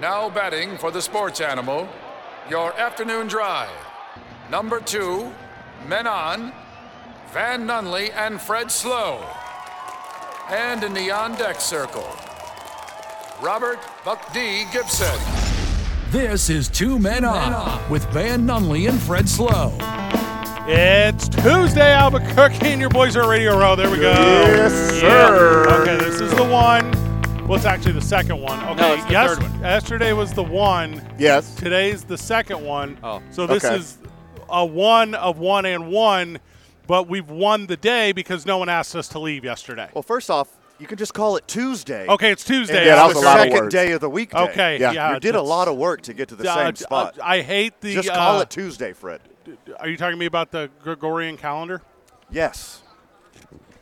Now batting for the sports animal, your afternoon drive. Number two, Menon, Van Nunley, and Fred Slow. And in the on deck circle, Robert Buck D. Gibson. This is Two Men, on, with Van Nunley and Fred Slow. It's Tuesday, Albuquerque, and your boys are Radio Row. There we go. Yes, Yeah. sir. Okay, this is the one. Well, it's actually the second one. Okay, it's the yes- third one. yesterday was the one. Yes. Today's the second one. Oh, so this okay. is a one of one and one, but we've won the day because no one asked us to leave yesterday. Well, first off, you can just call it Tuesday. Okay, it's Tuesday. Yeah, that was the a lot of Albuquerque. second words. day of the weekday. Okay, yeah, Yeah, you did a that's- lot of work to get to the Uh, same spot. I, I hate the. just call uh, it Tuesday, Fred. Are you talking to me about the Gregorian calendar? Yes.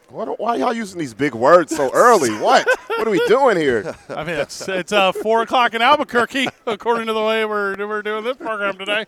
Why, do- why y'all using these big words so early? What? What are we doing here? I mean, it's it's uh, four o'clock in Albuquerque, according to the way we're we're doing this program today.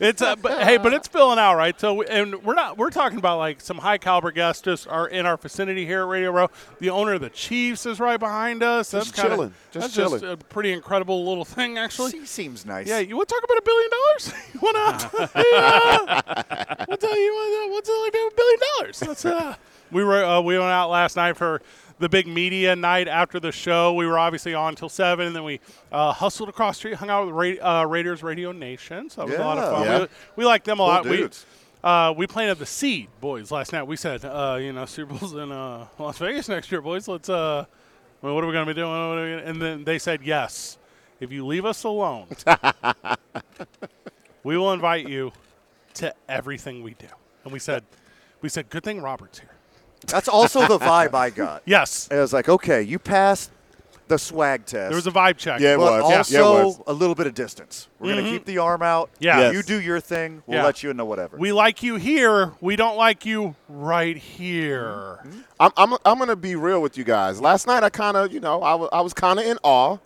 It's uh, but, hey, but it's filling out, right? So, we- and we're not we're talking about like some high caliber guests just are in our vicinity here at Radio Row. The owner of the Chiefs is right behind us. That's Just kind chilling. Just that's just chilling. a pretty incredible little thing, actually. She seems nice. Yeah, you want to talk about a billion dollars? You want to? yeah. What's that? You want What's it like to have a billion dollars? That's uh. We were uh, we went out last night for the big media night after the show. We were obviously on till seven, and then we uh, hustled across the street, hung out with Ra- uh, Raiders Radio Nation. So that was a lot of Yeah. fun. Yeah. We, we like them a lot. We, dudes. uh, we planted the seed, boys, last night. We said, uh, you know, Super Bowl's in uh, Las Vegas next year, boys. Let's. Uh, well, what are we going to be doing? What are we gonna- And then they said, yes. If you leave us alone, we will invite you to everything we do. And we said, we said, good thing Robert's here. That's also the vibe I got. Yes. And I was like, okay, you passed the swag test. There was a vibe check. Yeah, it but was. Yeah, it also was. a little bit of distance. We're gonna keep the arm out. Mm-hmm. Yeah. Yes. You do your thing. We'll Yeah. let you into whatever. We like you here. We don't like you right here. Mm-hmm. I'm, I'm, I'm going to be real with you guys. Last night, I kind of, you know, I wa- I was kind of in awe.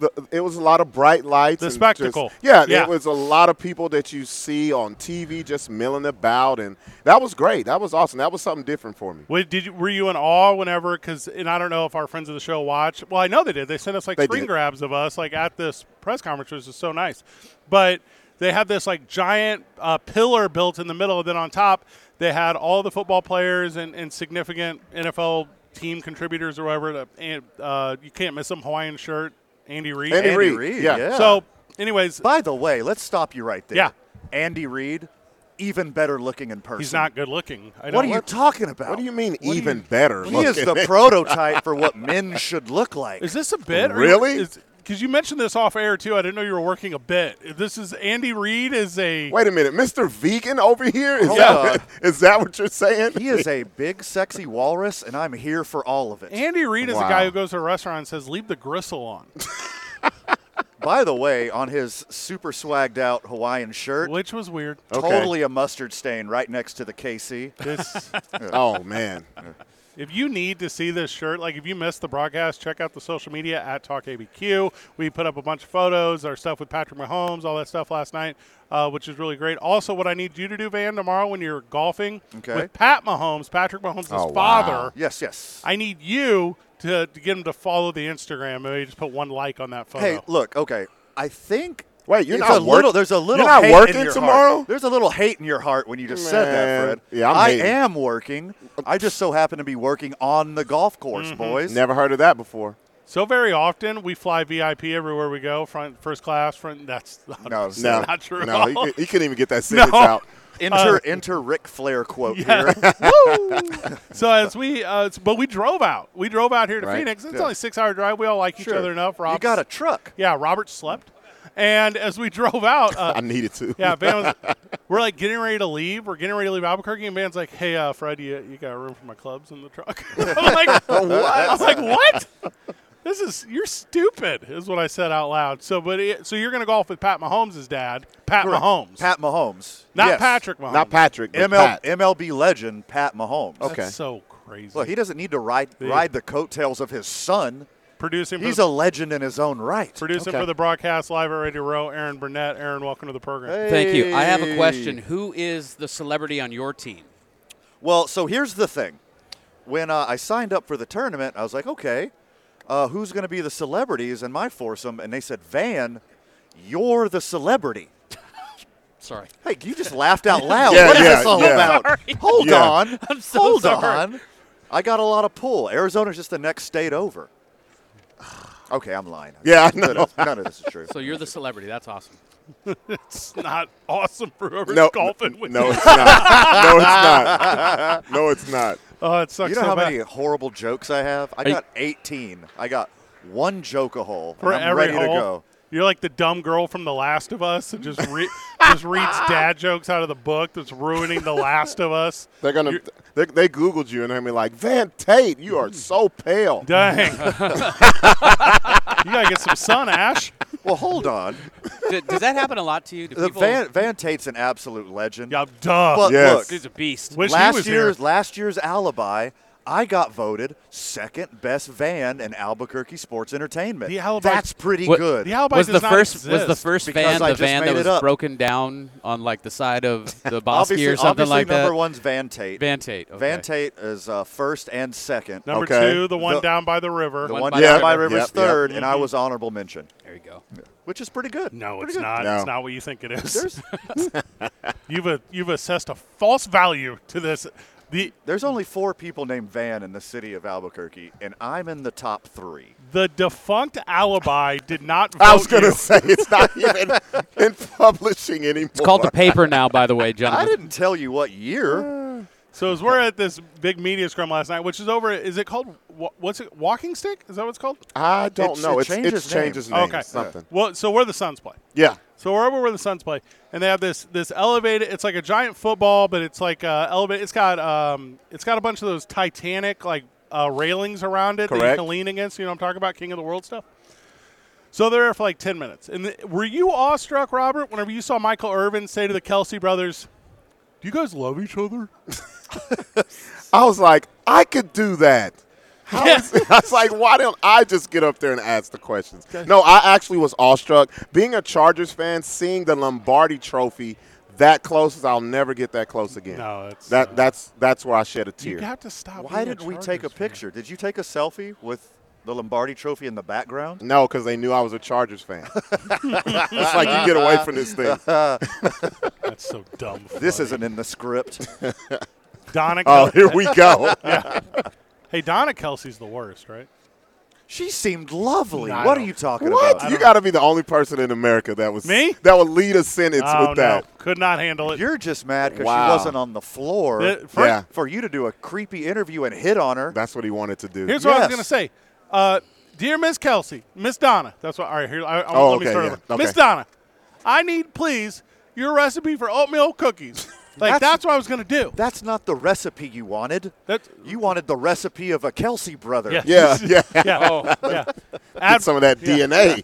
The, it was a lot of bright lights. The and just- spectacle. yeah, Yeah. it was a lot of people that you see on TV just milling about, and that was great. That was awesome. That was something different for me. Wait, did you, were you in awe whenever? Because and I don't know if our friends of the show watch. Well, I know they did. They sent us like They screen did. grabs of us like at this press conference, which is so nice. But they had this like giant uh, pillar built in the middle, and then on top they had all the football players and, and significant NFL team contributors or whatever. To, and uh, you can't miss them. Hawaiian shirt, Andy Reid. Andy Reid. yeah. So, anyways, by the way, let's stop you right there. Yeah. Andy Reid, even better looking in person. he's not good looking. I What are know. you talking about? What do you mean, even better? He is looking? the prototype for what men should look like. Is this a bit? Oh, Really? Because you mentioned this off air too. I didn't know you were working a bit. This is Andy Reid is a Wait a minute, Mr. Vegan over here? Is, Hold that, is that what you're saying? He is a big, sexy walrus, and I'm here for all of it. Andy Reid is a Wow. guy who goes to a restaurant and says, "Leave the gristle on," By the way, on his super swagged out Hawaiian shirt, which was weird. Okay. totally a mustard stain right next to the KC. This, Oh, man. if you need to see this shirt, like if you missed the broadcast, check out the social media at Talk ABQ. We put up a bunch of photos, our stuff with Patrick Mahomes, all that stuff last night, uh, which is really great. Also, what I need you to do, Van, tomorrow when you're golfing Okay. with Pat Mahomes, Patrick Mahomes' Oh, wow. father. Yes, yes. I need you to, to get him to follow the Instagram. Maybe just put one like on that photo. hey, look, okay. I think. Wait, you're it's not a work- little. There's a little. not hate working in your tomorrow? Heart. There's a little hate in your heart when you just said that, Man. Fred. Yeah, I'm I hating. am working. I just so happen to be working on the golf course, boys. Mm-hmm. Never heard of that before. So very often we fly VIP everywhere we go, front first class, front. That's No, No, not true. No, at he, all. cou- he couldn't even get that sentence out. Enter, enter Ric Flair quote here. Woo! so as we, uh, s- but we drove out. We drove out here to Right. Phoenix. It's Yeah. only a six hour drive. We all like each other enough. Rob, You got a truck. yeah. Robert slept, and as we drove out, uh, I needed to. yeah, Van was, we're like getting ready to leave. We're getting ready to leave Albuquerque, and Van's like, "Hey, uh, Fred, you, you got room for my clubs in the truck?" I'm like, "What?" I'm like, "What?" This is you're stupid, is what I said out loud. So, but it, so you're gonna golf with Pat Mahomes' dad, Pat Mahomes, Pat Mahomes. not Yes. Patrick Mahomes, Not Patrick, but ML, Pat. MLB legend Pat Mahomes. That's okay. so crazy. Look, he doesn't need to ride ride the coattails of his son. producing. He's for a the, legend in his own right. producing okay. for the broadcast live at Radio Row. Aaron Burnett. Aaron, welcome to the program. Thank you. I have a question. Who is the celebrity on your team? Well, so here's the thing. When uh, I signed up for the tournament, I was like, okay, uh, who's going to be the celebrities in my foursome? And they said, Van, you're the celebrity. Sorry. Hey, you just laughed out loud. Yeah, What is yeah, this all yeah. about? Hold Yeah. on. I'm so Hold sorry. on. I got a lot of pull. Arizona's just the next state over. Okay, I'm lying. Yeah, I None know. of- None of this is true. So you're the celebrity. That's awesome. It's not awesome for whoever's No, golfing with no, you. it's not. No, it's not. No, it's not. Oh, it sucks you know so how bad. many horrible jokes I have? I you- got 18. I got one joke a hole. and for I'm every ready hole. to go. You're like the dumb girl from The Last of Us that just re- just reads dad jokes out of the book that's ruining The Last of Us. They're gonna. They, they Googled you and they're gonna be like, Van Tate, you are so pale. Dang. you gotta get some sun, Ash. Well, hold on. D- does that happen a lot to you? Do The people, Van, Van Tate's an absolute legend. Yeah, duh. But Yes. look, Dude's a beast. Wish he was last here. year's last year's alibi, I got voted second best van in Albuquerque sports entertainment. The alibi- That's pretty What- good. the alibi was does the not first was the exist. first because van I the just van made that it was up. broken down on like the side of the Bosky obviously, or something obviously like number that? one's Van Tate. Van Tate. Okay. Van Tate is uh, first and second. Number Okay. two, the one The- down by the river. the one one, by by, the by river. River's Yep, yep. third, and I was honorable mention, There you go. which is pretty good. Mm-hmm. no, Pretty it's good. not. No. It's not what you think it is. There's You've a, you've assessed a false value to this. The there's only four people named Van in the city of Albuquerque, and I'm in the top three. the defunct alibi did not vote I was gonna you. say it's not even in publishing anymore. It's called the paper now, by the way, I gentlemen. didn't tell you what Uh, year. So as we're at this big media scrum last night, which is over, is it called wha- what's it? Walking stick? Is that what it's called? I don't It's- know. it It's changes it's name. changes name. okay, Something. Well, so where the Suns play. Yeah. So we're over where the Suns play, and they have this this elevated. It's like a giant football, but it's like uh, elevated. It's got um, it's got a bunch of those Titanic like uh, railings around it that you Correct. can lean against. You know, what I'm talking about King of the World stuff. So they're there for like ten minutes, and the, were you awestruck, Robert, whenever you saw Michael Irvin say to the Kelsey brothers, "Do you guys love each other?" I was like, I could do that. How is- I was like, why don't I just get up there and ask the questions? No, I actually was awestruck. Being a Chargers fan, seeing the Lombardi Trophy that close, is I'll never get that close again. No, it's, that uh, that's that's where I shed a You tear. have to stop. Why being did we take a Chargers fan. picture? Did you take a selfie with the Lombardi Trophy in the background? No, because they knew I was a Chargers fan. it's like you get away from this thing. That's so dumb. This funny. isn't in the script. Donna. Kel- Oh, here we go. hey, Donna Kelsey's the worst, right? she seemed lovely. No, I what are don't- you talking What? about? You got to be the only person in America that was Me? That would lead a sentence Oh, with that. no, could not handle it. You're just mad because Wow. she wasn't on the floor Uh, for, Yeah. for you to do a creepy interview and hit on her. That's what he wanted to do. Here's what I was Yes. gonna say. Uh, dear Miss Kelsey, Miss Donna. That's what. All right, here. I, I, Oh, let me okay, start yeah, over. okay. Miss Donna, I need please your recipe for oatmeal cookies. Like that's, That's- what I was gonna do. That's not the recipe you wanted. That's- you wanted the recipe of a Kelsey brother. Yeah. yeah, yeah. yeah. Oh, yeah. Ad- Get some of that DNA.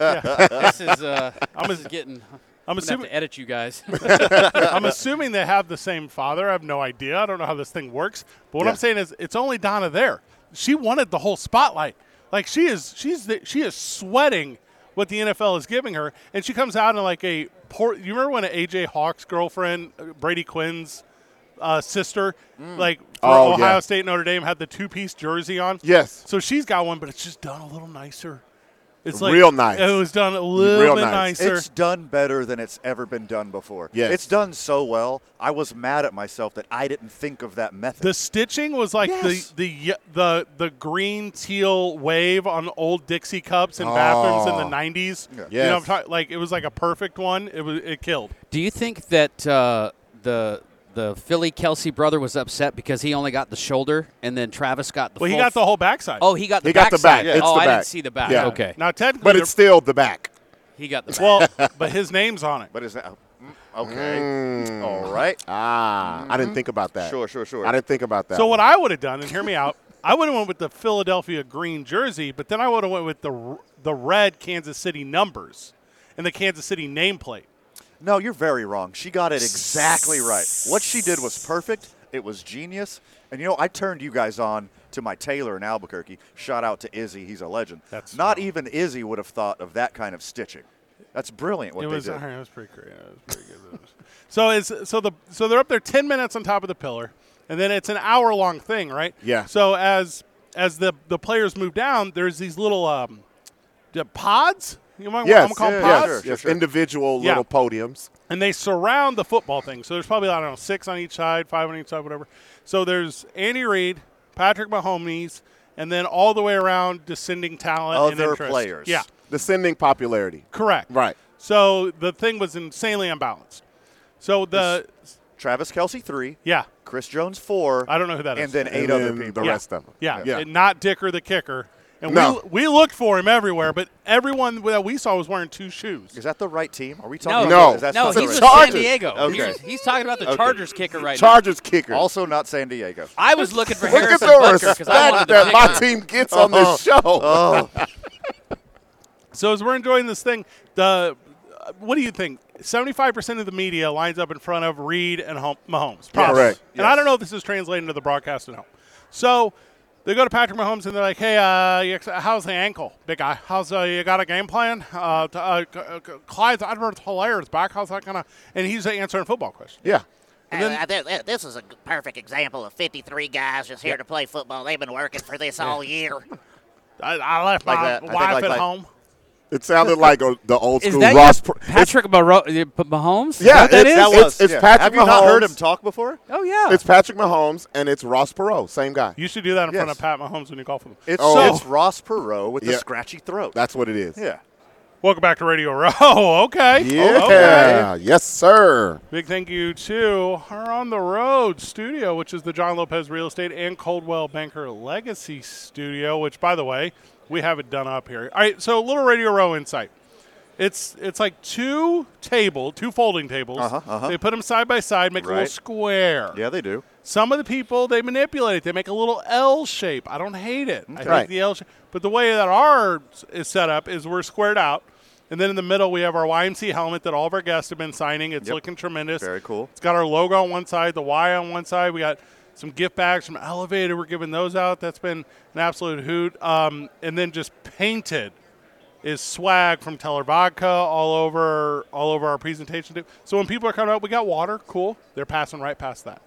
this is uh, I'm this is getting. I'm, gonna assuming- have to edit you guys. I'm assuming they have the same father. I have no idea. I don't know how this thing works. But what I'm Yeah. saying is, it's only Donna there. She wanted the whole spotlight. Like she is, she's the, she is sweating what the NFL is giving her, and she comes out in like a poor. You remember when AJ Hawk's girlfriend, uh, Brady Quinn's uh, sister, like for Oh, yeah. Ohio State Notre Dame, had the two piece jersey on. Yes. So she's got one, but it's just done a little nicer. It's like Real nice. It was done a little Real bit nice. nicer. It's done better than it's ever been done before. Yes. It's done so well. I was mad at myself that I didn't think of that method. The stitching was like Yes. the, the ye- the the green teal wave on old Dixie cups in bathrooms in the Oh. nineties. You Yes. know, what I'm talking like it was like a perfect one. It was it killed. Do you think that uh, the the Philly Kelsey brother was upset because he only got the shoulder, and then Travis got the. Well, he full got the whole backside. Oh, he got the. He got the backside. back. It's oh, the I back. didn't see the back. Yeah. Okay, now technically, But they're- it's still the back. he got the. Back. well, but his name's on it. But is that Oh, mm, okay? Mm. All right. Ah, I didn't think about that. Sure, sure, sure. I didn't think about that. So what I would have done, and hear me out, I would have went with the Philadelphia green jersey, but then I would have went with the r- the red Kansas City numbers and the Kansas City nameplate. No, you're very wrong. She got it exactly right. What she did was perfect. It was genius. And you know, I turned you guys on to my tailor in Albuquerque. Shout out to Izzy. He's a legend. That's Not wrong. even Izzy would have thought of that kind of stitching. That's brilliant what it they was, did. all right, it was pretty great. It was pretty good. so it's so the so they're up there ten minutes on top of the pillar, and then it's an hour long thing, right? Yeah. So as as the the players move down, there's these little um, the pods. You might Yes, want to call them yes, pods. yes, Sure, yes, sure. individual Yeah. little podiums. and they surround the football thing. So there's probably I don't know six on each side, five on each side, whatever. So there's Andy Reid, Patrick Mahomes, and then all the way around descending talent, and Other interest. players. Yeah, Descending popularity. correct. Right. So the thing was insanely unbalanced. So the Travis Kelsey three, yeah, Chris Jones four. I don't know who that and is. then eight And other then people. The Yeah. rest of them. yeah, Yeah. and not Dicker the kicker. And No. we we looked for him everywhere, but everyone that we saw was wearing two shoes. Is that the right team? Are we No, talking? No. about, is that no, not the he's the with right- San Chargers. Diego. Okay. He's, he's talking about the Okay. Chargers kicker right Chargers kicker. also not San Diego. now. I was looking for Look at Harrison the Butker respect because I wanted to that pick my him. team gets on this show. So as we're enjoying this thing, the uh, what do you think? Seventy-five percent of the media lines up in front of Reed and Hom- Mahomes. Probably. Correct. And I don't know if this is translating to the broadcast or not. So they go to Patrick Mahomes and they're like, "Hey, uh, you ex- how's the ankle, big guy? How's uh, you got a game plan? Uh, t- uh, c- uh, Clyde Edwards-Hilaire is back. How's that gonna?" And he's answering football questions. Yeah. Uh, th- th- this is a g- perfect example of 53 guys just here to play football. They've been working for this all year. I, I left Like my that. I think wife like at that. home. It sounded like a, the old Is school that Ross. your Pr- it's, Patrick Maro- uh, P- Mahomes? Is Yeah, that what that it's- is? that was- It's- it's Patrick Have you not heard Mahomes. him talk before? oh yeah. it's Patrick Mahomes and it's Ross Perot, same guy. You should do that in front Yes. of Pat Mahomes when you golf with him. It's, Oh. it's Ross Perot with Yeah. the scratchy throat. That's what it is. yeah. Welcome back to Radio Row. Oh, okay. Yeah. Okay. Yes, sir. Big thank you to our on the road studio, which is the John Lopez Real Estate and Coldwell Banker Legacy Studio, which by the way, we have it done up here. All right, so a little radio row insight. It's it's like two table, two folding tables. Uh-huh, uh-huh. They put them side by side, make a Right. little square. Yeah, they do. Some of the people they manipulate. it. They make a little L shape. I don't hate it. I Right. hate the L shape. But the way that ours is set up is we're squared out, and then in the middle we have our YMC helmet that all of our guests have been signing. It's Yep. looking tremendous. Very cool. It's got our logo on one side, the Y on one side. We got some gift bags from Elevator. We're giving those out. That's been an absolute hoot. Um, and then just painted is swag from Teller Vodka all over all over our presentation. too. So when people are coming out, we got water. Cool. They're passing right past that.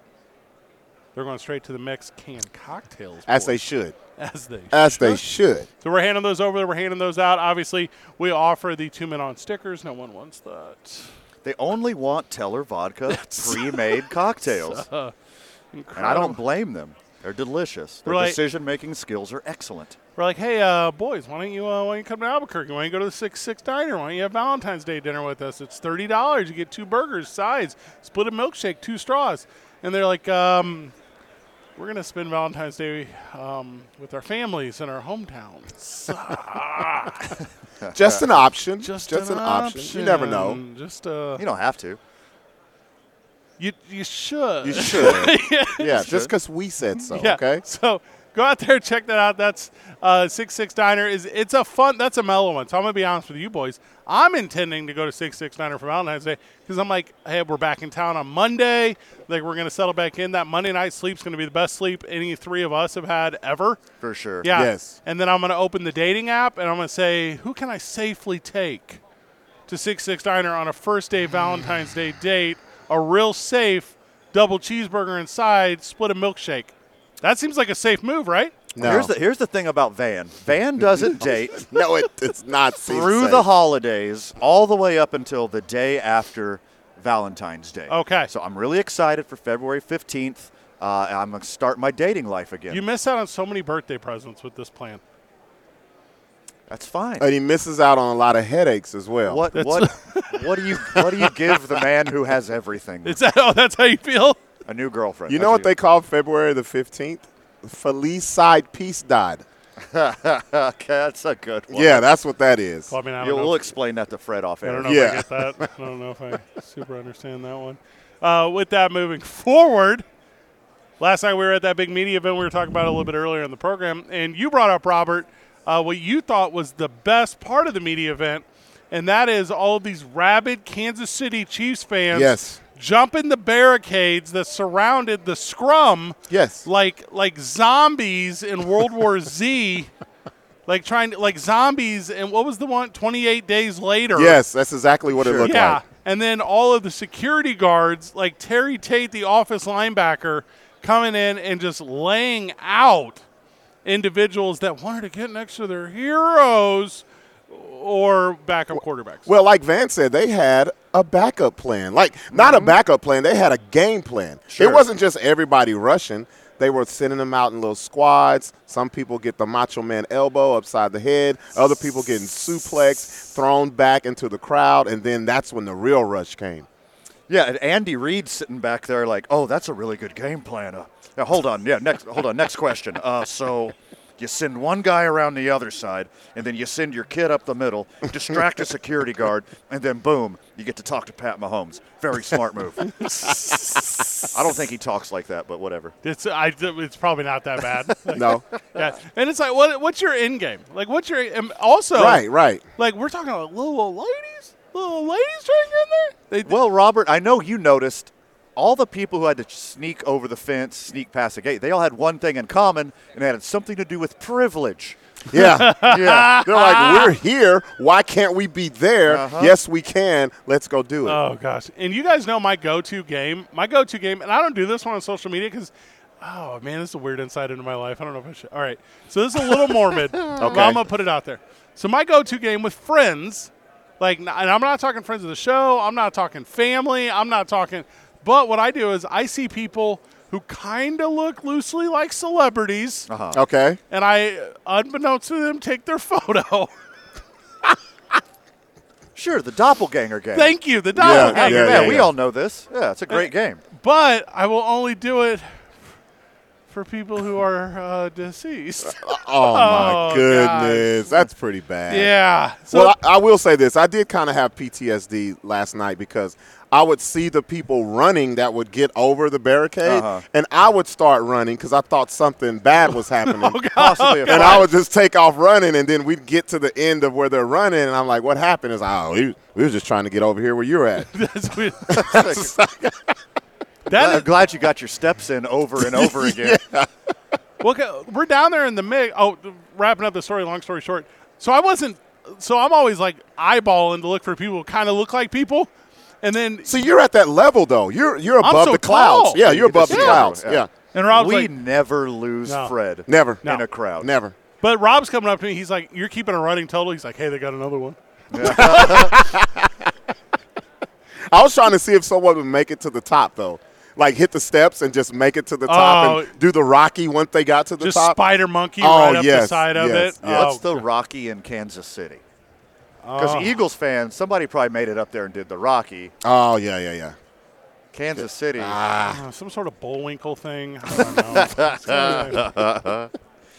They're going straight to the Mexican cocktails. As board. they should. as they As they should. so we're handing those over. We're handing those out. Obviously, we offer the two men on stickers. No one wants that. They only want Teller vodka pre-made cocktails, and I don't blame them. They're delicious. Their Right. decision-making skills are excellent. We're like, hey, uh, boys, why don't you uh, why don't you come to Albuquerque? Why don't you go to the Six Six Diner? Why don't you have Valentine's Day dinner with us? It's thirty dollars. You get two burgers, sides, split a milkshake, two straws. And they're like, um, we're gonna spend Valentine's Day um, with our families in our hometowns. Just an option. Just, an, option. You never know. option. Just uh, You don't have to. you you should. You should. yeah, just because we said so, Yeah. okay? So go out there, check that out. That's uh, Six Six Diner. Is it's a fun. That's a mellow one. So I'm gonna be honest with you boys. I'm intending to go to Six Six Diner for Valentine's Day because I'm like, hey, we're back in town on Monday. Like we're gonna settle back in. That Monday night sleep's gonna be the best sleep any three of us have had ever. For sure. Yeah. Yes. And then I'm gonna open the dating app and I'm gonna say, who can I safely take to Six Six Diner on a first day Valentine's Day date? A real safe double cheeseburger inside, split a milkshake. That seems like a safe move, right? No. Here's the here's the thing about Van. Van doesn't date no, it, it's not. seem through safe. the holidays all the way up until the day after Valentine's Day. Okay. So I'm really excited for February 15th. Uh, I'm gonna start my dating life again. You miss out on so many birthday presents with this plan. That's fine. And he misses out on a lot of headaches as well. What what what do you what do you give the man who has everything? Is that oh that's how you feel? a new girlfriend. You That's know what they call February the 15th? Feliz Side Peace Died. Okay, that's a good one. Yeah, that's what that is. Well, I mean, I don't You'll, know. we'll explain that to Fred off I don't air. know Yeah. if I get that. I don't know if I super understand that one. Uh, with that, moving forward, last night we were at that big media event we were talking about a little bit earlier in the program, and you brought up, Robert, uh, what you thought was the best part of the media event, and that is all of these rabid Kansas City Chiefs fans Yes. jumping the barricades that surrounded the scrum Yes. like like zombies in World War Z. Like trying to like zombies, and what was the one? Twenty eight days later. Yes, that's exactly what it looked Yeah. like. And then all of the security guards, like Terry Tate, the office linebacker, coming in and just laying out. individuals that wanted to get next to their heroes or backup quarterbacks. Well, like Van said, they had a backup plan. Like, not Mm-hmm. a backup plan, they had a game plan. It wasn't just everybody rushing. They were sending them out in little squads. Some people get the Macho Man elbow upside the head. Other people getting suplexed, thrown back into the crowd, and then that's when the real rush came. Yeah, and Andy Reid sitting back there like, oh, that's a really good game plan. Uh, now, hold on, yeah, next, hold on, next question. Uh, so, you send one guy around the other side, and then you send your kid up the middle, distract a security guard, and then boom, you get to talk to Pat Mahomes. Very smart move. I don't think he talks like that, but whatever. It's I, it's probably not that bad. Like, No? yeah. And it's like, what what's your end game? Like, what's your and also right, right. Like we're talking about little old ladies, little old ladies trying to get in there. They Well, Robert, I know you noticed all the people who had to sneak over the fence, sneak past the gate, they all had one thing in common, and it had something to do with privilege. Yeah. Yeah. They're like, we're here. Why can't we be there? Uh-huh. Yes, we can. Let's go do it. Oh gosh! And you guys know my go-to game. My go-to game, and I don't do this one on social media because, oh man, this is a weird insight into my life. I don't know if I should. All right, so this is a little morbid, but I'm gonna put it out there. So my go-to game with friends, like, and I'm not talking friends of the show. I'm not talking family. I'm not talking. But what I do is I see people who kind of look loosely like celebrities, Uh-huh. Okay. and I, uh, unbeknownst to them, take their photo. Sure, the doppelganger game. Thank you, the dog. yeah, Yeah, yeah, we yeah. all know this. Yeah, it's a great game. but I will only do it for people who are uh, deceased. Oh, Oh, my goodness. That's pretty bad. yeah. So well, I, I will say this. I did kind of have PTSD last night because I would see the people running that would get over the barricade, Uh-huh. and I would start running because I thought something bad was happening. Oh, Possibly a and I would just take off running, and then we'd get to the end of where they're running, and I'm like, what happened? Is oh, we, we were just trying to get over here where you're at. that's weird. I'm that is, glad you got your steps in over and over again. well, okay, we're down there in the mix. Oh, wrapping up the story. Long story short. So I wasn't. So I'm always like eyeballing to look for people who kind of look like people, and then so you're at that level, though. You're you're above so the clouds. tall. Yeah, you're above the Yeah. clouds. Yeah. Yeah. and Rob's we like, never lose No. Fred. Never. In a crowd. Never. but Rob's coming up to me. He's like, "You're keeping a running total." He's like, "Hey, they got another one." I was trying to see if someone would make it to the top though. Like hit the steps and just make it to the top Oh. and do the Rocky once they got to the Just top. spider monkey Oh, right up the yes, side of yes, it. yes. Oh, Uh, What's the Rocky in Kansas City? Because Eagles fans, somebody probably made it up there and did the Rocky. oh yeah, yeah, yeah. Kansas City. Uh, some sort of Bullwinkle thing. I don't know. It's gonna-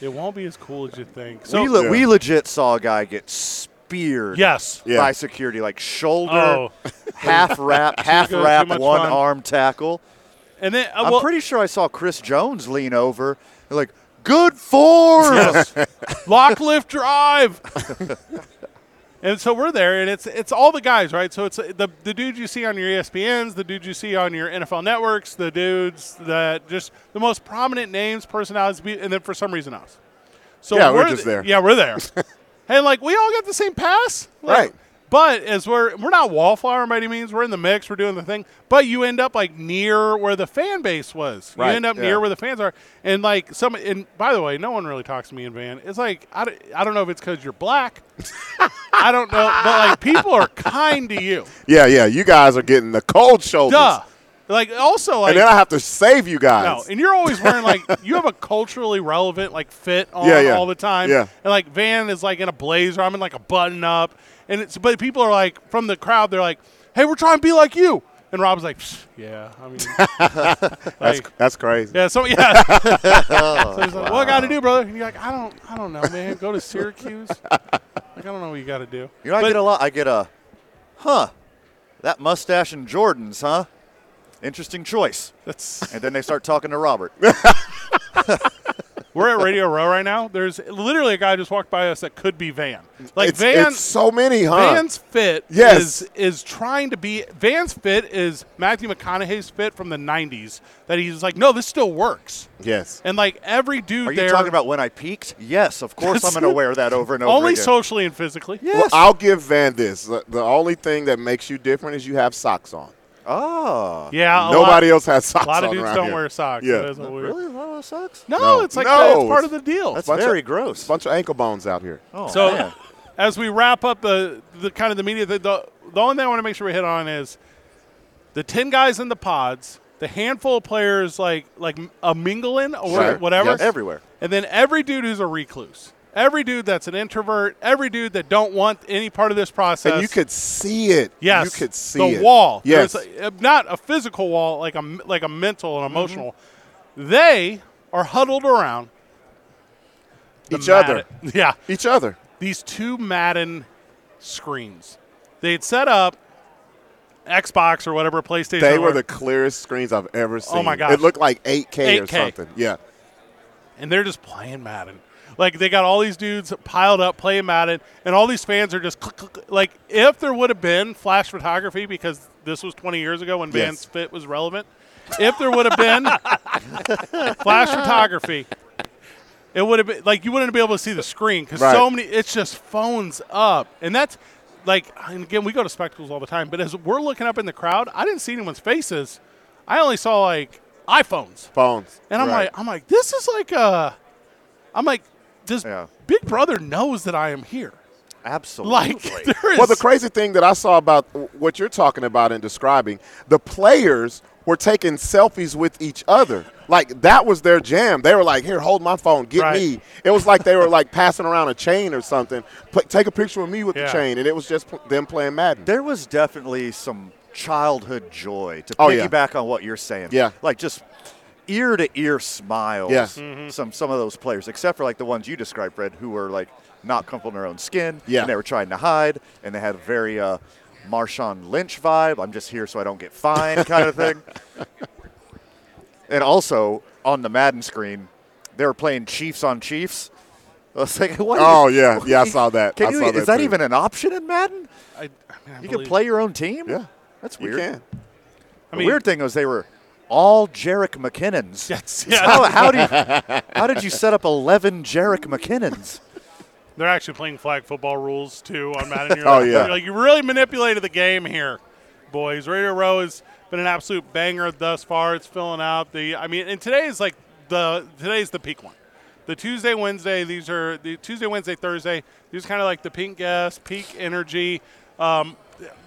it won't be as cool as you think. So, we, le- we legit saw a guy get speared yes. Yeah. by security, like shoulder, Oh, half wrap, half good, too wrap, much one fun. arm tackle. and then uh, I'm well, pretty sure I saw Chris Jones lean over. and Like, good for us. lock lift drive. and so we're there, and it's it's all the guys, right? So it's uh, the the dudes you see on your E ESPNs, the dudes you see on your NFL networks, the dudes that just the most prominent names, personalities, be- and then for some reason us. So Yeah, we're just there. Yeah, we're there. and like we all got the same pass, Like, Right. But as we're we're not wallflower by any means, we're in the mix, we're doing the thing. But you end up like near where the fan base was. You Right, end up yeah. near where the fans are, and like some. And by the way, no one really talks to me in van. It's like I, don't- I don't know if it's because you're black. I don't know, but like people are kind to you. Yeah, yeah. You guys are getting the cold shoulders. Duh. Like also like And then I have to save you no, guys. and you're always wearing like you have a culturally relevant like fit on Yeah, yeah. all the time. Yeah. And like Van is like in a blazer, I'm in like a button up, and it's but people are like from the crowd, they're like, "Hey, we're trying to be like you," and Rob's like, "Psh, "Yeah, I mean, that's, like- that's crazy. yeah, so yeah. so he's like, "What I got to do, brother?" And you're like, "I don't, I don't know, man. Go to Syracuse. like, I don't know what you got to do." You know, I But- get a lot. I get a, huh, that mustache and Jordans, huh? Interesting choice. That's, And then they start talking to Robert. we're at Radio Row right now. There's literally a guy just walked by us that could be Van. Like it's, Van, it's so many, uh, huh? Van's fit Yes. is is trying to be Van's fit is Matthew McConaughey's fit from the '90s. That he's like, no, this still works. yes. And like every dude Are you there, talking about when I peaked? Yes, of course I'm going to wear that over and over only again. socially and physically. Yes. Well, I'll give Van this. The, the only thing that makes you different is you have socks on. Oh. Yeah, Uh, a Nobody lot, else has socks A lot of on dudes around don't here. wear socks. Yeah. That is what we- Really? A lot of socks? No, No. it's like No, that. It's part of it's- the deal. That's Bunch of- very gross. Bunch of ankle bones out here. Oh, So, man. as we wrap up the, the kind of the media, the, the, the only thing I want to make sure we hit on is the 10 guys in the pods, the handful of players like like a mingling or Sure. whatever. Yes. Everywhere. And then every dude who's a recluse. Every dude that's an introvert, every dude that don't want any part of this process. And you could see it. Yes, You could see the it. wall. Yes. There's a- uh, not a physical wall, like a m- like a mental and emotional. Mm-hmm. They are huddled around the Each other. Madden- Yeah, Each other. these two Madden screens. They'd set up Xbox or whatever PlayStation. They or were whatever, the clearest screens I've ever seen. Oh my gosh. It looked like 8K, or 8K. something. Yeah. and they're just playing Madden. Like they got all these dudes piled up playing Madden, and all these fans are just click, click, click. like if there would have been flash photography because this was 20 years ago when Yes. Vans Fit was relevant. If there would have been flash photography, it would have been like you wouldn't be able to see the screen because Right. so many. It's just phones up, and that's like and again we go to spectacles all the time. But as we're looking up in the crowd, I didn't see anyone's faces. I only saw like iPhones. Phones. And I'm Right. like, I'm like, this is like a, I'm like, this Yeah. Big Brother knows that I am here. Absolutely. Like, there is. Well, the crazy thing that I saw about w- what you're talking about and describing, the players were taking selfies with each other. Like that was their jam. They were like, "Here, hold my phone, get Right. me." It was like they were like passing around a chain or something. Pl- take a picture of me with Yeah. the chain, and it was just pl- them playing Madden. There was definitely some childhood joy to Oh, yeah. piggyback on what you're saying. Yeah. Like just ear to ear smiles. Yes. Some some of those players, except for like the ones you described, Fred, who were like not comfortable in their own skin. Yeah. And they were trying to hide and they had a very uh Marshawn Lynch vibe. I'm just here so I don't get fined kind of thing. And also on the Madden screen, they were playing Chiefs on Chiefs. I was like, what? Oh, yeah. Yeah, I saw that. Can I you, e, saw that is that too. even an option in Madden? I, I mean, I You can believe- play your own team? Yeah. That's you weird. can. I the mean, weird thing was they were all Jarek McKinnons. That's, How, yeah, how, do you, how did you set up 11 Jarek McKinnons? they're actually playing flag football rules too on Madden. You're Oh, like, yeah. you're like you really manipulated the game here, boys. Radio Row has been an absolute banger thus far. It's filling out the. I mean, and today is like the today's the peak one. The Tuesday, Wednesday, these are the Tuesday, Wednesday, Thursday. These are kind of like the pink gas, peak energy. Um,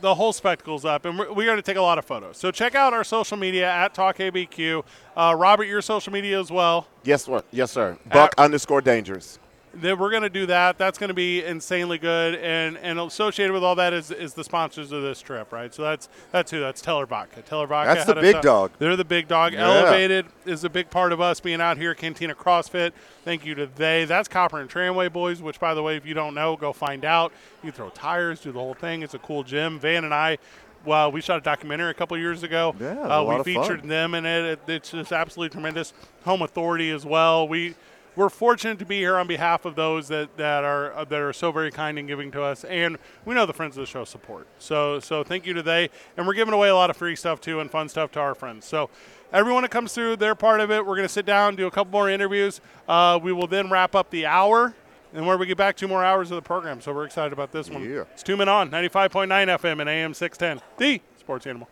the whole spectacle's up, and we're, we're going to take a lot of photos. So check out our social media at TalkABQ. Uh, Robert, your social media as well. Yes, sir. Yes, sir. Buck underscore dangerous. Then we're going to do that. That's going to be insanely good, and and associated with all that is is the sponsors of this trip, right? So that's that's who that's Teller Vodka. Teller Vodka. That's the out of big Tel- dog. They're the big dog. Elevated is a big part of us being out here. Cantina CrossFit. Thank you to they. That's Copper and Tramway boys. Which, by the way, if you don't know, go find out. You throw tires, do the whole thing. It's a cool gym. Van and I. Well, we shot a documentary a couple years ago. Yeah, it was uh, a we lot of fun. featured them in it. It- It's just absolutely tremendous. Home Authority as well. We we're fortunate to be here on behalf of those that, that are uh, that are so very kind and giving to us, and we know the friends of the show support. So so thank you to they, and we're giving away a lot of free stuff too and fun stuff to our friends. So. Everyone that comes through, they're part of it. We're going to sit down, do a couple more interviews. Uh, we will then wrap up the hour, and where we get back, two more hours of the program. So we're excited about this one. Yeah. It's two men on 95.9 FM and AM 610, the sports animal.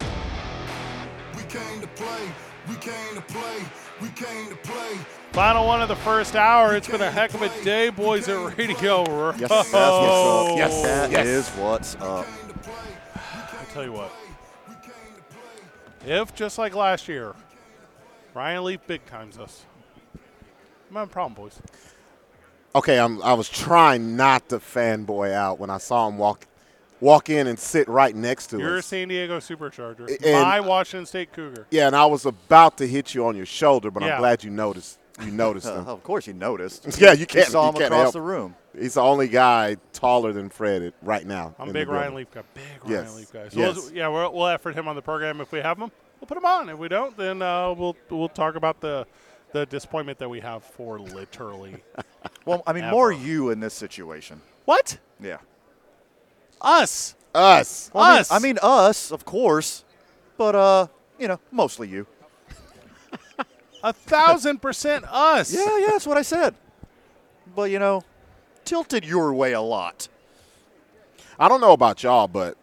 We came to play. We came to play. We came to play. Final one of the first hour. It's been a heck of a day, boys at Radio Row. That's what's up. Yes, That yes. is what's up. I tell you what. If just like last year, Ryan Leaf big times us, I'm having a problem, boys. Okay, I'm, I was trying not to fanboy out when I saw him walk walk in and sit right next to You're a us. San Diego Supercharger. A- and- my Washington State Cougar. Yeah, and I was about to hit you on your shoulder, but Yeah. I'm glad you noticed. You noticed him. Uh, of course, you noticed. Yeah, you can't. You saw you him can't across help. the room. He's the only guy taller than Fred at, right now. I'm in big the Ryan building. Leaf guy. Big Ryan Yes. Leaf guy. So we'll- Yes. yeah, we'll, we'll effort him on the program if we have him. We'll put him on. If we don't, then uh, we'll we'll talk about the the disappointment that we have for literally. Well, I mean, more Ever. you in this situation. what? Yeah. Us. Us. Well, I mean- Us. I mean, us, of course, but, uh, you know, mostly you. A thousand percent us. Yeah, yeah, that's what I said. But, you know, tilted your way a lot. I don't know about y'all, but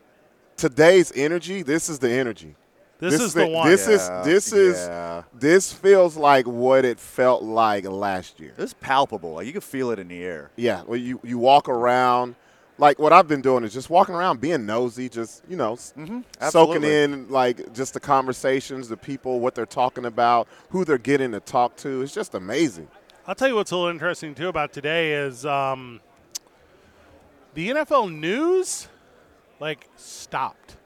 today's energy, this is the energy. This is the one. This is Yeah, this is yeah. this feels like what it felt like last year. This is palpable. Like, you can feel it in the air. Yeah, well, you you walk around. Like what I've been doing is just walking around, being nosy, just you know, s- soaking absolutely. in like just the conversations, the people, what they're talking about, who they're getting to talk to. It's just amazing. I'll tell you what's a little interesting too about today is um, the NFL news like stopped.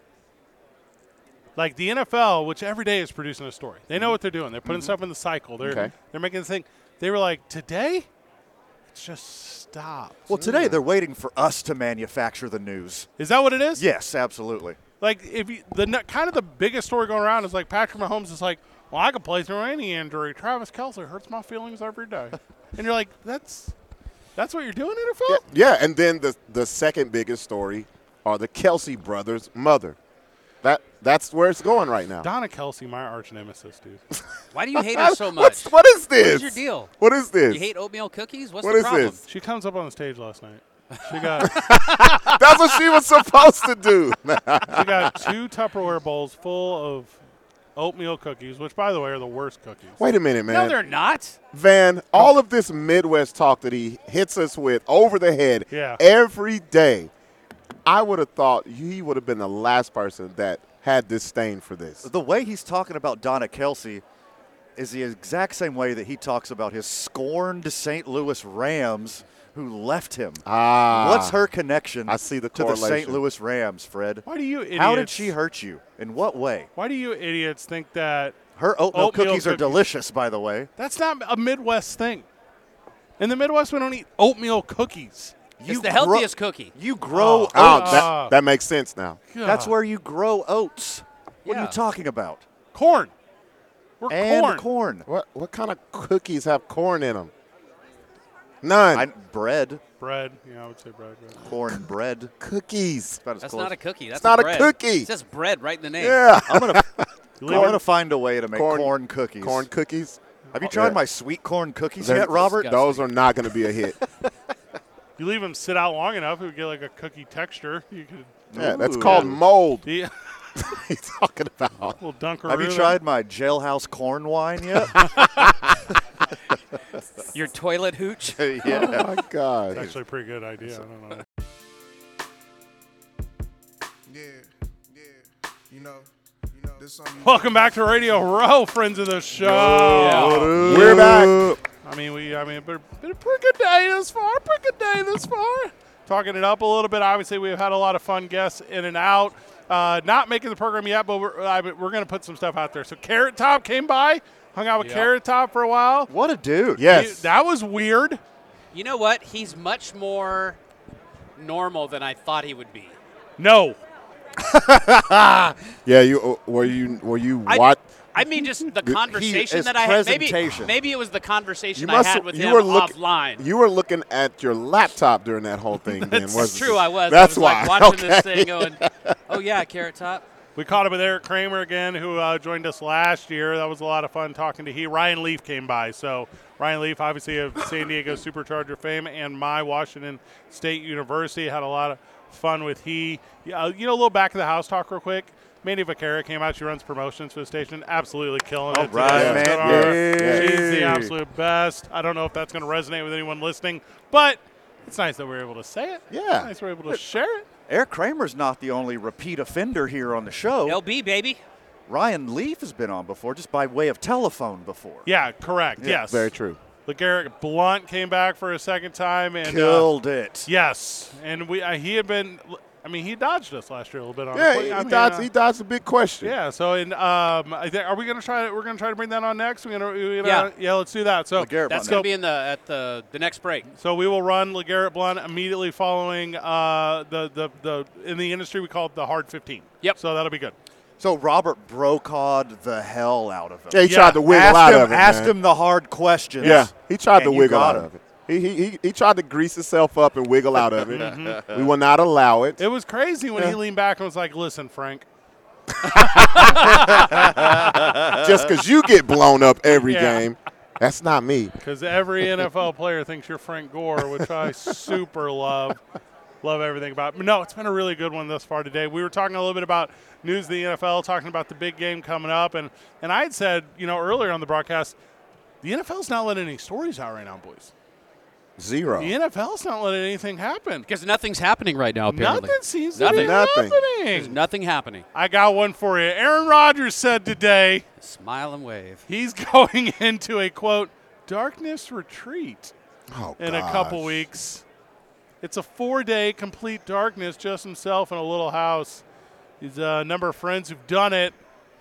Like the NFL, which every day is producing a story. They know what they're doing. They're putting stuff in the cycle. They're Mm-hmm. Okay. they're making the thing. They were like, today, it's just stopped. Well, today they're waiting for us to manufacture the news. Is that what it is? Yes, absolutely. Like if you, the ne- kind of the biggest story going around is like Patrick Mahomes is like, well, I could play through any injury. Travis Kelsey hurts my feelings every day, and you're like, that's that's what you're doing, NFL. Yeah, and then the the second biggest story are the Kelsey brothers' mother. That that's where it's going right now. Donna Kelsey, my arch nemesis, dude. Why do you hate her so much? What's, what is this? your deal? What is this? You hate oatmeal cookies? What's What the is problem? this? She comes up on the stage last night. She got That's what she was supposed to do. she got two Tupperware bowls full of oatmeal cookies, which by the way are the worst cookies. Wait a minute, man. No, they're not. Van, all of this Midwest talk that he hits us with over the head Yeah. every day, I would have thought he would have been the last person that had disdain for this. The way he's talking about Donna Kelsey is the exact same way that he talks about his scorned St. Louis Rams who left him. Ah. What's her connection I see the to the St. correlation. Louis Rams, Fred? Why do you idiots? How did she hurt you? In what way? Why do you idiots think that? Her oatmeal, Oatmeal cookies, are cookies. delicious, by the way. That's not a Midwest thing. In the Midwest, we don't eat oatmeal cookies. You it's the gro- healthiest cookie. Ah. You grow Oh, oats. that, that makes sense now. That's where you grow oats. What are Yeah. you talking about? corn. We're And corn. corn. What what kind of cookies have corn in them? None. I, bread. Bread. Yeah, I would say bread. bread. Corn bread. cookies. About as That's close. not a cookie. That's not a bread. cookie. It says bread right in the name. Yeah. I'm gonna, I'm Corn. gonna find a way to make corn, cookies. Corn cookies. Have you tried Yeah. my sweet corn cookies They're- yet, Robert? Those are not going to be a hit. You leave them sit out long enough, it would get like a cookie texture. You could yeah, that's Ooh. called mold. yeah, What are you talking about? little dunker. Have you tried my jailhouse corn wine yet? Your toilet hooch. yeah. Oh my god. Actually, a pretty good idea. I don't know. Yeah, yeah. You know, you know, this something. you- Welcome back to Radio Row, friends of the show. We're back. I mean, we. I mean, but been a pretty good day this far. Pretty good day this far. Talking it up a little bit. Obviously, we've had a lot of fun guests in and out. Uh, not making the program yet, but we're, I, we're going to put some stuff out there. So Carrot Top came by, hung out with Carrot Top for a while. What a dude. Yes. That was weird. You know what? He's much more normal than I thought he would be. No, Yeah, you uh, were you were you I- what? I mean, just the conversation his that I had. Maybe, presentation. maybe it was the conversation You I must had with you him were look, offline. You were looking at your laptop during that whole thing. then, That's wasn't true. you? I was. That's I was why. Like watching Okay. this thing, going, "Oh yeah, carrot top." We caught up with Eric Kramer again, who uh, joined us last year. That was a lot of fun talking to he. Ryan Leaf came by, so Ryan Leaf, obviously of San Diego Supercharger fame, and my Washington State University had a lot of fun with he. Yeah, uh, you know, a little back of the house talk, real quick. Mandy Vaccaro came out. She runs promotions for the station. Absolutely killing All it. today. right, man. Let's go to her. Yeah. She's the Yay. absolute best. I don't know if that's going to resonate with anyone listening, but it's nice that we're able to say it. Yeah. Nice we're able to share it. Eric Kramer's not the only repeat offender here on the show. LB baby. Ryan Leaf has been on before, just by way of telephone before. Yeah, correct. yes. Very true. LeGarrette Blunt came back for a second time, and uh, Killed it. yes, and we uh, he had been. I mean, he dodged us last year a little bit on. the Yeah, play- he, I mean, dodged, uh, he dodged a big question. yeah, so and um, I think- are we gonna try? to- We're gonna try to bring that on next. We're gonna, we're gonna- yeah, let's do that. So LeGarrette That's That's going so, to be in the at the the next break. so we will run Legarrette Blunt immediately following uh, the, the the in the industry we call it the hard fifteen. Yep. So that'll be good. So Robert brocawed the hell out of him. Yeah, he Yeah. tried to wiggle asked out him, of it. asked man. him the hard questions. Yeah, he tried to and you wiggle got out him. of it. He, he, he, he tried to grease himself up and wiggle out of it. Mm-hmm. We will not allow it. It was crazy when he leaned back and was like, "Listen, Frank, Just because you get blown up every Yeah. game, that's not me. Because every NFL player thinks you're Frank Gore, which I super love. Love everything about it. No, it's been a really good one thus far today. We were talking a little bit about news of the NFL, talking about the big game coming up, and and I had said, you know, earlier on the broadcast, the NFL's not letting any stories out right now, boys. Zero. The NFL's not letting anything happen. Because nothing's happening right now, apparently. Nothing seems to be Nothing. Nothing. There's happening. nothing happening. I got one for you. Aaron Rodgers said today Smile and wave. he's going into a quote darkness retreat Oh, in a gosh. couple weeks. It's a four-day complete darkness, just himself in a little house. He's uh, a number of friends who've done it,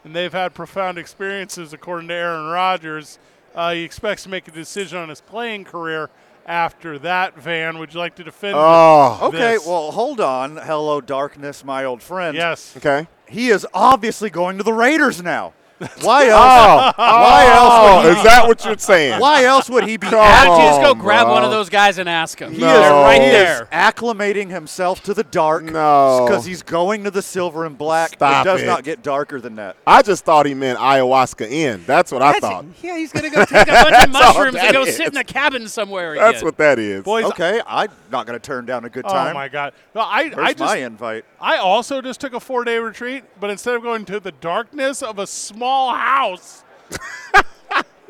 and they've had profound experiences, according to Aaron Rodgers. Uh, he expects to make a decision on his playing career after that. Van, would you like to defend? Oh. Okay, this? well, hold on. Hello, darkness, my old friend. yes. Okay. He is obviously going to the Raiders now. Why else? Oh, why else? Is that what you're saying? Why else would he be Why don't you at just go Oh, grab one of bro. those guys and ask him? No. They're right He is- there. acclimating himself to the dark? No. because he's going to the silver and black. Stop it does it. not get darker than that. I just thought he meant ayahuasca in. That's what I thought. Yeah, he's gonna go take a bunch of mushrooms that and go is. sit in a cabin somewhere. That's again. what that is. Boys, Okay, I'm not going to turn down a good Oh time. my God! No, I, Where's I just my invite? I also just took a four day retreat, but instead of going to the darkness of a small house,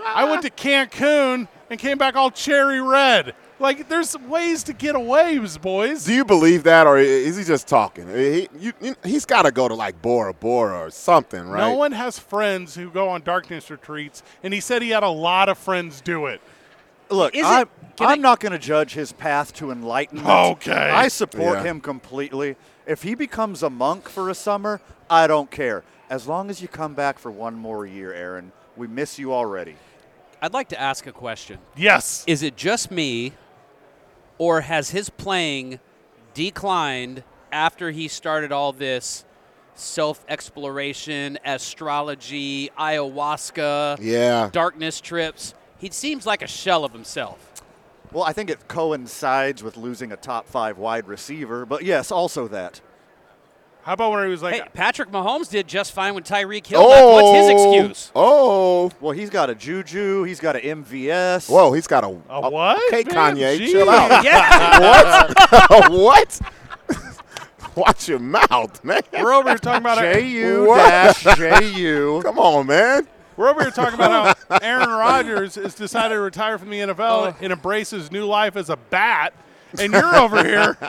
I went to Cancun and came back all cherry red. Like, there's ways to get away, boys. Do you believe that, or i- is he just talking? He, you, you- he's got to go to like Bora Bora or something, right? No one has friends who go on darkness retreats, and he said he had a lot of friends do it. Look, Is it- I'm, can I'm I- not going to judge his path to enlightenment. Okay. I support Yeah. him completely. If he becomes a monk for a summer, I don't care. As long as you come back for one more year, Aaron, we miss you already. I'd like to ask a question. Yes. Is it just me, or has his playing declined after he started all this self exploration, astrology, ayahuasca, Yeah. darkness trips? He seems like a shell of himself. Well, I think it coincides with losing a top five wide receiver, but yes, also that. How about when he was like, Hey, Patrick Mahomes did just fine when Tyreek Hill left. Oh. What's his excuse? Oh. Well, he's got a Juju, he's got an MVS. Whoa, he's got a, a what? Okay, man? Kanye, Jeez. chill out. Yeah, what? what? Watch your mouth, man. We're over here talking about it. JU What? dash JU. Come on, man. We're over here talking about how Aaron Rodgers has decided to retire from the NFL and embrace his new life as a bat. And you're over here.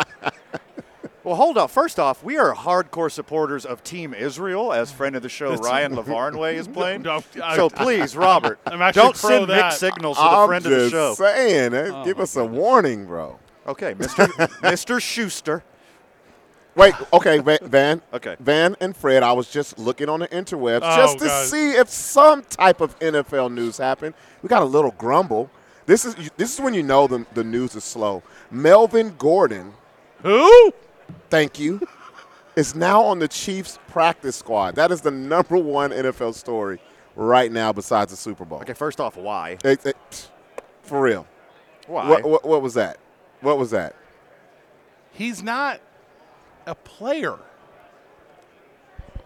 Well, hold on. First off, we are hardcore supporters of Team Israel, as friend of the show Ryan Lavarnway is playing. No, I- so please, Robert, I'm actually don't pro send that. mixed signals to the I'm friend just of the show. saying. eh, give us a warning, bro. Okay, Mr. Mr. Schuster. Wait, okay, Va- Van. Okay. Van and Fred, I was just looking on the interwebs Oh, just to God. see if some type of NFL news happened. We got a little grumble. This is this is when you know the, the news is slow. Melvin Gordon, Who? thank you, is now on the Chiefs practice squad. That is the number one NFL story right now besides the Super Bowl. Okay, first off, why? It- it- for real. Why? What, what, what was that? What was that? He's not a player.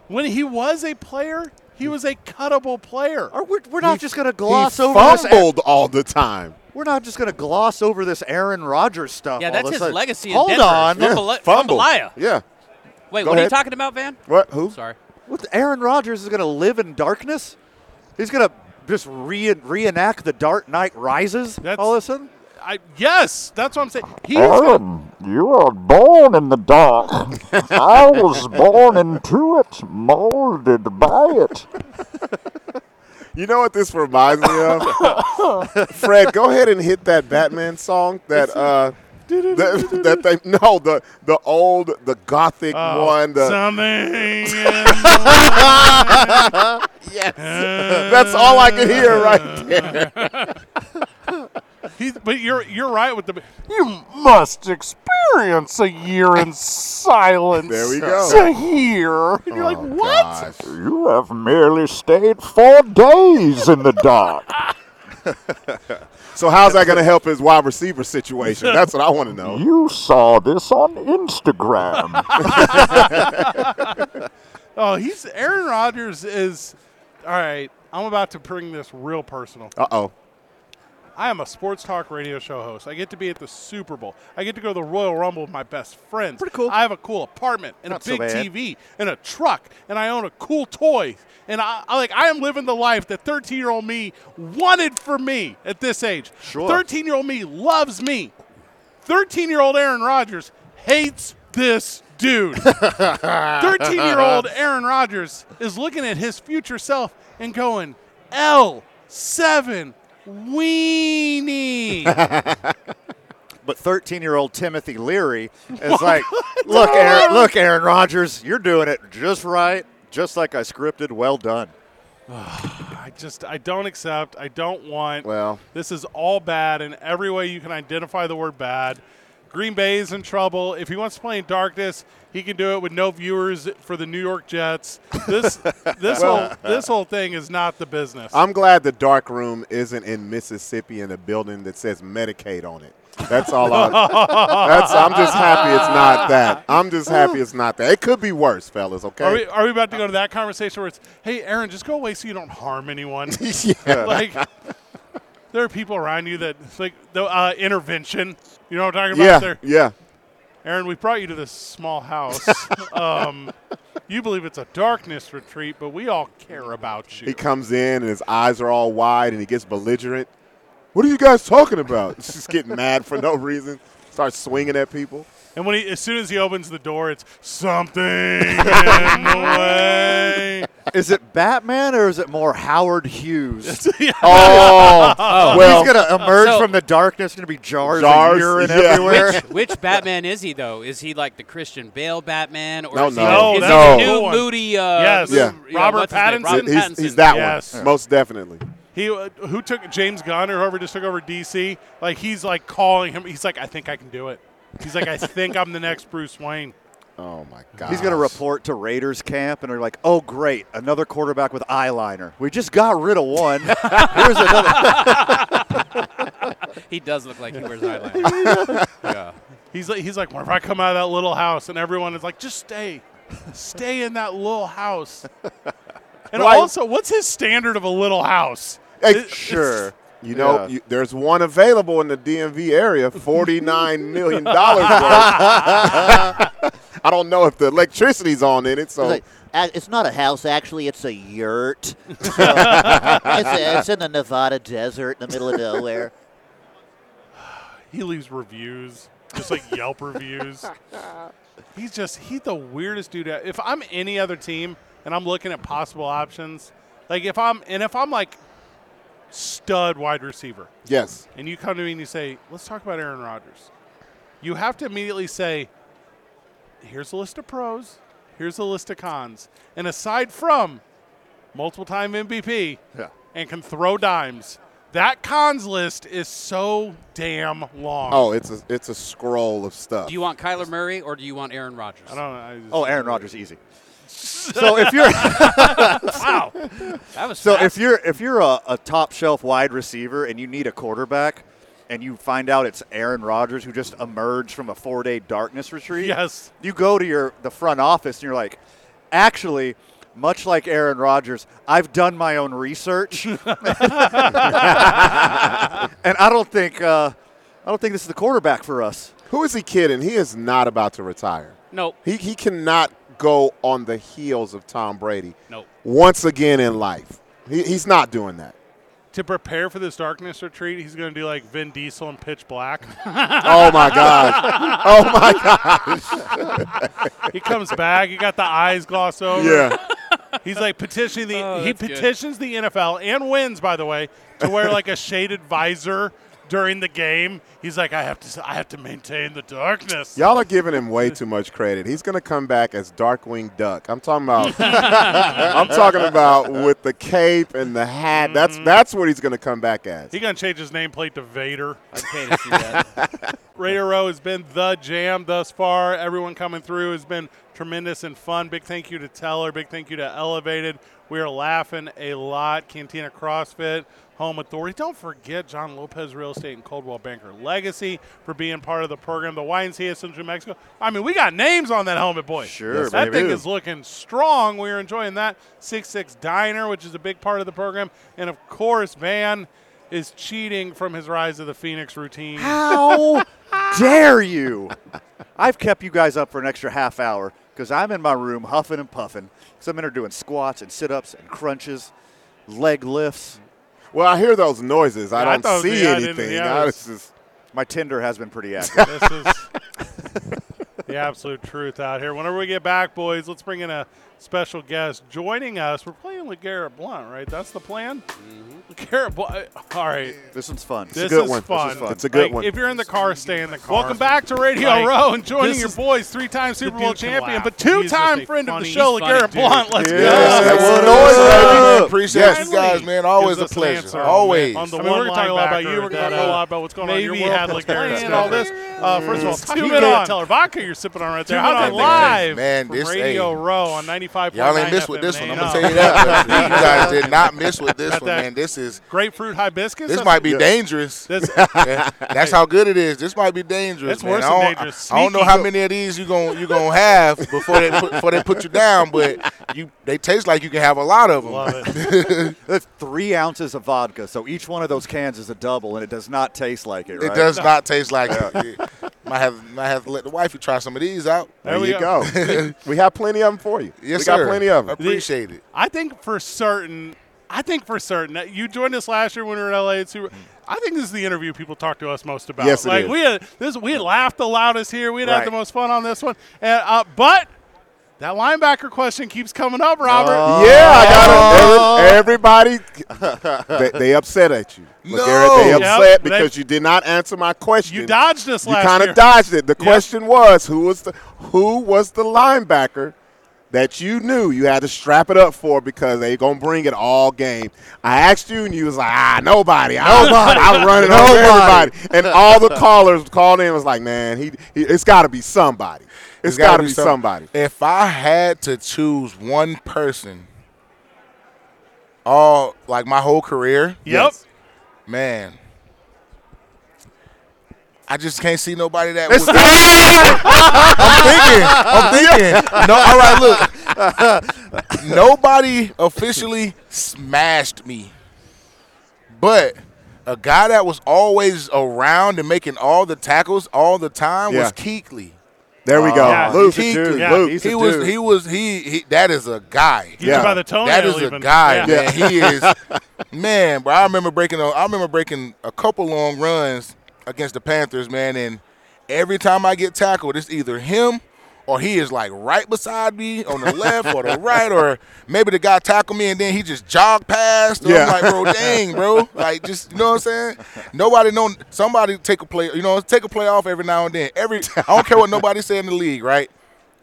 When he was a player, he was a cuttable player. Or we're, we're not just going to gloss he over this. Aaron- fumbled all the time. We're not just going to gloss over this Aaron Rodgers stuff. yeah all that's of a his sudden. legacy. Hold in Denver. on. Yeah, Fumbala- fumble. Fumbalaya. Yeah. Wait, Go what are you ahead. talking about, Van? What? Who? Sorry. What, Aaron Rodgers is going to live in darkness? He's going to just re- reenact the Dark Knight Rises That's- all of a sudden? I, yes, that's what I'm saying. He Oh, is gonna- you are born in the dark. I was born into it, molded by it. You know what this reminds me of? Fred, go ahead and hit that Batman song. That uh, that, that they no the the old the gothic Oh, one. The, something. that's all I could hear right there. He's, but you're you're right with the. You must experience a year in silence There we go. to hear. You're Oh, like what? You have merely stayed four days in the dark. So how's that going to help his wide receiver situation? That's what I want to know. You saw this on Instagram. Oh, he's Aaron Rodgers is. All right, I'm about to bring this real personal. Uh oh. I am a sports talk radio show host. I get to be at the Super Bowl. I get to go to the Royal Rumble with my best friends. Pretty cool. I have a cool apartment and Not a so big bad. TV and a truck, and I own a cool toy. And I, I like I am living the life that 13 year old me wanted for me at this age. Sure. 13 year old me loves me. 13 year old Aaron Rodgers hates this dude. 13 year old Aaron Rodgers is looking at his future self and going, L7 weenie. But 13 year old Timothy Leary is like, look, Aaron, look, Aaron Rodgers, you're doing it just right, just like I scripted. Well done. I just, I don't accept. I don't want. Well. this is all bad in every way you can identify the word bad. Green Bay is in trouble. If he wants to play in darkness, he can do it with no viewers for the New York Jets. This, this whole, this whole thing is not the business. I'm glad the dark room isn't in Mississippi in a building that says Medicaid on it. That's all I. that's I'm just happy it's not that. I'm just happy it's not that. It could be worse, fellas. Okay. Are we, are we about to go to that conversation where it's, hey, Aaron, just go away so you don't harm anyone? like, there are people around you that, it's like, the uh, intervention. You know what I'm talking yeah. about? There, Yeah. Aaron, we brought you to this small house. um, you believe it's a darkness retreat, but we all care about He you. comes in and his eyes are all wide and he gets belligerent. What are you guys talking about? Just getting mad for no reason. Starts swinging at people. And when he, as soon as he opens the door, it's something in the way. Is it Batman or is it more Howard Hughes? Oh, well, He's gonna emerge So- from the darkness. Gonna be jars, Jars, and urine yeah. everywhere. Which Batman is he though? Is he like the Christian Bale Batman, or No, is he, no. is he No, that's the a new good one. Moody? Uh, Yes. Yeah. you know, Robert what's his name? Pattinson? Robert he's, Pattinson. he's that Yes. one. Most definitely. He uh, who took James Gunn or whoever just took over DC. Like he's like calling him. He's like, I think I can do it. He's like, I think I'm the next Bruce Wayne. Oh, my God. He's going to report to Raiders camp, and they're like, "Oh, great, another quarterback with eyeliner. We just got rid of one. Here's another." He does look like he wears eyeliner. He's like, he's like, what if I come out of that little house and everyone is like, just stay, stay in that little house. And Like- also, what's his standard of a little house? Hey, It- it's- sure. You know, Yeah. you, there's one available in the DMV area, forty-nine million dollars. I don't know if the electricity's on in it, so It's, like, uh, it's not a house, actually. It's a yurt. So, it's, it's in the Nevada desert in the middle of nowhere. He leaves reviews, just like Yelp reviews. He's just he's the weirdest dude. If I'm any other team and I'm looking at possible options, like if I'm and if I'm like stud wide receiver, yes, and you come to me and you say, "Let's talk about Aaron Rodgers," you have to immediately say, "Here's a list of pros. Here's a list of cons." And aside from multiple-time MVP Yeah. and can throw dimes, that cons list is so damn long. oh, it's a it's a scroll of stuff. do you want Kyler Murray or do you want Aaron Rodgers? I don't. know, I just- Oh, Aaron Rodgers, easy. So if you're Wow. That was so fast. if you're if you're a, a top shelf wide receiver and you need a quarterback, and you find out it's Aaron Rodgers who just emerged from a four day darkness retreat, Yes. you go to your the front office and you're like, actually. Much like Aaron Rodgers, I've done my own research, and I don't think uh, I don't think this is the quarterback for us. Who is he kidding? He is not about to retire. Nope. He he cannot go on the heels of Tom Brady. Nope. Once again in life, he, he's not doing that. To prepare for this darkness retreat, he's going to do like Vin Diesel and Pitch Black. Oh my God! Oh my God! he comes back. He got the eyes glossed over. Yeah. He's like petitioning the Oh, he that's good. petitions the NFL and wins by the way to wear like a shaded visor during the game. He's like I have to I have to maintain the darkness. Y'all are giving him way too much credit. He's gonna come back as Darkwing Duck. I'm talking about. I'm talking about with the cape and the hat. That's that's what he's gonna come back as. Mm-hmm. He gonna change his nameplate to Vader. I'd pay to see that. Radio Row has been the jam thus far. Everyone coming through has been tremendous and fun. Big thank you to Teller. Big thank you to Elevated. We are laughing a lot. Cantina CrossFit, Home Authority. Don't forget John Lopez Real Estate and Coldwell Banker Legacy for being part of the program. The YNCA Central New Mexico. I mean, we got names on that helmet, boy. Sure, Yes, That baby. thing is looking strong. We are enjoying that. Six Six Diner, which is a big part of the program. And of course, Van is cheating from his Rise of the Phoenix routine. How dare you? I've kept you guys up for an extra half hour because I'm in my room huffing and puffing because I'm in there doing squats and sit ups and crunches, leg lifts. Well, I hear those noises. I Yeah, I don't thought- see yeah, I didn't- anything. yeah, I I was just, My Tinder has been pretty active. This is the absolute truth out here. Whenever we get back, boys, let's bring in a special guest joining us. We're playing LeGarrette Blunt, right? That's the plan? LeGarrette Blunt. All right. this one's fun. This good is, one. This is fun. fun. It's a good Like, one. If you're in the car, stay in the car. Welcome back to Radio Row and joining your boys, three-time Super Bowl dude can champion, laugh. but He's two-time just a friend of the funny- show, he's funny LeGarrette dude. Blanc. Let's Yes, go. that's what what it noise, is. baby. Appreciate Finally you guys, man. Always gives a us an pleasure. answer on the- Always. On the I mean, one we're gonna talk a lot about you. We're gonna that, talk a uh, lot about what's going on. maybe Your had world was playing LeGarrette's and all got this. Uh, first of Mm. all, two You minute can't on tell her vodka you're sipping on right there. How's How's it that live Man, from this- Radio hey, Row on 95.9 Y'all ain't missed with FM, this man. one. I'm gonna No. tell you that. you guys did not miss with this Got one, that- man. This is Grapefruit hibiscus. this That's- might be dangerous. That's, Yeah, That's how good it is. This might be dangerous. It's man. worse I than don't- dangerous. I don't know Sneaky. how many of these you going you gonna have before they put, before they put you down, but you they taste like you can have a lot of them. love it. That's three ounces of vodka, so each one of those cans is a double, and it does not taste like it. It right? does not taste like it. Might have might have to let the wifey try some of these out. There there we you go. we have plenty of them for you. Yes, we got sir. plenty of them. Appreciate it. I think for certain, I think for certain, that you joined us last year when we were in LA. It's, I think this is the interview people talk to us most about. Mm-hmm. Yes, it like is. we had this, we had laughed the loudest here. We had had Right. the most fun on this one, and uh, but that linebacker question keeps coming up, Robert. Oh. yeah, I got Oh. 'em. Every- everybody, they, they upset at you. Look, Garrett, they No. Yep, upset they- because you did not answer my question. You dodged us You last kind year. of dodged it. The question was who was the who was the linebacker that you knew you had to strap it up for because they gonna bring it all game. I asked you and you was like, ah, nobody. Nobody. I was running over everybody. And all the callers called in and was like, man, he, he it's gotta be somebody. it's There's gotta, be some- somebody. If I had to choose one person, all like my whole career, Yep. man, I just can't see nobody that. It's would- I'm thinking. I'm thinking. No, all right, look. Nobody officially smashed me, but a guy that was always around and making all the tackles all the time Yeah. was Keekley. There we go. Yeah. Luke. uh, He- dude, yeah, Luke. he was he was he, he that is a guy. Get you Yeah. by the toenail That is a even. guy, Yeah. man. He is man, bro. I remember breaking a, I remember breaking a couple long runs against the Panthers, man, and every time I get tackled, it's either him or he is like right beside me on the left or the right, or maybe the guy tackled me and then he just jogged past. And Yeah. I'm like, bro, dang, bro. Like just you know what I'm saying? Nobody know somebody take a play, you know, take a play off every now and then. Every I don't care what nobody say in the league, right?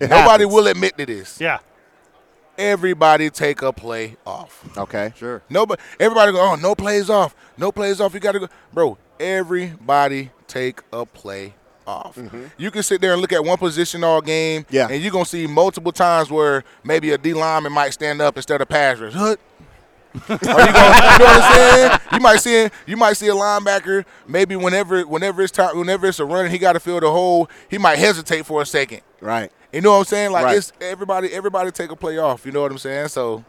Nobody happens. will admit to this. Yeah. Everybody take a play off. Okay. Sure. Nobody, everybody go. Oh, no plays off. No plays off. You gotta go, bro. Everybody take a play off. You can sit there and look at one position all game. Mm-hmm. Yeah. and you're gonna see multiple times where maybe a D lineman might stand up instead of pass rush. Hood. Are you, gonna, you know what I'm saying? You might see you might see a linebacker maybe whenever whenever it's time whenever it's a run and he got to fill the hole he might hesitate for a second. Right. You know what I'm saying? Like Right. it's everybody. Everybody take a play off. You know what I'm saying? So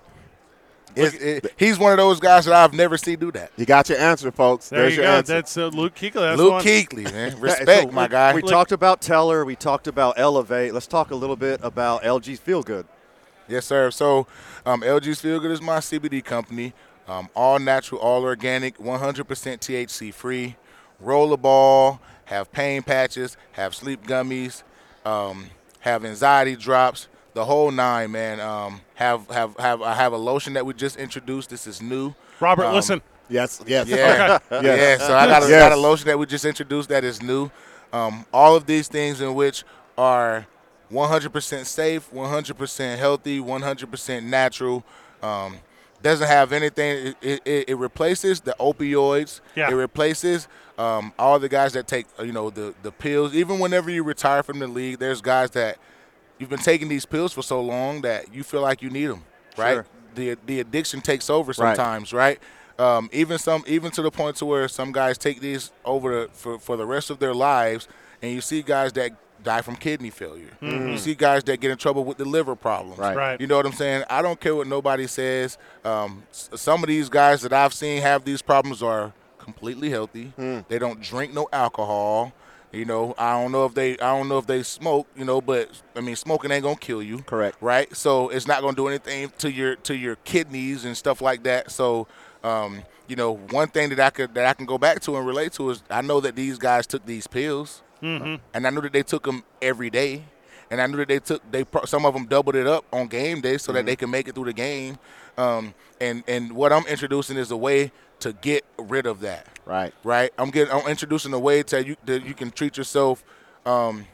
it's, it, he's one of those guys that I've never seen do that. You got your answer, folks. There There's you your go. answer. That's uh, Luke Kuechly. That's the Luke one. Kuechly, man, Yeah, so respect my we, guy. We talked about Teller. We talked about Elevate. Let's talk a little bit about LG's Feel Good. Yes, sir. So, um, LG's Feel Good is my CBD company. Um, all natural, all organic, 100% THC free. Roll a ball, have pain patches, have sleep gummies, um, have anxiety drops, the whole nine, man. Um, have have have I have a lotion that we just introduced. This is new. Robert, Um, listen. Yes, yes. Yeah. Yes. Yeah. So I got, a, Yes. got a lotion that we just introduced that is new. Um, all of these things in which are 100% safe, 100% healthy, 100% natural. Um, doesn't have anything. It, it, it replaces the opioids. Yeah. It replaces um, all the guys that take uh, you know the the pills. Even whenever you retire from the league, there's guys that you've been taking these pills for so long that you feel like you need them, right? Sure. The the addiction takes over sometimes, right? Um, even some, even to the point to where some guys take these over the, for for the rest of their lives, and you see guys that die from kidney failure. You see guys that get in trouble with the liver problems. Right. Right. You know what I'm saying? I don't care what nobody says. Um, s- some of these guys that I've seen have these problems are completely healthy. They don't drink no alcohol. You know, I don't know if they I don't know if they smoke, you know, but I mean smoking ain't gonna kill you. Correct. Right? So it's not gonna do anything to your to your kidneys and stuff like that. So um, you know, one thing that I could that I can go back to and relate to is I know that these guys took these pills. And I knew that they took them every day. And I knew that they took they pro- some of them doubled it up on game day so that they can make it through the game. Um, and and what I'm introducing is a way to get rid of that. Right. Right. I'm getting I'm introducing a way to you that you can treat yourself um,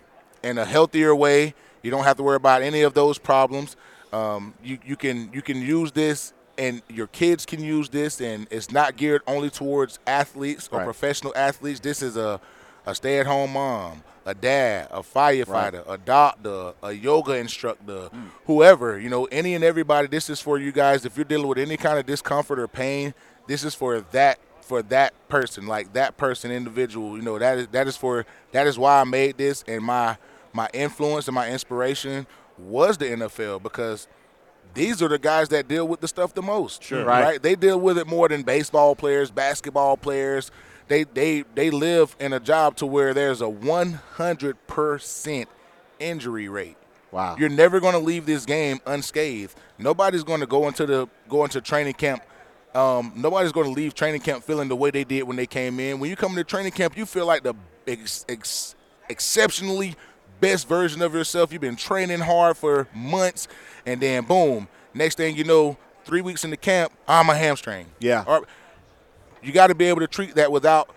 in a healthier way. You don't have to worry about any of those problems. Um, you you can you can use this. And your kids can use this, and it's not geared only towards athletes or Right. professional athletes. This is a, a stay at home mom, a dad, a firefighter, a doctor, a yoga instructor, whoever, you know, any and everybody. This is for you guys. If you're dealing with any kind of discomfort or pain, this is for that for that person, like that person individual. You know, that is that is for that is why I made this and my my influence and my inspiration was the NFL because these are the guys that deal with the stuff the most. Sure. Right. They deal with it more than baseball players, basketball players. They they they live in a job to where there's a 100% injury rate. Wow. You're never going to leave this game unscathed. Nobody's going to go into the go into training camp. Um, nobody's going to leave training camp feeling the way they did when they came in. When you come into training camp, you feel like the ex, ex, exceptionally best version of yourself. You've been training hard for months, and then boom, next thing you know, three weeks into camp, I'm a hamstring. Yeah. Or- you got to be able to treat that without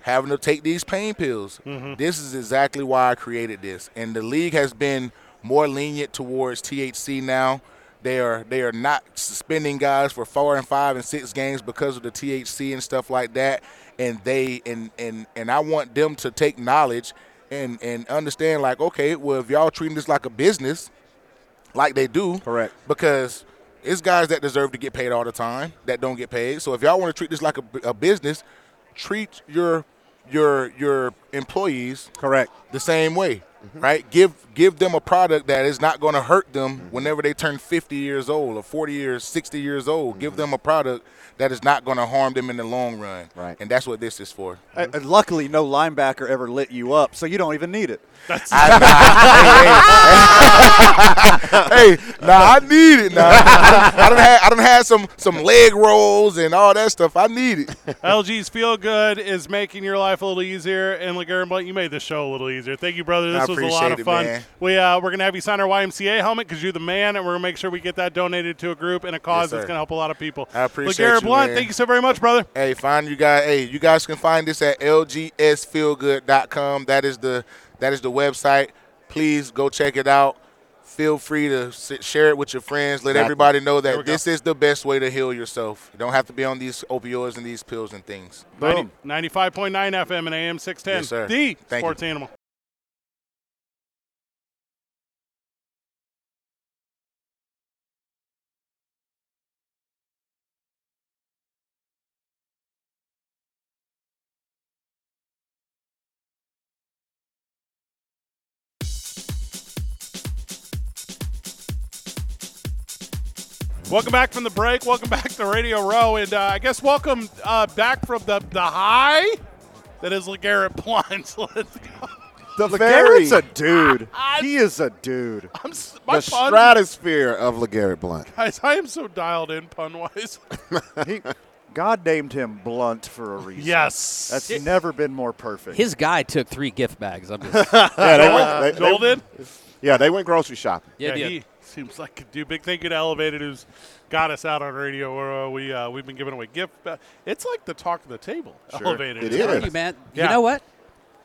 having to take these pain pills. This is exactly why I created this, and the league has been more lenient towards THC now. They are they are not suspending guys for four and five and six games because of the THC and stuff like that. And they and and and I want them to take knowledge and and understand like okay, well if y'all treating this like a business, like they do. Correct. Because it's guys that deserve to get paid all the time that don't get paid. So if y'all want to treat this like a, a business, treat your your your employees Correct. the same way, right? Give give them a product that is not going to hurt them whenever they turn 50 years old or 40 years, 60 years old. Give them a product that is not going to harm them in the long run. Right. And that's what this is for. And and luckily, no linebacker ever lit you up, so you don't even need it. hey, nah, I need it. Nah, I done- I don't have I don't have some some leg rolls and all that stuff. I need it. LG's Feel Good is making your life a little easier. And LeGarren Blunt, you made the show a little easier. Thank you, brother. I This was a appreciate lot of it, fun. man. We, uh, we're going to have you sign our YMCA helmet because you're the man, and we're going to make sure we get that donated to a group and a cause sir. that's going to help a lot of people. I appreciate LeGarren you, Blunt, man. thank you so very much, brother. Hey, find you guys. Hey, you guys can find this at lgsfeelgood.com. That is the that is the website. Please go check it out. Feel free to s share it with your friends. Let everybody know that this is the best way to heal yourself. You don't have to be on these opioids and these pills and things. 90, 95.9 FM and AM 610. Yes, sir. The Thank Sports Animal. Welcome back from the break. Welcome back to Radio Row. And uh, I guess welcome uh, back from the, the high that is LeGarrette Blunt. Let's go. The LeGarrette's a dude. He is a dude. I'm, s- my the pun, stratosphere of LeGarrette Blunt. guys, I am so dialed in pun wise. He, God named him Blunt for a reason. yes. That's never been more perfect. His guy took three gift bags. I'm just, Yeah, they went, they- they- Joel did? yeah, they went grocery shopping. yeah, yeah. he seems like a dude. Big thank you to Elevated, who's got us out on radio. Where uh, we uh, we've been giving away gift. ba- It's like the talk of the table. Elevated, It It's is. like- Thank you, man. Yeah. You know what?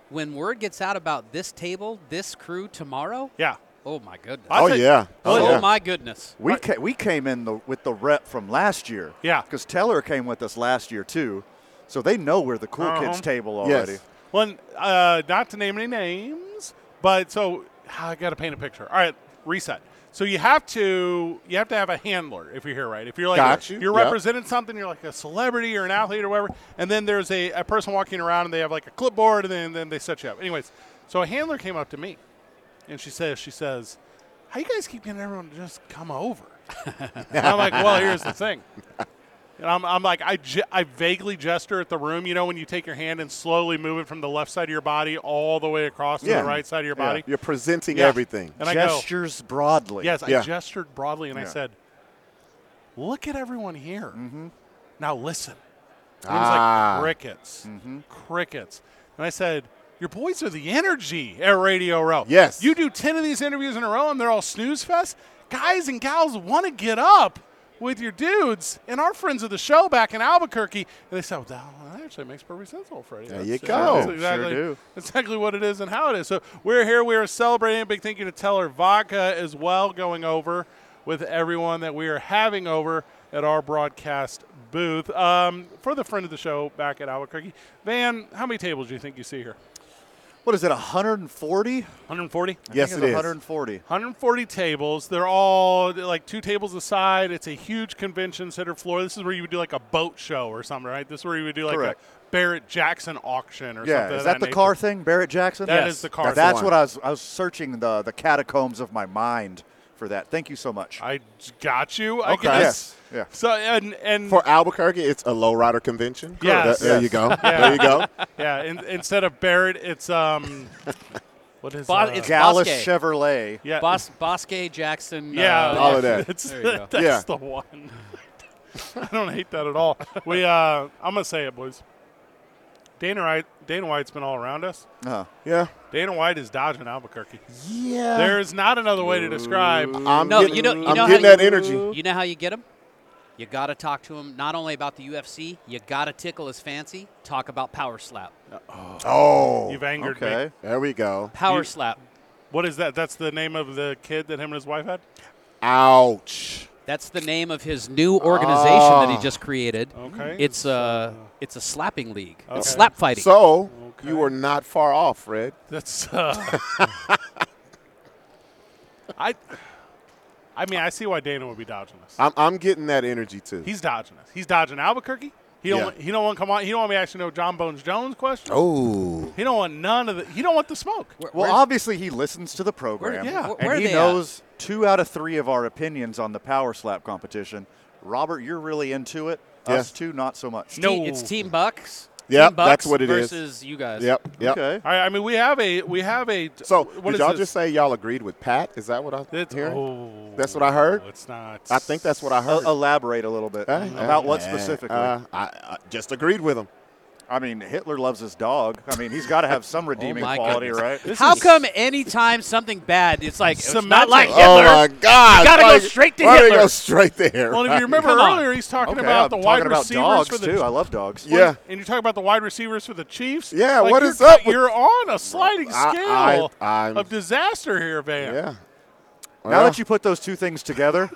When word gets out about this table, this crew tomorrow, Yeah. oh my goodness. I oh think- yeah. Oh oh yeah. my goodness. We, ca- we came in the, with the rep from last year. Yeah. Because Teller came with us last year, too. So they know we're the cool Uh-huh. kids table Yes. already. One, uh, not to name any names, but so ah, I got to paint a picture. All right, reset. So you have to you have to have a handler if you're here, right? If you're like Got you. are Yep. representing something, you're like a celebrity or an athlete or whatever, and then there's a, a person walking around and they have like a clipboard and then, then they set you up. Anyways, so a handler came up to me, and she says she says, "How you guys keep getting everyone to just come over?" and I'm like, "Well, here's the thing." And I'm, I'm like, I, ge- I vaguely gesture at the room, you know, when you take your hand and slowly move it from the left side of your body all the way across to Yeah. the right side of your Yeah. body. You're presenting Yeah. everything. And I go, Gestures broadly. yes, Yeah. Mm-hmm. I gestured broadly and I said, look at everyone here. Now listen. And It was Ah. Mm-hmm. like crickets, crickets. And I said, your boys are the energy at Radio Row. Yes. You do 10 of these interviews in a row and they're all snooze fest. Guys and gals want to get up with your dudes and our friends of the show back in Albuquerque. And they said, well, that actually makes perfect sense, old Freddie. There you That's- go. that's Sure exactly, do. That's exactly what it is and how it is. So we're here. We are celebrating. A Big thank you to Teller Vodka as well going over with everyone that we are having over at our broadcast booth. Um, for the friend of the show back at Albuquerque, Van, how many tables do you think you see here? What is it, 140? 140? Yes, I it think it's is. 140. 140 tables. They're all like two tables aside. It's a huge convention center floor. This is where you would do like a boat show or something, right? This is where you would do like Correct. a Barrett Jackson auction or Yeah, something. is of that the nature. car thing, Barrett Jackson? That Yes. is the car That's, thing. what I was. I was searching the the catacombs of my mind for that. Thank you so much. I got you. I Okay. guess. Yes, yeah. So and and For Albuquerque, it's a lowrider convention. Yes. Th- There you go. There you go. yeah, in, instead of Barrett, it's um, what is Bo- uh, it's Dallas Bosque. Chevrolet. yeah, Bos- Bosque Jackson. yeah, uh, All of that. It's, There you go. That's Yeah. the one. I don't hate that at all. We uh, I'm gonna say it, boys. Dana White, Dana White's been all around us. Uh-huh. Yeah. Dana White is dodging Albuquerque. Yeah. There is not another way to describe. I'm No, getting, you know, you I'm know getting how that you- energy. You know how you get him? You got to talk to him not only about the UFC, you got to tickle his fancy, talk about Power Slap. Oh, You've angered me. Okay. there we go. Power You- Slap. What is that? That's the name of the kid that him and his wife had? Ouch. That's the name of his new organization that he just created. Okay. It's a it's a slapping league. It's Okay. slap fighting. So Okay. you were not far off, Fred. That's. Uh, I. I mean, I see why Dana would be dodging us. I'm, I'm getting that energy too. He's dodging us. He's dodging Albuquerque. He don't. Yeah. want- He don't want to come on. He don't want me asking no John Bones Jones question. oh, He don't want none of the. He don't want the smoke. Well, obviously he listens to the program. yeah, wh- and where are he they at? knows two out of three of our opinions on the power slap competition. Robert, you're really into it. Us Yes. two, not so much. No. Te- it's Team Bucks. Yep, Team Bucks that's what it is. versus you guys. yep, yep. Okay. All right. I mean, we have a. We have a. So what did is y'all this? just say y'all agreed with Pat? Is that what I'm It's, hearing? oh, That's what I heard? It's not. I think that's what I Uh, Oh, heard. elaborate a little bit Uh, about what uh, specifically. uh, I, I just agreed with him. I mean, Hitler loves his dog. I mean, he's got to have Oh some redeeming my quality, goodness. right? How come anytime something bad, it's like it's Cemento. not like Oh Hitler. Oh my God! gotta go Why you- straight to why do you Hitler. go straight there? Well, if you remember Come on. earlier, he's talking Okay, about I'm the wide talking about receivers dogs for the too. I love dogs. yeah. and you talk about the wide receivers for the Chiefs. Yeah, like what you're is up cut- with- You're on a sliding I- I- scale I'm- of disaster here, Van. Yeah. Now Well, that you put those two things together.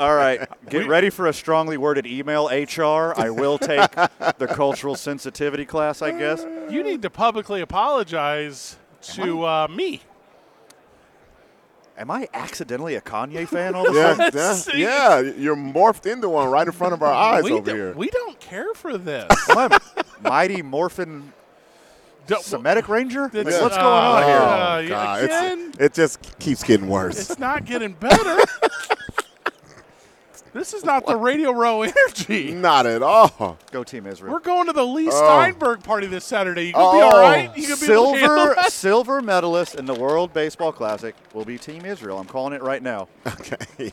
All right. Get ready for a strongly worded email, HR. I will take the cultural sensitivity class, I guess. You need to publicly apologize to uh, me. Am I accidentally a Kanye fan all of a sudden? yeah, yeah, See? yeah, you're morphed into one right in front of our eyes we, over do- here. we don't care for this. Am I a mighty morphin Don't- Semitic Ranger? Like, It's- what's uh, going on Oh, here? yeah, yeah, God, again? it's, it just keeps getting worse. it's not getting better. this is not the Radio Row energy. Not at all. Go Team Israel. We're going to the Lee Steinberg party this Saturday. You gonna be Oh. all right? You gonna be able to handle silver that? silver medalist in the World Baseball Classic will be Team Israel. I'm calling it right now. Okay.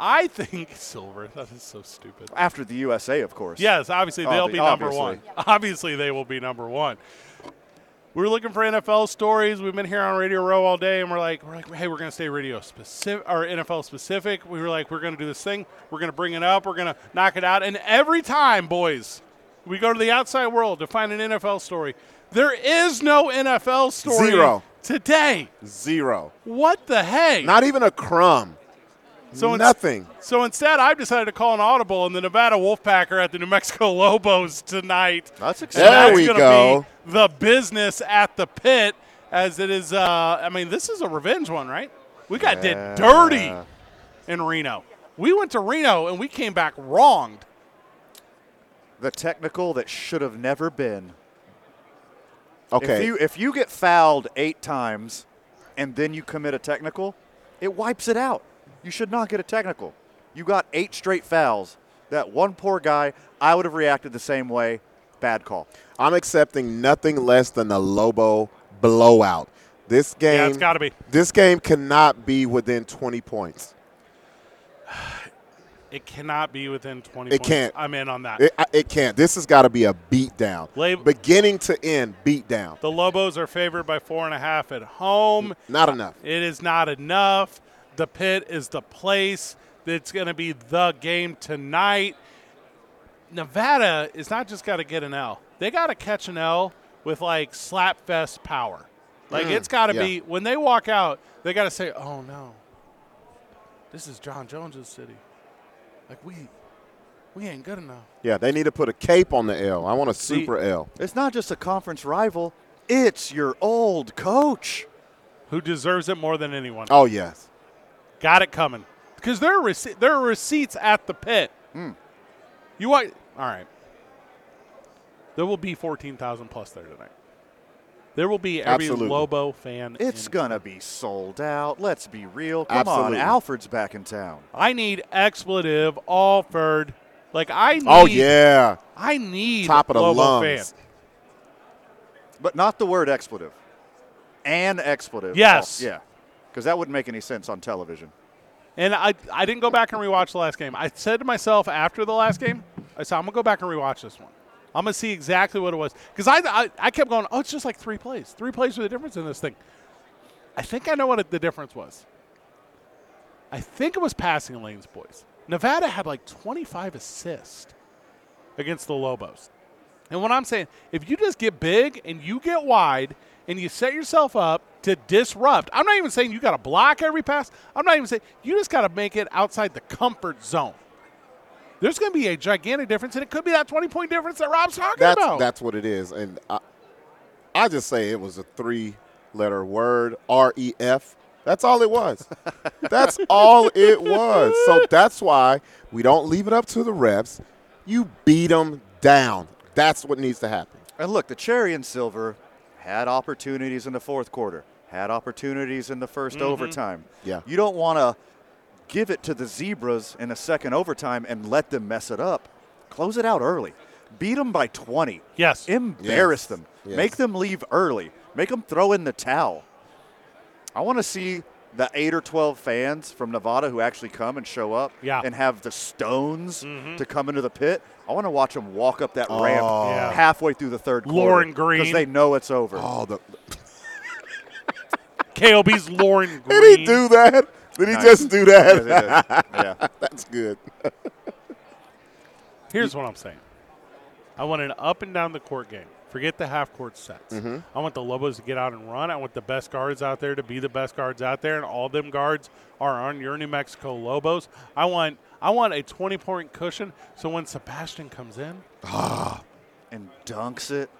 I think silver. That is so stupid. After the USA, of course. Yes, obviously they'll Obvi- be number obviously. one. Obviously they will be number one. We're looking for NFL stories. We've been here on Radio Row all day, and we're like, we're like, hey, we're gonna stay radio specific or NFL specific. We were like, we're gonna do this thing. We're gonna bring it up. We're gonna knock it out. And every time, boys, we go to the outside world to find an NFL story. There is no NFL story Zero. today. Zero. What the heck? Not even a crumb. So it's- Nothing. So instead, I've decided to call an audible, and the Nevada Wolfpack are at the New Mexico Lobos tonight. That's And exciting. There that's we gonna go. Be the business at the pit, as it is. Uh, I mean, this is a revenge one, right? We got did dirty in Reno. We went to Reno and we came back wronged. The technical that should have never been. Okay. If you if you get fouled eight times and then you commit a technical, it wipes it out. You You should not get a technical. You got eight straight fouls. That one poor guy, I would have reacted the same way. Bad call. I'm accepting nothing less than a Lobo blowout. This game, it's gotta be. This game cannot be within 20 points. It cannot be within 20 It points. can't. I'm in on that. It, I- it can't. This has got to be a beatdown, Lab- beginning to end beatdown. the Lobos are favored by four and a half at home. Not enough. It is not enough. The pit is the place that's going to be the game tonight. Nevada is not just got to get an L. They got to catch an L with like slapfest power. Like it's got to yeah. be when they walk out, they got to say, "Oh no, this is John Jones's city. Like we, we ain't good enough." Yeah, they need to put a cape on the L. I want a super L. It's not just a conference rival. It's your old coach. Who deserves it more than anyone? Oh yes. Got it coming. Because there are rece- there are receipts at the pit. Hmm. You want all right. There will be fourteen thousand plus there tonight. There will be every Absolutely. Lobo fan. It's in- gonna be sold out. Let's be real. Come Absolutely. on, Alfred's back in town. I need expletive Alford. Like I need. Oh yeah. I need Top of the Lobo lungs. fan. But not the word expletive. An expletive. Yes. Oh, yeah. Because that wouldn't make any sense on television. And I I didn't go back and rewatch the last game. I said to myself after the last game, I said I'm gonna go back and rewatch this one. I'm gonna see exactly what it was because I, I I kept going. Oh, it's just like three plays. Three plays were the difference in this thing. I think I know what the difference was. I think it was passing lanes, boys. Nevada had like 25 assists against the Lobos. And what I'm saying, if you just get big and you get wide and you set yourself up to disrupt, I'm not even saying you got to block every pass. I'm not even saying you just got to make it outside the comfort zone. There's going to be a gigantic difference, and it could be that 20 point difference that Rob's talking That's about. that's what it is. And I, I just say it was a three letter word, R E F. That's all it was. that's all it was. So that's why we don't leave it up to the reps. You beat them down. That's what needs to happen. And look, the Cherry and Silver had opportunities in the fourth quarter, had opportunities in the 1st overtime. Yeah. You don't want to give it to the Zebras in a second overtime and let them mess it up. Close it out early. Beat them by 20. Yes. Embarrass them. Yes. Make them leave early. Make them throw in the towel. I want to see the eight or 12 fans from Nevada who actually come and show up Yeah. Mm-hmm. and have the stones to come into the pit. I want to watch them walk up that ramp Yeah. halfway through the third quarter. Lauren Green. Because they know it's over. Oh, the, KOB's Lauren Green. did he do that? Did he Nice. just do Yeah, that? they did. yeah. That's good. Here's what I'm saying. I want an up and down the court game. Forget the half court sets. Mm-hmm. I want the Lobos to get out and run. I want the best guards out there to be the best guards out there, and all them guards are on your New Mexico Lobos. I want I want a 20 point cushion. So when Sebastian comes in, And dunks it.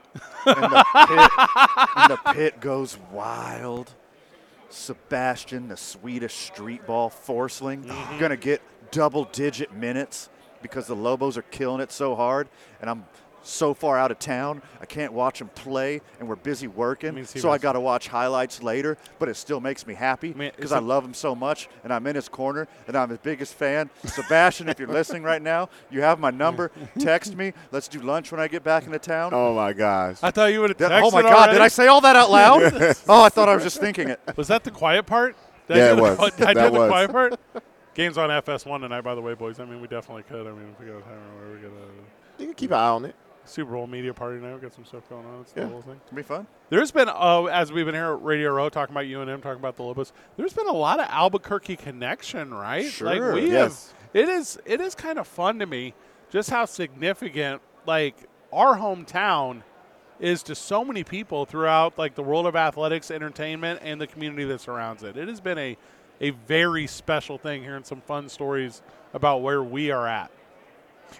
And the, pit, and the pit goes wild. Sebastian, the Swedish street ball forceling, going to get double digit minutes because the Lobos are killing it so hard. And I'm so far out of town, I can't watch them play, and we're busy working. mean, see So I what's- got to watch highlights later, but it still makes me happy mean, because it's I a- love him so much, and I'm in his corner, and I'm his biggest fan. Sebastian, if you're listening right now, you have my number. Text me. Let's do lunch when I get back into town. Oh my gosh. I thought you would have That- texted oh my God! Did I already. say all that out loud? oh, I thought I was just thinking it. Was that the quiet part? Did I Yeah, do it the was. qui- Did I do That the was. quiet part? Game's on FS1 tonight, by the way, boys. I mean, we definitely could. I mean, if we got a timer, where we got a You can keep an eye on it. Super Bowl media party tonight. We got some stuff going on. It's the whole thing. It'll be fun. There's been, uh, as we've been here at Radio Row talking about UNM, talking about the Lobos. There's been a lot of Albuquerque connection, right? Sure, Like we yes. have. It is. It is kind of fun to me just how significant like our hometown is to so many people throughout like the world of athletics, entertainment, and the community that surrounds it. It has been a a very special thing hearing some fun stories about where we are at.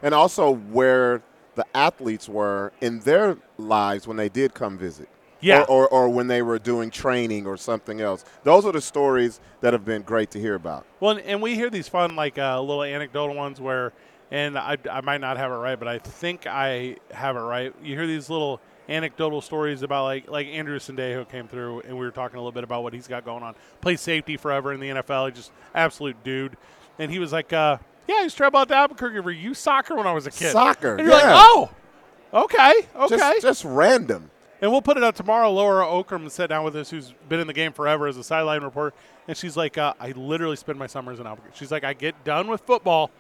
and also where the athletes were in their lives when they did come visit. Yeah. Or, or, or when they were doing training or something else. Those are the stories that have been great to hear about. Well, and- and we hear these fun, like uh, little anecdotal ones where, and I, I might not have it right, but I think I have it right. You hear these little anecdotal stories about like like Andrew Sandejo came through, and we were talking a little bit about what he's got going on. Plays safety forever in the NFL. He's just absolute dude. And he was like, uh, "Yeah, I used to travel out to Albuquerque for youth soccer when I was a kid. Soccer, And you're yeah. like, oh, okay, okay. Just, just random. And we'll put it up tomorrow. Laura Okram sat down with us, who's been in the game forever as a sideline reporter, and she's like, uh, "I literally spend my summers in Albuquerque." She's like, "I get done with football,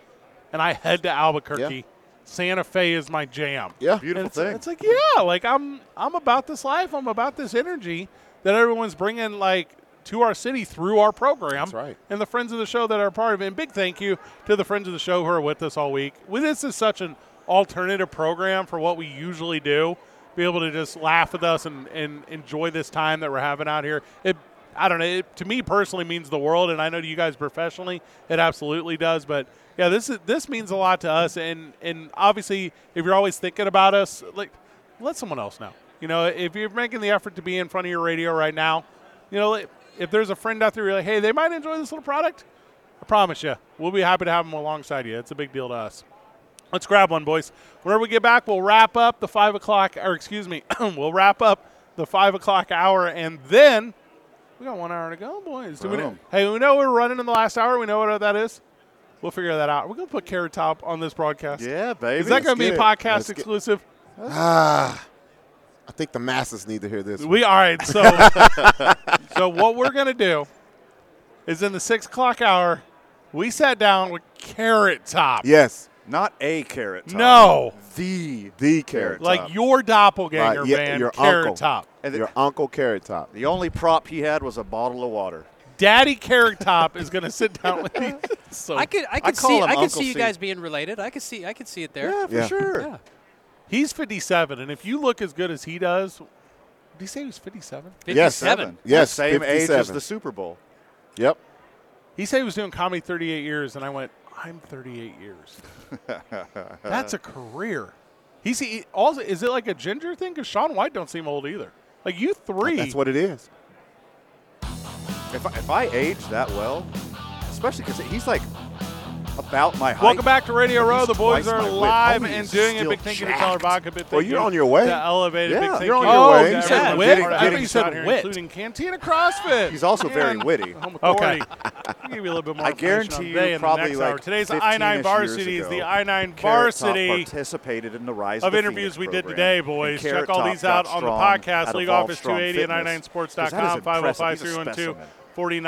and I head to Albuquerque. Yeah. Santa Fe is my jam." Yeah. And Beautiful it's, thing. It's like, yeah, like I'm, I'm about this life. I'm about this energy that everyone's bringing, like. To our city through our program. That's right. And the friends of the show that are a part of it. And big thank you to the friends of the show who are with us all week. Well, This is such an alternative program for what we usually do be able to just laugh with us and, and enjoy this time that we're having out here. It, I don't know. It, to me personally, means the world, and I know to you guys professionally, it absolutely does. But yeah, this is this means a lot to us, and and obviously, if you're always thinking about us, like let someone else know. You know, if you're making the effort to be in front of your radio right now, you know, if- if there's a friend out there, you're like, hey, they might enjoy this little product. I promise you, we'll be happy to have them alongside you. It's a big deal to us. Let's grab one, boys. Whenever we get back, we'll wrap up the five o'clock, or excuse me, we'll wrap up the five o'clock hour, and then we got one hour to go, boys. Do we know, Boom. hey, we know we're running in the last hour. We know what that is. We'll figure that out. We're gonna put Carrot Top on this broadcast. Yeah, baby. is that gonna be get it. podcast Let's get- exclusive? I think the masses need to hear this. We all right. So, so what we're gonna do is in the six o'clock hour, we sat down with Carrot Top. yes. Not a carrot top. No. The The carrot. Like Top. your doppelganger, Right, yeah, man, your Carrot uncle. Top. And the- Your Uncle Carrot Top. The only prop he had was a bottle of water. Daddy Carrot Top is going to sit down with you. So I could, I could call see, him I could Uncle see you C. guys being related. I could see, I could see it there. for Yeah. sure. Yeah. he's 57, and if you look as good as he does, did he say he was 57? Yes. Fifty-seven. Yes, The same age as 57. the Super Bowl. Yep. He said he was doing comedy 38 years, and I went, I'm 38 years. That's a career. He's he, also is it like a ginger thing? Because Sean White don't seem old either. Like you three, That's what it is. If I, if I age that well, especially because he's like about my height. Welcome back to Radio But Row. he's The boys twice are my width. live Homie and is doing it. still Big thank you to Color jacked. Vodka. Big thank Well, you're you on your way. To Elevated. Yeah, big thank you're on you. your oh, way. You You said said wit. getting- I thought getting you said shot here. wit. Including Cantina CrossFit. He's also very And witty. home Okay. authority. I'll give you a little bit more I information on guarantee you today and the probably next like hour. Today's 15-ish I-9 years Varsity is the ago, I-9 Carrot Top Varsity participated in the rise of the interviews Phoenix we did program, today, and boys. Carrot Check all Top these out got on the strong podcast, out League of all Office strong 280 and fitness. 'Cause that is 99sports.com, impressive. 505 He's a 312 specimen.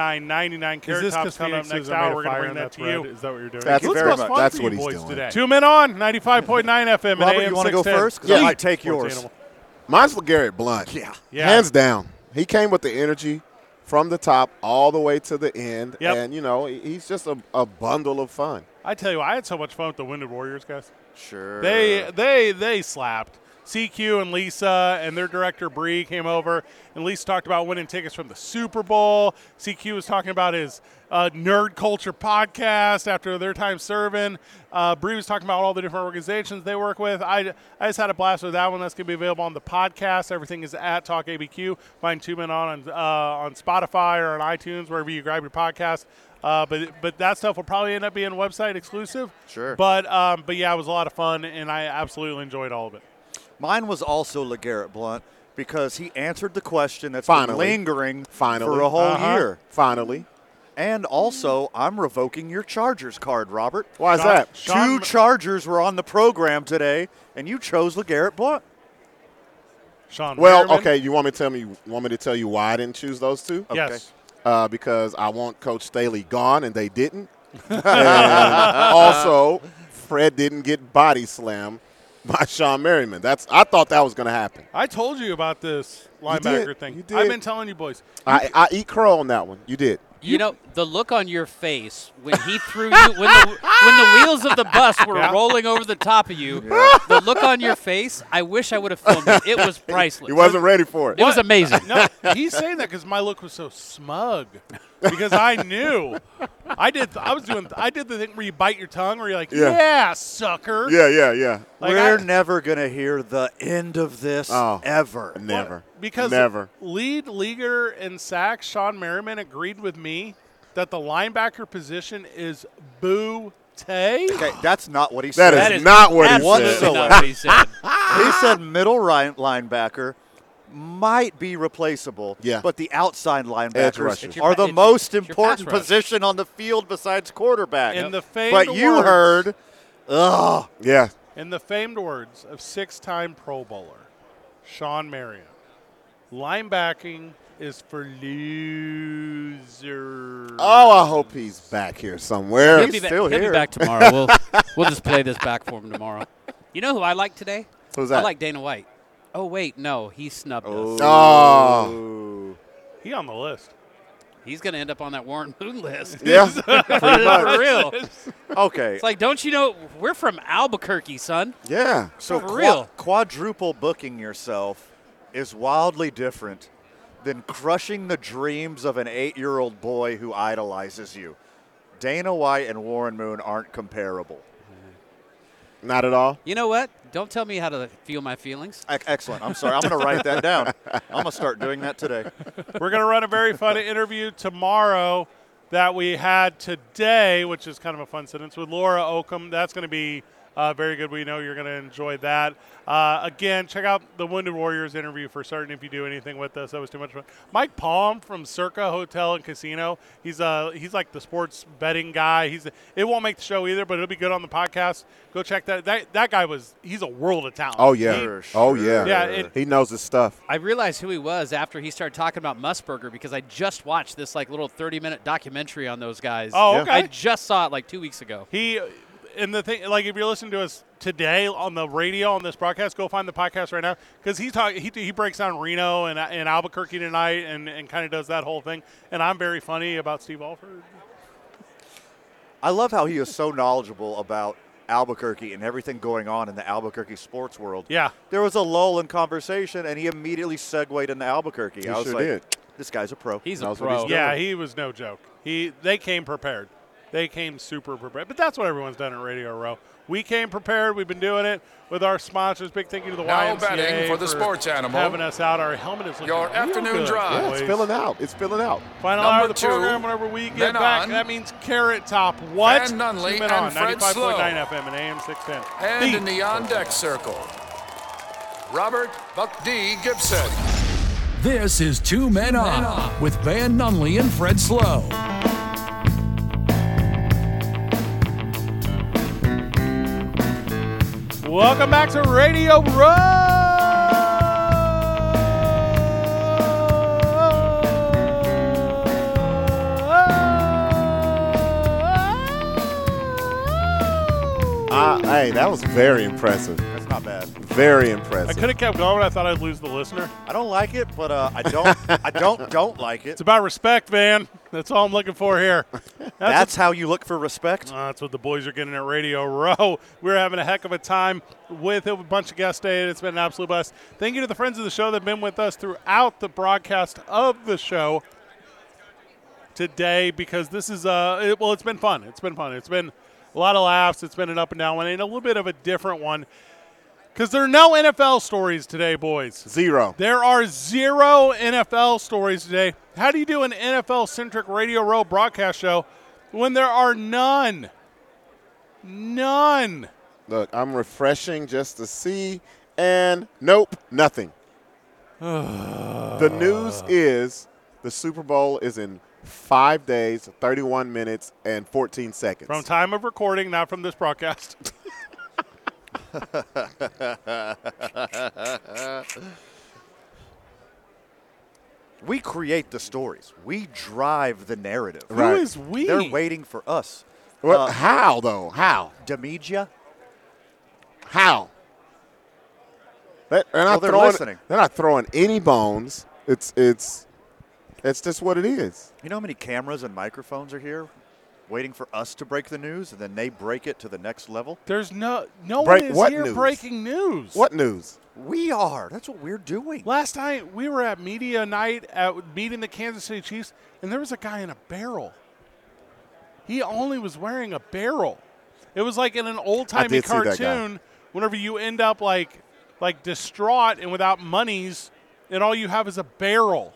4999. Carrot Top's coming up next hour. We're going to bring that to you. Is that what you're doing? That's you very much. That's for what you he's boys doing. today. Two men on 95.9 FM and Robert, AM you want to go 610. first? 'Cause Yeah. I might take Sports yours. Animal. Mine's LeGarrette Blunt. Yeah. Yeah. Hands down. He came with the energy from the top all the way to the end. Yep. And, you know, he- he's just a, a bundle of fun. I tell you, what, I had so much fun with the Wounded Warriors guys. Sure. They they they slapped. CQ and Lisa and their director Bree came over, and Lisa talked about winning tickets from the Super Bowl. CQ was talking about his uh, nerd culture podcast after their time serving. Uh, Bree was talking about all the different organizations they work with. I, I just had a blast with that one. That's going to be available on the podcast. Everything is at Talk ABQ. Find Two Men on on, uh, on Spotify or on iTunes wherever you grab your podcast. Uh, but but that stuff will probably end up being website exclusive. Sure. But um, but yeah, it was a lot of fun, and I absolutely enjoyed all of it. Mine was also LeGarrette Blunt because he answered the question that's been Finally. lingering Finally. for a whole Uh-huh. year. Finally. And also, I'm revoking your Chargers card, Robert. Why is Sean- that? Sean- Two Chargers were on the program today, and you chose LeGarrette Blunt. Sean. Well, Weirman. okay. You want me to tell me? You want me to tell you why I didn't choose those two? Yes. Uh, because I want Coach Staley gone, and they didn't. and also, Fred didn't get body slammed by Sean Merriman. That's I thought that was going to happen. I told you about this linebacker did. thing. You did. I've been telling you boys. I, I eat crow on that one. You did. You know the look on your face when he threw you when the, when the wheels of the bus were Yeah. rolling over the top of you. The look on your face. I wish I would have filmed it. It was priceless. He wasn't ready for it. It was amazing. No, he's saying that because my look was so smug. Because I knew, I did. I was doing. I did the thing where you bite your tongue, where you're like, "Yeah, Yeah. sucker." Yeah, yeah, yeah. Like, We're I- never going to hear the end of this Oh. ever. Never. because never. lead leaguer in sacks, Sean Merriman agreed with me that the linebacker position is boo tay. Okay, that's not what he That said. is not what he absolutely said. not what he said. He said middle ri- linebacker might be replaceable, Yeah. but the outside rushers. linebackers your are pa- the it's- most it's your important pass rush. position on the field besides quarterback. In the famed but you words- heard, ugh, Yeah. In the famed words of six-time Pro Bowler Sean Marion, linebacking is for losers. Oh, I hope he's back here somewhere. He'll, be back, still he'll be here. back tomorrow. We'll we'll just play this back for him tomorrow. You know who I like today? Who's I that? like Dana White. Oh wait, no, he snubbed us. Oh, He on the list. He's gonna end up on that Warren Moon list. yeah. for real. It's okay. like, don't you know we're from Albuquerque, son? Yeah. So For qua- real. quadruple booking yourself is wildly different than crushing the dreams of an eight-year-old boy who idolizes you. Dana White and Warren Moon aren't comparable. Not at all. You know what? Don't tell me how to feel my feelings. Ec- Excellent. I'm sorry. I'm going to write that down. I'm going to start doing that today. We're going to run a very fun interview tomorrow that we had today, which is kind of a fun sentence with Laura Oakham. That's going to be uh, very good. We know you're going to enjoy that. Uh, again, check out the Wounded Warriors interview for certain if you do anything with us. That was too much fun. Mike Palm from Circa Hotel and Casino. He's uh, he's like the sports betting guy. He's it won't make the show either, but it'll be good on the podcast. Go check that. That that guy was he's a world of talent. Oh yeah. Sure, Oh yeah. Yeah, it- he knows his stuff. I realized who he was after he started talking about Musburger because I just watched this like little 30-minute documentary on those guys. Oh, Yeah. okay. I just saw it like two weeks ago. He and the thing, like if you're listening to us today on the radio on this broadcast, go find the podcast right now because he talk he, he breaks down Reno and, and Albuquerque tonight and, and kind of does that whole thing. And I'm very funny about Steve Alford. I love how he is so knowledgeable about Albuquerque and everything going on in the Albuquerque sports world. Yeah. There was a lull in conversation, and he immediately segued into Albuquerque. I was sure like, did. this guy's a pro. He's Knows a what pro. he's doing. Yeah, he was no joke. He they came prepared. They came super prepared. But that's what everyone's done at Radio Row. We came prepared. We've been doing it with our sponsors. Big thank you to the Now YMCA batting for the sports animal. having us out. Our helmet is looking Your real afternoon good, drive. It's boys. filling out. It's filling out. Final Number hour of the two, program, whenever we get Van back, On. that means Carrot Top. What? Van Nunley Zoom in and on, Fred 95.9 Slow. FM and AM 610. And The- in the on deck circle, Robert Buck D. Gibson. This is Two Men, on, with Van Nunley and Fred Slow. Welcome back to Radio Row. I, hey, that was very impressive. That's not bad. Very I impressive. could have kept going. I thought I'd lose the listener. I don't like it, but uh, I don't. I don't don't like it. It's about respect, Van. That's all I'm looking for here. That's how you look for respect. Uh, that's what the boys are getting at Radio Row. We're having a heck of a time with a bunch of guests today, and it's been an absolute blast. Thank you to the friends of the show that have been with us throughout the broadcast of the show today because this is, uh, it, well, it's been fun. It's been fun. It's been a lot of laughs. It's been an up and down one and a little bit of a different one because there are no NFL stories today, boys. Zero. There are zero NFL stories today. How do you do an NFL centric Radio Row broadcast show when there are none? None. Look, I'm refreshing just to see, and nope, nothing. the news is the Super Bowl is in five days, 31 minutes, and 14 seconds. From time of recording, not from this broadcast. We create the stories. We drive the narrative. Right. Who is we? They're waiting for us. well, uh, how though? How? Demedia. How? They- They're not Well, they're throwing. listening. They're not throwing any bones. It's it's it's just what it is. You know how many cameras and microphones are here, waiting for us to break the news, and then they break it to the next level. There's no no Break- one is what here news? breaking news. What news? We are. That's what we're doing. Last night we were at media night at meeting the Kansas City Chiefs, and there was a guy in a barrel. He only was wearing a barrel. It was like in an old timey did see that guy. cartoon. Whenever you end up like, like distraught and without monies, and all you have is a barrel.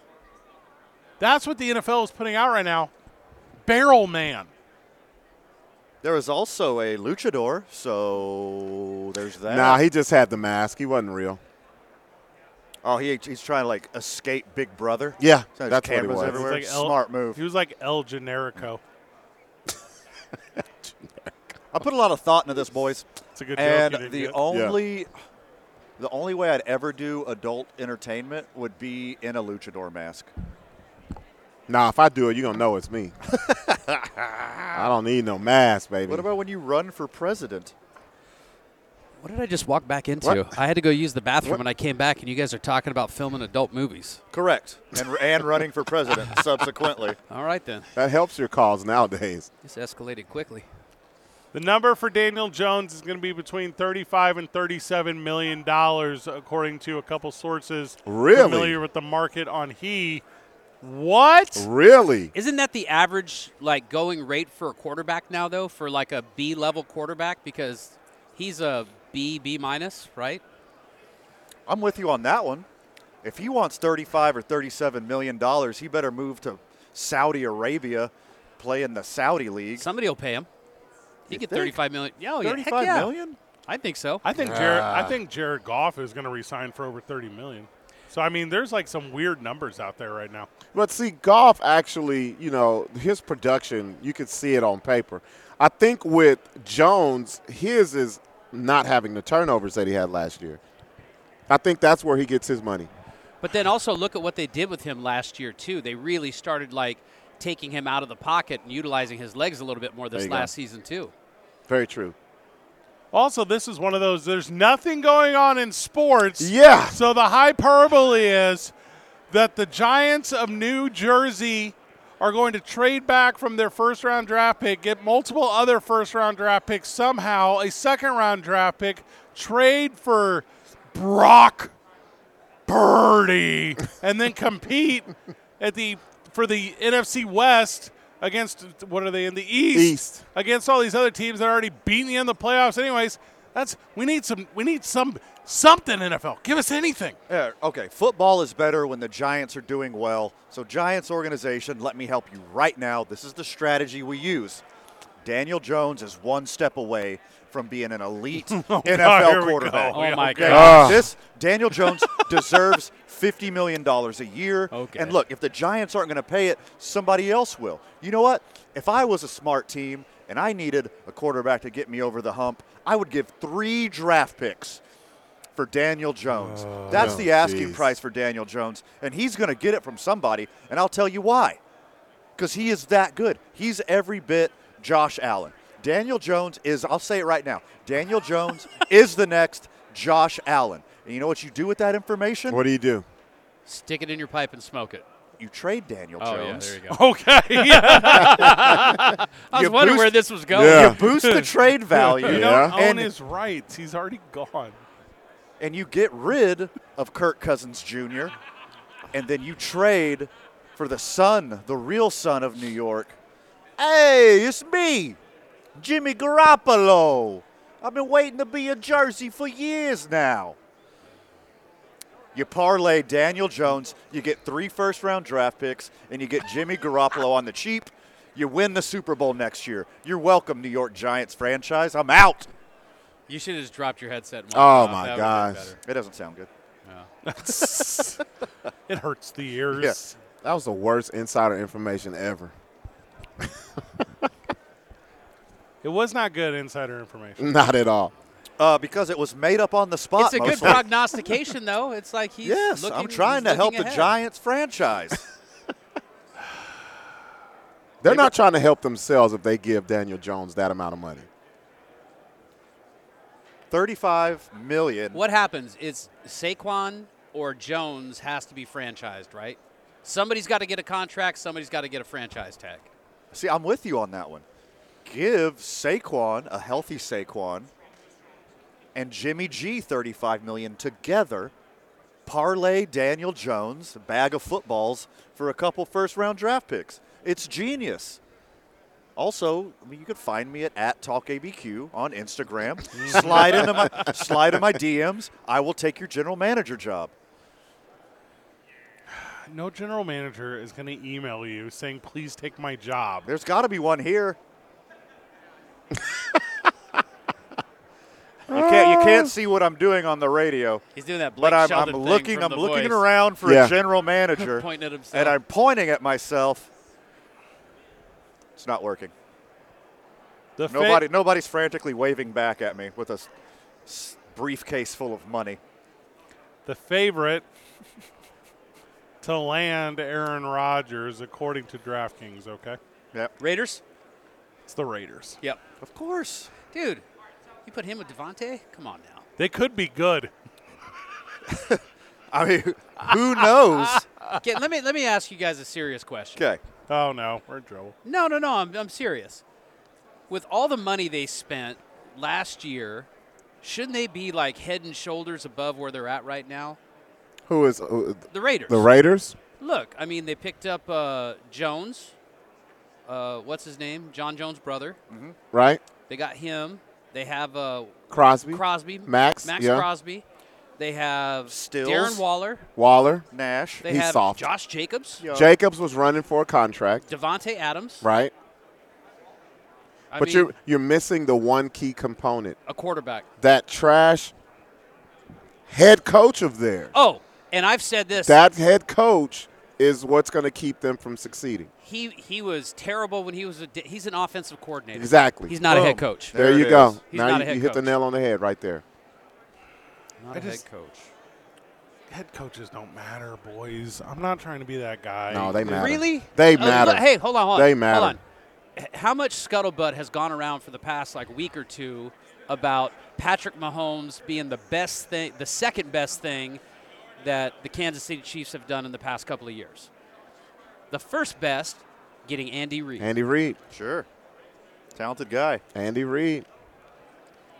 That's what the NFL is putting out right now. Barrel man. There was also a luchador, so there's that. Nah, he just had the mask. He wasn't real. oh, he, he's trying to like escape Big Brother. Yeah, So there's that's what he cameras was. everywhere. Like El- Smart move. He was like El Generico. I put a lot of thought into this, boys. It's a good joke. you and didn't the get. only the only way I'd ever do adult entertainment would be in a luchador mask. Nah, if I do it, you're going to know it's me. I don't need no mask, baby. What about when you run for president? What did I just walk back into? I had to go use the bathroom and I came back and you guys are talking about filming adult movies. Correct. And and running for president subsequently. All right then. that helps your cause nowadays. This escalated quickly. The number for Daniel Jones is going to be between 35 and 37 million dollars, according to a couple sources Really? familiar with the market on he. What? Really? Isn't that the average like going rate for a quarterback now though? For like a B level quarterback because he's a B B minus, right? I'm with you on that one. If he wants 35 or 37 million dollars, he better move to Saudi Arabia, play in the Saudi league. Somebody will pay him. He get think? thirty five million. Yeah, oh, yeah, heck Thirty-five million. yeah. I think so. I think Jared. Ah. I think Jared Goff is going to resign for over 30 million. So I mean, there's like some weird numbers out there right now. But see, golf actually, you know, his production, you can see it on paper. I think with Jones, his is not having the turnovers that he had last year. I think that's where he gets his money. But then also look at what they did with him last year too. They really started like taking him out of the pocket and utilizing his legs a little bit more There this you go. last season too. Very true. Also, this is one of those. There's nothing going on in sports. Yeah. So the hyperbole is that the Giants of New Jersey are going to trade back from their first round draft pick, get multiple other first round draft picks somehow, a second round draft pick, trade for Brock Purdy, and then compete at the for the NFC West against what are they in the East, East. against all these other teams that already beaten you in the playoffs. Anyways, that's we need some we need some something NFL. Give us anything. Yeah, okay, football is better when the Giants are doing well. So, Giants organization, let me help you right now. This is the strategy we use. Daniel Jones is one step away from being an elite NFL here we go. quarterback. Oh my okay. god. This Daniel Jones deserves fifty million dollars a year. Okay. And look, if the Giants aren't going to pay it, somebody else will. You know what? If I was a smart team and I needed a quarterback to get me over the hump, I would give three draft picks for Daniel Jones. That's the asking geez. price for Daniel Jones, and he's going to get it from somebody. And I'll tell you why because he is that good. He's every bit Josh Allen. Daniel Jones is, I'll say it right now, Daniel Jones is the next Josh Allen. And you know what you do with that information? What do you do? Stick it in your pipe and smoke it. You trade Daniel Oh yeah, Jones. there you go. Okay. Yeah. I You was wondering boost- where this was going. Yeah. Boost the trade value. You Yeah. don't own And- his rights. He's already gone. and you get rid of Kirk Cousins Jr., and then you trade for the son, the real son of New York. Hey, it's me, Jimmy Garoppolo. I've been waiting to be in Jersey for years now. You parlay Daniel Jones, you get three first round draft picks, and you get Jimmy Garoppolo on the cheap. You win the Super Bowl next year. You're welcome, New York Giants franchise. I'm out. You should have just dropped your headset. And Oh, walked off. my That would've been gosh. better. It doesn't sound good. It hurts the ears. Yes. That was the worst insider information ever. It was not good insider information. Not at all. Uh, because it was made up on the spot. It's a good mostly. prognostication, though. It's like he's Yes, looking, I'm trying he's to help looking the ahead. Giants franchise. They're not trying to help themselves if they give Daniel Jones that amount of money. 35 million. What happens? It's Saquon or Jones has to be franchised, right? Somebody's got to get a contract. Somebody's got to get a franchise tag. See, I'm with you on that one. Give Saquon a healthy Saquon and Jimmy G 35 million together. Parlay Daniel Jones, a bag of footballs for a couple first round draft picks. It's genius. Also, I mean, you could find me at, at TalkABQ on Instagram. slide into my slide in my DMs. I will take your general manager job. No general manager is going to email you saying, please take my job. There's got to be one here. You can't, you can't see what I'm doing on the radio, He's doing that Blake but I'm, I'm Shelton thing looking. from I'm The looking Voice. around for Yeah. a general manager, Pointing at himself. and I'm pointing at myself. It's not working. The fa- Nobody, nobody's frantically waving back at me with a s- s- briefcase full of money. the favorite to land Aaron Rodgers, according to DraftKings. Okay, Raiders? it's the Raiders. Yep. Of course. Dude, you put him with Devontae? Come on now. They could be good. I mean, who knows? Okay, let me let me ask you guys a serious question. Okay. Oh no, we're in trouble. No, no, no. I'm, I'm serious. With all the money they spent last year, shouldn't they be like head and shoulders above where they're at right now? Who is who- The Raiders. the Raiders? Look, I mean, they picked up uh, Jones. Uh, what's his name? John Jones' brother. Right? They got him. They have uh, Crosby, Crosby. Max, Max yeah. Crosby. They have Stills. Darren Waller. Waller, Nash. They He's have soft. Josh Jacobs. Jacobs was running for a contract, Devontae Adams. right? I but mean, you're you're missing the one key component. a quarterback. That trash head coach of theirs. Oh, and I've said this. That head coach is what's going to keep them from succeeding. he he was terrible when he was a, he's an offensive coordinator. Exactly. He's not a head Boom. coach. There, There you it go. is. He's now not you, a head you hit the coach. nail on the head right there. Not a just- head coach. Head coaches don't matter, boys. I'm not trying to be that guy. No, they matter. Really? They Uh, matter. look- hey, hold on, hold on. They hold matter. on. H- How much scuttlebutt has gone around for the past like week or two about Patrick Mahomes being the best thing, the second best thing that the Kansas City Chiefs have done in the past couple of years? The first best, getting Andy Reid. Andy Reid. Sure. Talented guy. Andy Reid.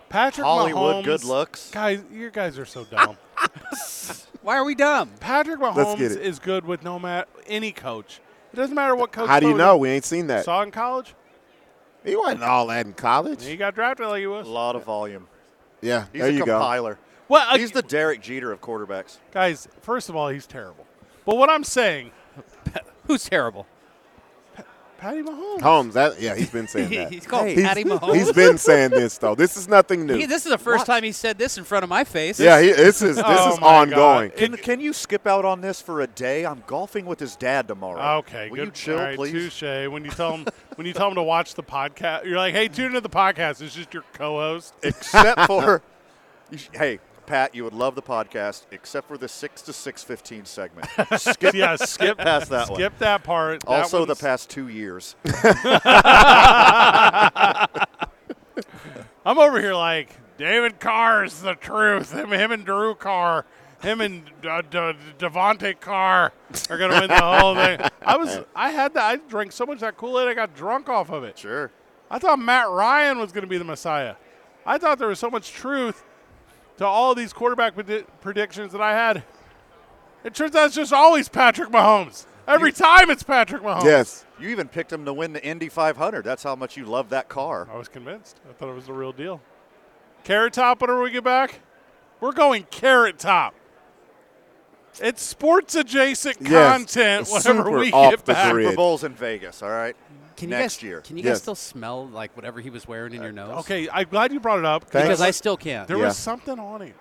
Patrick Hollywood, Mahomes- good looks. Guys, you guys are so dumb. Why are we dumb? Patrick Let's Mahomes get it. is good with no matter any coach. It doesn't matter what coach. How do you put know? him. We ain't seen that. Saw in college. He wasn't all that in He college. got drafted like he A was. lot of volume. Yeah, He's there a you go. compiler. Well, uh, He's the Derek Jeter of quarterbacks. guys. First of all, he's terrible. But what I'm saying, Who's terrible? Patty Mahomes. Holmes. That yeah, he's been saying that. he's called He's- Patty Mahomes. He's been saying this though. This is nothing new. He- this is the first time he said this in front of my face. yeah, he, this is this Oh is my ongoing. God. Can, can you skip out on this for a day? I'm golfing with his dad tomorrow. Okay, Will good. you chill, all right, please? Touche. When you tell him when you tell him to watch the podcast, you're like, "Hey, tune into the podcast." It's just your co-host. except for you sh- hey pat you would love the podcast except for the 6 to 615 segment skip yeah, skip past that one skip that part. That also the one's- past two years I'm over here like David Carr is the truth. Him, him and Drew Carr, him and uh, D- Devontae Carr are gonna win the whole thing. I was I had that. I drank so much of that Kool Aid, I got drunk off of it. sure I thought Matt Ryan was going to be the Messiah. I thought there was so much truth to all these quarterback predi- predictions that I had. It turns out it's just always Patrick Mahomes. Every time it's Patrick Mahomes. Yes, you even picked him to win the indy 500 that's how much you love that car I was convinced. I thought it was the real deal. Carrot Top, whenever we get back, we're going Carrot Top. It's sports adjacent Yes. content It's whenever super we off get the back. grid. super bowls in vegas all right Can you next guys, year Can you Yes. guys still smell like whatever he was wearing in your nose? Okay, I'm glad you brought it up Thank- Because I still can't. there Yeah. was something on him.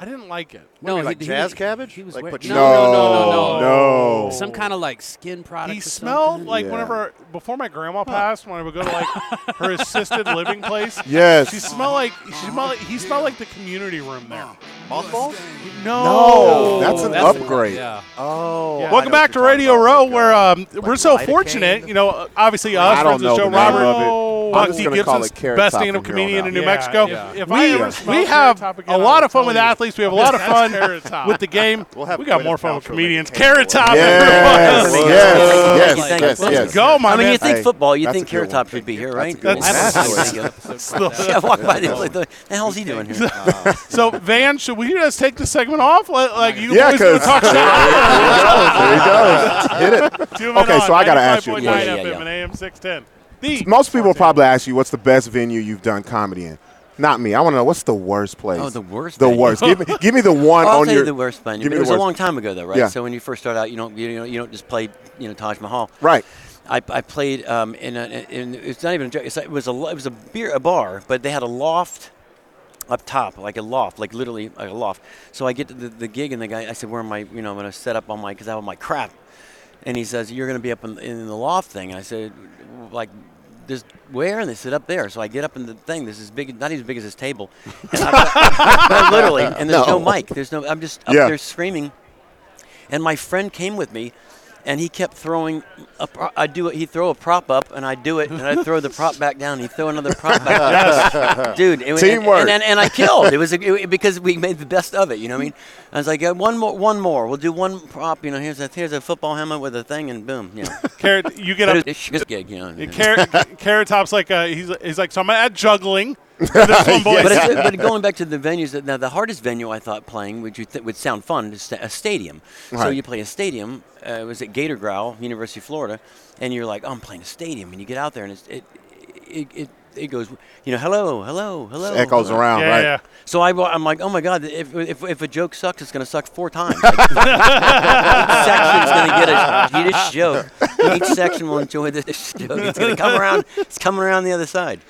I didn't like it. no, like jazz cabbage? He was Like wearing, Pacino? no, no, no, No, no, no. Some kind of like skin product. He or smelled something. like Yeah. whenever before my grandma passed, when I would go to like her assisted living place. Yes. Oh. she smelled like she smelled like, he smelled like the community room there. mothball No, that's an That's a- upgrade. yeah. oh I know Welcome back what to you're talking Radio about. Row, Good where God. um, we're so lidocaine? fortunate, you know, uh, obviously us, uh, I don't friends of know the show, the name Robert, of it. I'm Buck just D. gonna call Gibson's it Carrot best Top stand-up from here on comedian in out. New Yeah, Mexico. if- we if we have a lot of fun with athletes. We have a lot of fun with the game. We'll have we got Gwyneth more fun with Paltrow comedians. making Carrot Top, Yes, everyone. yes, Thank you, yes, thank you. yes, Let's yes. Go, my I mean, man. you think Hey, football, you that's think a good Carrot Top one. should be here, That's right? a good I haven't one. seen him. Yeah, I walked by the other day, the hell's he doing here? So, Van, should we just take the segment off? Let- Like you Yeah, boys wanna 'cause- talk shop. There he goes. Hit it. Okay, so I gotta ask you a question. FM Yeah, yeah, and AM six ten. The Most people probably ask you, "What's the best venue you've done comedy in?" Not me. I want to know what's the worst place. Oh, the worst The venue. worst. Give me, give me the one Well, I'll on tell your. you the worst venue. Give but It me the was worst. a long time ago, though, right? Yeah. So when you first start out, you don't you don't you don't just play you know Taj Mahal. Right. I, I played um, in, a, in it's not even a joke. It's like, it was a lo- it was a beer a bar, but they had a loft up top, like a loft, like literally like a loft. So I get to the, the gig and the guy, I said, where am I? You know, I'm gonna set up on my because I have my crap. And he says, you're gonna be up in, in the loft thing. And I said, like. This where and they said up there. So I get up in the thing. This is big, not even as big as this table. And I, literally, and there's no. No. mic. There's no. I'm just up Yeah. there screaming. And my friend came with me, and he kept throwing. A pro- I do it. He throw a prop up, and I do it, and I throw the prop back down. He throw another prop back down. Dude, it, was- and- Teamwork. And, and, and I killed. It was a, it- because we made the best of it. You know what I mean? I was like, "Uh, one more, one more. We'll do one prop. You know, here's a here's a football helmet with a thing, and boom. You know, Carrot, you get But it up was a shit gig. You know. Yeah, Carrot, Carrot Top's like uh, he's he's like so I'm at juggling. And this one boy, But, it's, but going back to the venues, that- now the hardest venue I thought playing would you th- would sound fun is sta- a stadium. So Right. you play a stadium. Uh, it was at Gator Growl, University of Florida, and you're like, oh, I'm playing a stadium, and you get out there and it's, it, it it it goes, you know, hello, hello, hello. Echoes hello. around, yeah, right? yeah. So I, wa- I'm like, oh my god, if, if, if a joke sucks, it's gonna suck four times. Like, each section's gonna get a Yiddish joke. Each section will enjoy this joke. It's gonna come around. It's coming around the other side.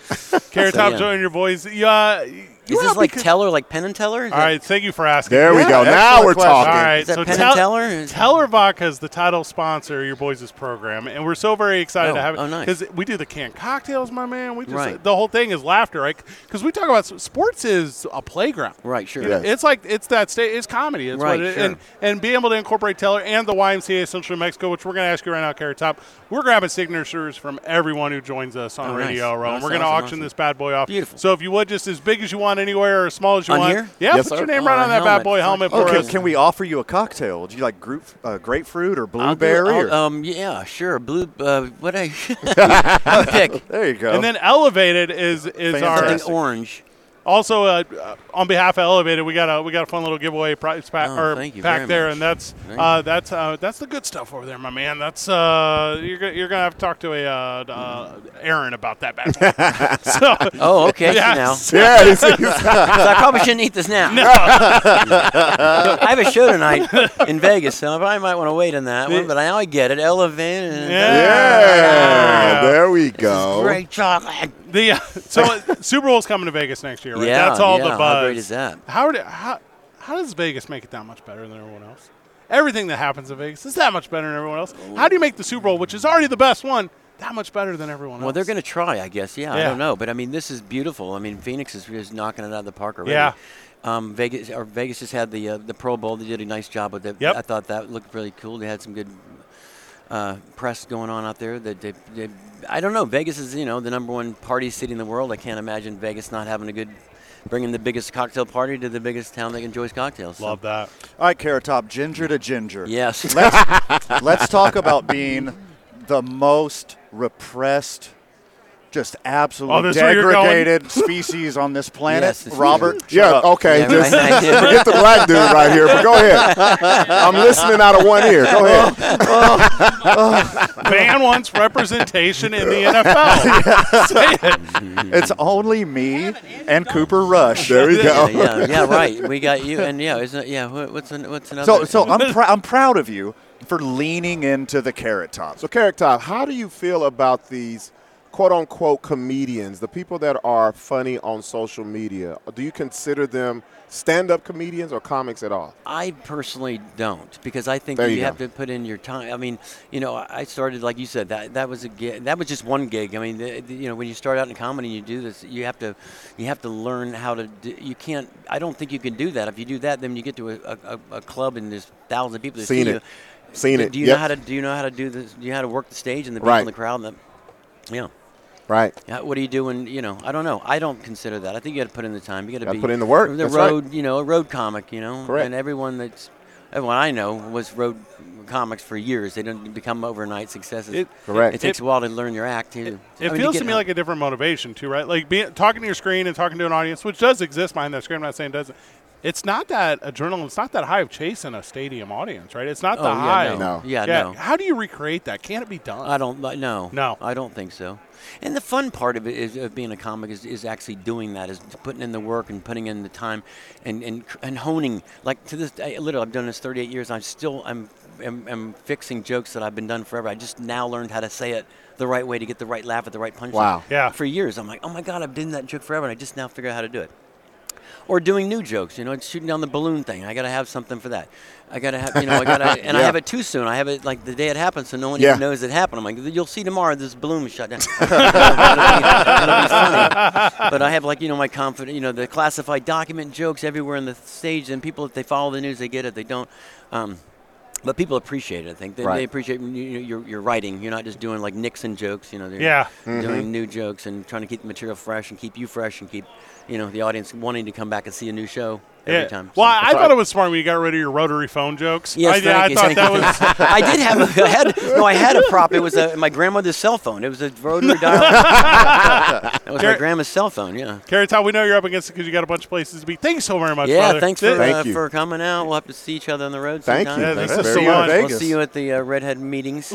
Carrot So, Top yeah. joining your boys. Yeah. you Is wanna this like becau- Teller, like Penn and Teller? Is All that- right, thank you for asking. There we Yeah, go. Now excellent we're question. All talking. right, Is that so Penn Tel- and Teller? Teller Vodka is the title sponsor of your boys' program, and we're so very excited Oh, to have it oh, nice. we do the canned cocktails, my man. We just Right. the whole thing is laughter, right? Because we talk about s- sports is a playground, Right, sure. You know, Yes. It's like it's that state. It's comedy. It's Right, what it, sure. and and being able to incorporate Teller and the YMCA Central New Mexico, which we're going to ask you right now, Carrot Top. We're grabbing signatures from everyone who joins us on Oh, nice. Radio Row, and Awesome, we're going to awesome, auction awesome. this bad boy off. Beautiful. So if you would, just as big as you want, anywhere or as small as you On want. here? Yeah, Yes, put sir. your name Oh, right on on a that bad helmet. boy helmet Oh, for can, us. can we offer you a cocktail? Do you like group, uh, grapefruit or I'll do it. blueberry? I'll- or- um, yeah, sure. Blue. Uh, what I you pick there you go. And then Elevated is is our something Fantastic. orange. Also, uh, uh, on behalf of Elevated, we got a we got a fun little giveaway prize pack Oh, or thank you pack very there, much. and that's Thank uh, that's uh, that's the good stuff over there, my man. That's uh, you're gonna, you're gonna have to talk to a uh, uh, Aaron about that bad boy. so Oh, okay. I see Yeah. Now, Yeah, it's- it's- so I probably shouldn't eat this now. I have a show tonight in Vegas, so I probably might want to wait on that one. But I now I get it. Elevated. and- yeah, there we go. Great chocolate. the uh, so uh, Super Bowl's coming to Vegas next year, right? Yeah, that's all yeah, the how buzz. great is that? How do- how how does Vegas make it that much better than everyone else? Everything that happens in Vegas is that much better than everyone else. How do you make the Super Bowl, which is already the best one, that much better than everyone else? Well, they're going to try, I guess. Yeah, I Yeah. don't know, but I mean, this is beautiful. I mean, Phoenix is just knocking it out of the park already. Yeah. Um, Vegas or Vegas just had the uh, the Pro Bowl. They did a nice job with it. Yep. I thought that looked really cool. They had some good uh, press going on out there. That they, they, I don't know. Vegas is you know the number one party city in the world. I can't imagine Vegas not having a good, bringing the biggest cocktail party to the biggest town that enjoys cocktails. So, love that. All right, Carrot Top, ginger to ginger. Yes. Let's, let's talk about being the most repressed, just Oh, absolutely this is where you're going? degraded species on this planet. Yes, this is- Robert, oh, shut Yeah, up. okay. Yeah, just right, I did. forget the black dude right here, but go ahead. I'm listening out of one ear. Go ahead. Van wants representation in the NFL. Say it. It's only me and Cooper Rush. There we yeah, go. yeah, yeah, right. We got you, and yeah, isn't it, yeah. wha- What's an, what's another? So, so I'm, prou- I'm proud of you for leaning into the Carrot Top. So, Carrot Top, how do you feel about these quote unquote comedians, the people that are funny on social media? Do you consider them stand up comedians or comics at all? I personally don't because I think There you, you have go. to put in your time. I mean, you know, I started like you said that that was a gig, that was just one gig. I mean, the, the- you know, when you start out in comedy, and you do this, you have to you have to learn how to. Do, you can't. I don't think you can do that. If you do that, then you get to a, a, a club and there's thousands of people that Seen see it. you. Seen do, it. Do you Yep. know how to do you know how to do this? Do you know how to work the stage and the people Right. in the crowd? And the, yeah. Right. Yeah, what do you do when you know? I don't know. I don't consider that. I think you got to put in the time. You got to Gotta be put in the work. The That's right. road, you know, a road comic, you know. Correct. And everyone that's everyone I know was road comics for years. They don't become overnight successes. It- Correct. It takes a while to learn your act too. I It mean, feels get to me a- like a different motivation too, right? Like being talking to your screen and talking to an audience, which does exist behind that screen. I'm not saying it doesn't. It's not that adrenaline. It's not that high of chasing a stadium audience, right? It's not oh, the yeah, high. No. No. Yeah, Yeah. no. How do you recreate that? Can it be done? I don't li- no. No. I don't think so. And the fun part of it is of being a comic is, is actually doing that, is putting in the work and putting in the time and and, cr- and honing. Like to this day, literally I've done this 38 years. I'm still I'm am, am fixing jokes that I've been done forever. I just now learned how to say it the right way to get the right laugh at the right punchline. Wow. Yeah. For years, I'm like, oh my God, I've been that joke forever, and I just now figure out how to do it. Or doing new jokes, you know, it's shooting down the balloon thing. I gotta have something for that. I gotta have, you know, I gotta, and I Yeah. have it too soon. I have it like the day it happens, so no one Yeah. even knows it happened. I'm like, you'll see tomorrow. This balloon was shut down. It'll be- it'll be funny. But I have like you know my confident, you know, the classified document jokes everywhere on the stage, and people if they follow the news, they get it. They don't. Um, but people appreciate it. I think they, Right. they appreciate when you, you- your your writing. You're not just doing like Nixon jokes. You know, they're Yeah. Mm-hmm. doing new jokes and trying to keep the material fresh and keep you fresh and keep you know the audience wanting to come back and see a new show every time. So- Well, I thought it was smart when you got rid of your rotary phone jokes. Yes, I, thank I you, thought thank that you. was. I did have. A, I had no. I had a prop. It was a, my grandmother's cell phone. It was a rotary dial. that was my Garrett- grandma's cell phone. Yeah. Carrie Todd, we know you're up against it because you got a bunch of places to be. Thanks so very much, yeah. brother. Thanks for Th- Thank uh, you. for coming out. We'll have to see each other on the road. Thank sometime. you. Yeah, Thank this you is very so much. much. We'll see you at the uh, redhead meetings.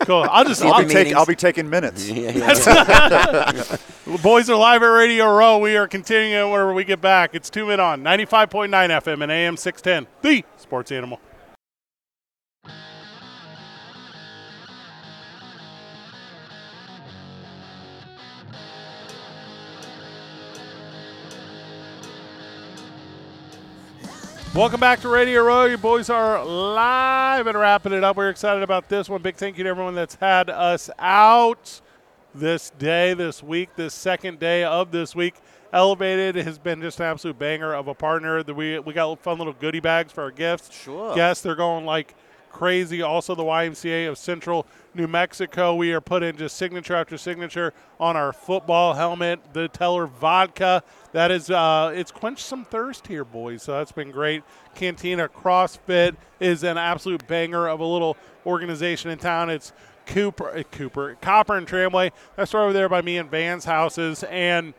cool. I'll just. I'll I'll be, take, meetings. I'll be taking minutes. Yeah, yeah, yeah. Boys are live at Radio Row. We are continuing whenever we get back. It's two men on 95.9 FM and AM 610, the sports animal. Welcome back to Radio Row. Your boys are live and wrapping it up. We're excited about this one. Big thank you to everyone that's had us out this day, this week, this second day of this week. Elevated has been just an absolute banger of a partner. That we we got fun little goodie bags for our gifts. Sure. Yes, they're going like crazy. Also, the YMCA of Central New Mexico. We are putting just signature after signature on our football helmet. The Teller vodka. That is, uh, it's quenched some thirst here, boys. So that's been great. Cantina CrossFit is an absolute banger of a little organization in town. It's Cooper, uh, Cooper, Copper and Tramway. That's right over there by me and Van's houses. And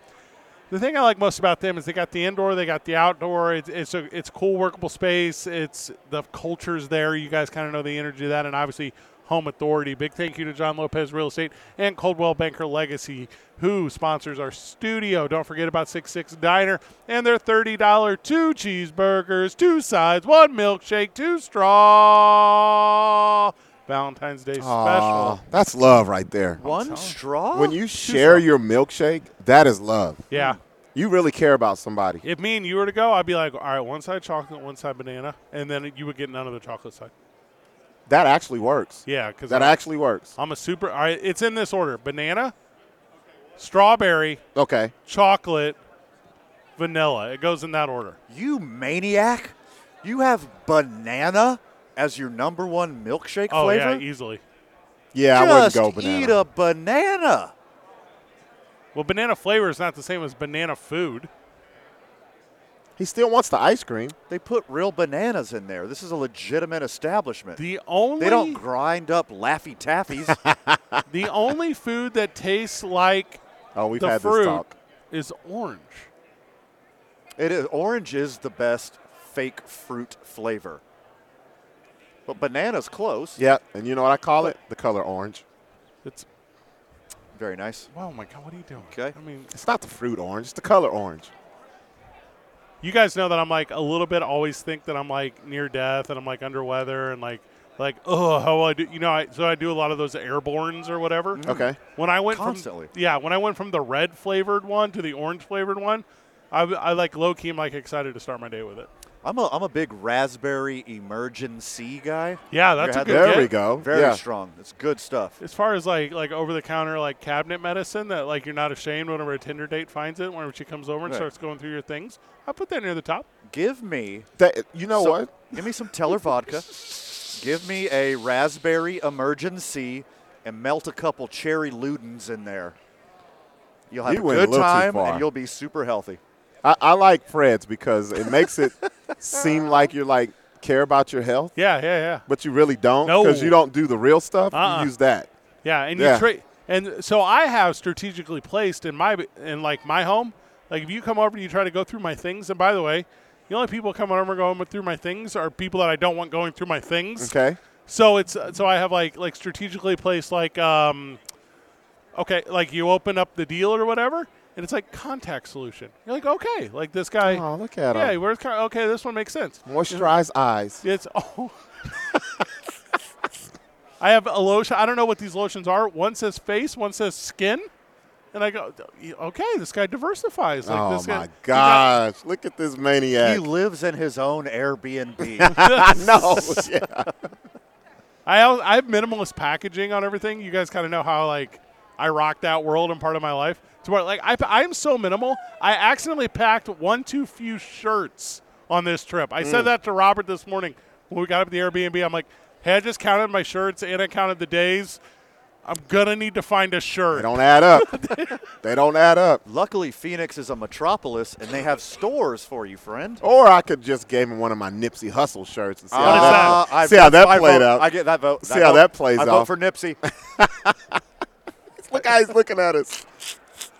the thing I like most about them is they got the indoor, they got the outdoor. It's it's a it's cool workable space. It's the culture's there. You guys kind of know the energy of that, and obviously home authority. Big thank you to John Lopez Real Estate and Coldwell Banker Legacy, who sponsors our studio. Don't forget about Six Six Diner and their thirty dollar two cheeseburgers, two sides, one milkshake, two straw Valentine's Day Aw, special. that's love right there. One straw? When you share your milkshake, that is love. Yeah. You really care about somebody. If me and you were to go, I'd be like, all right, one side chocolate, one side banana, and then you would get none of the chocolate side. That actually works. Yeah, Uh, because That actually works. I'm a super. All right, it's in this order: banana, strawberry, Okay. chocolate, vanilla. It goes in that order. You maniac. You have banana as your number one milkshake Oh flavor? yeah, easily. e- Yeah, I wouldn't Just go banana. eat a banana. Well, banana flavor is not the same as banana food. He still wants the ice cream. They put real bananas in there. This is a legitimate establishment. The only they don't grind up Laffy Taffies. the only food that tastes like Oh, we've the had fruit this talk. is orange. It is orange is the best fake fruit flavor. But banana's close. Yeah, and you know what I call it? The color orange. It's Very nice. oh my god, what are you doing? Okay. I mean, It's not the fruit orange. It's the color orange. you guys know that I'm like a little bit always think that I'm like near death and I'm like under weather and like like oh how will I do you know I, so I do a lot of those airborns or whatever. Mm-hmm. Okay. When I went Constantly. from yeah when I went from the red flavored one to the orange flavored one, I, I like low key I'm like excited to start my day with it. I'm a I'm a big raspberry emergency guy. Yeah, You that's a had good that? There get. we go. Very yeah. strong. It's good stuff. As far as like like over the counter like cabinet medicine that like you're not ashamed whenever a Tinder date finds it whenever she comes over and Right. starts going through your things, I put that near the top. Give me That, you know some- what? Give me some Teller vodka. Give me a raspberry emergency and melt a couple cherry Ludens in there. You'll have You a went a good little too time far. and you'll be super healthy. I, I like Fred's because it makes it seem like you're like care about your health, Yeah, yeah, yeah. but you really don't No. because you don't do the real stuff. Uh-uh. You use that. Yeah, and Yeah. you trade. And so I have strategically placed in my in like my home. Like if you come over and you try to go through my things, and by the way, the only people coming over and going through my things are people that I don't want going through my things. Okay. So it's so I have like like strategically placed like um, okay, like you open up the deal or whatever, and it's like contact solution. You're like okay, like this guy. Oh, look at yeah, him. where's okay? This one makes sense. Moisturize eyes. It's oh. I have a lotion. I don't know what these lotions are. One says face, one says skin. And I go, okay, this guy diversifies. Like, oh this guy, my gosh! Look at this He maniac. lives in his own Airbnb. no, yeah. I al- I have minimalist packaging on everything. You guys kind of know how like I rock that world and part of my life. To where like I I'm so minimal. I accidentally packed one too few shirts on this trip. I said that to Robert this morning when we got up at the Airbnb. I'm like, hey, I just counted my shirts and I counted the days. I'm gonna need to find a they shirt. don't add up. they don't add up. Luckily, Phoenix is a metropolis, and they have stores for you, friend. Or I could just give him one of my Nipsey Hustle shirts and Oh, see how is that, Uh, I- see how that's that my played vote. out. I get that vote. See how vote. that plays I out. vote for Nipsey. Look how he's looking at us.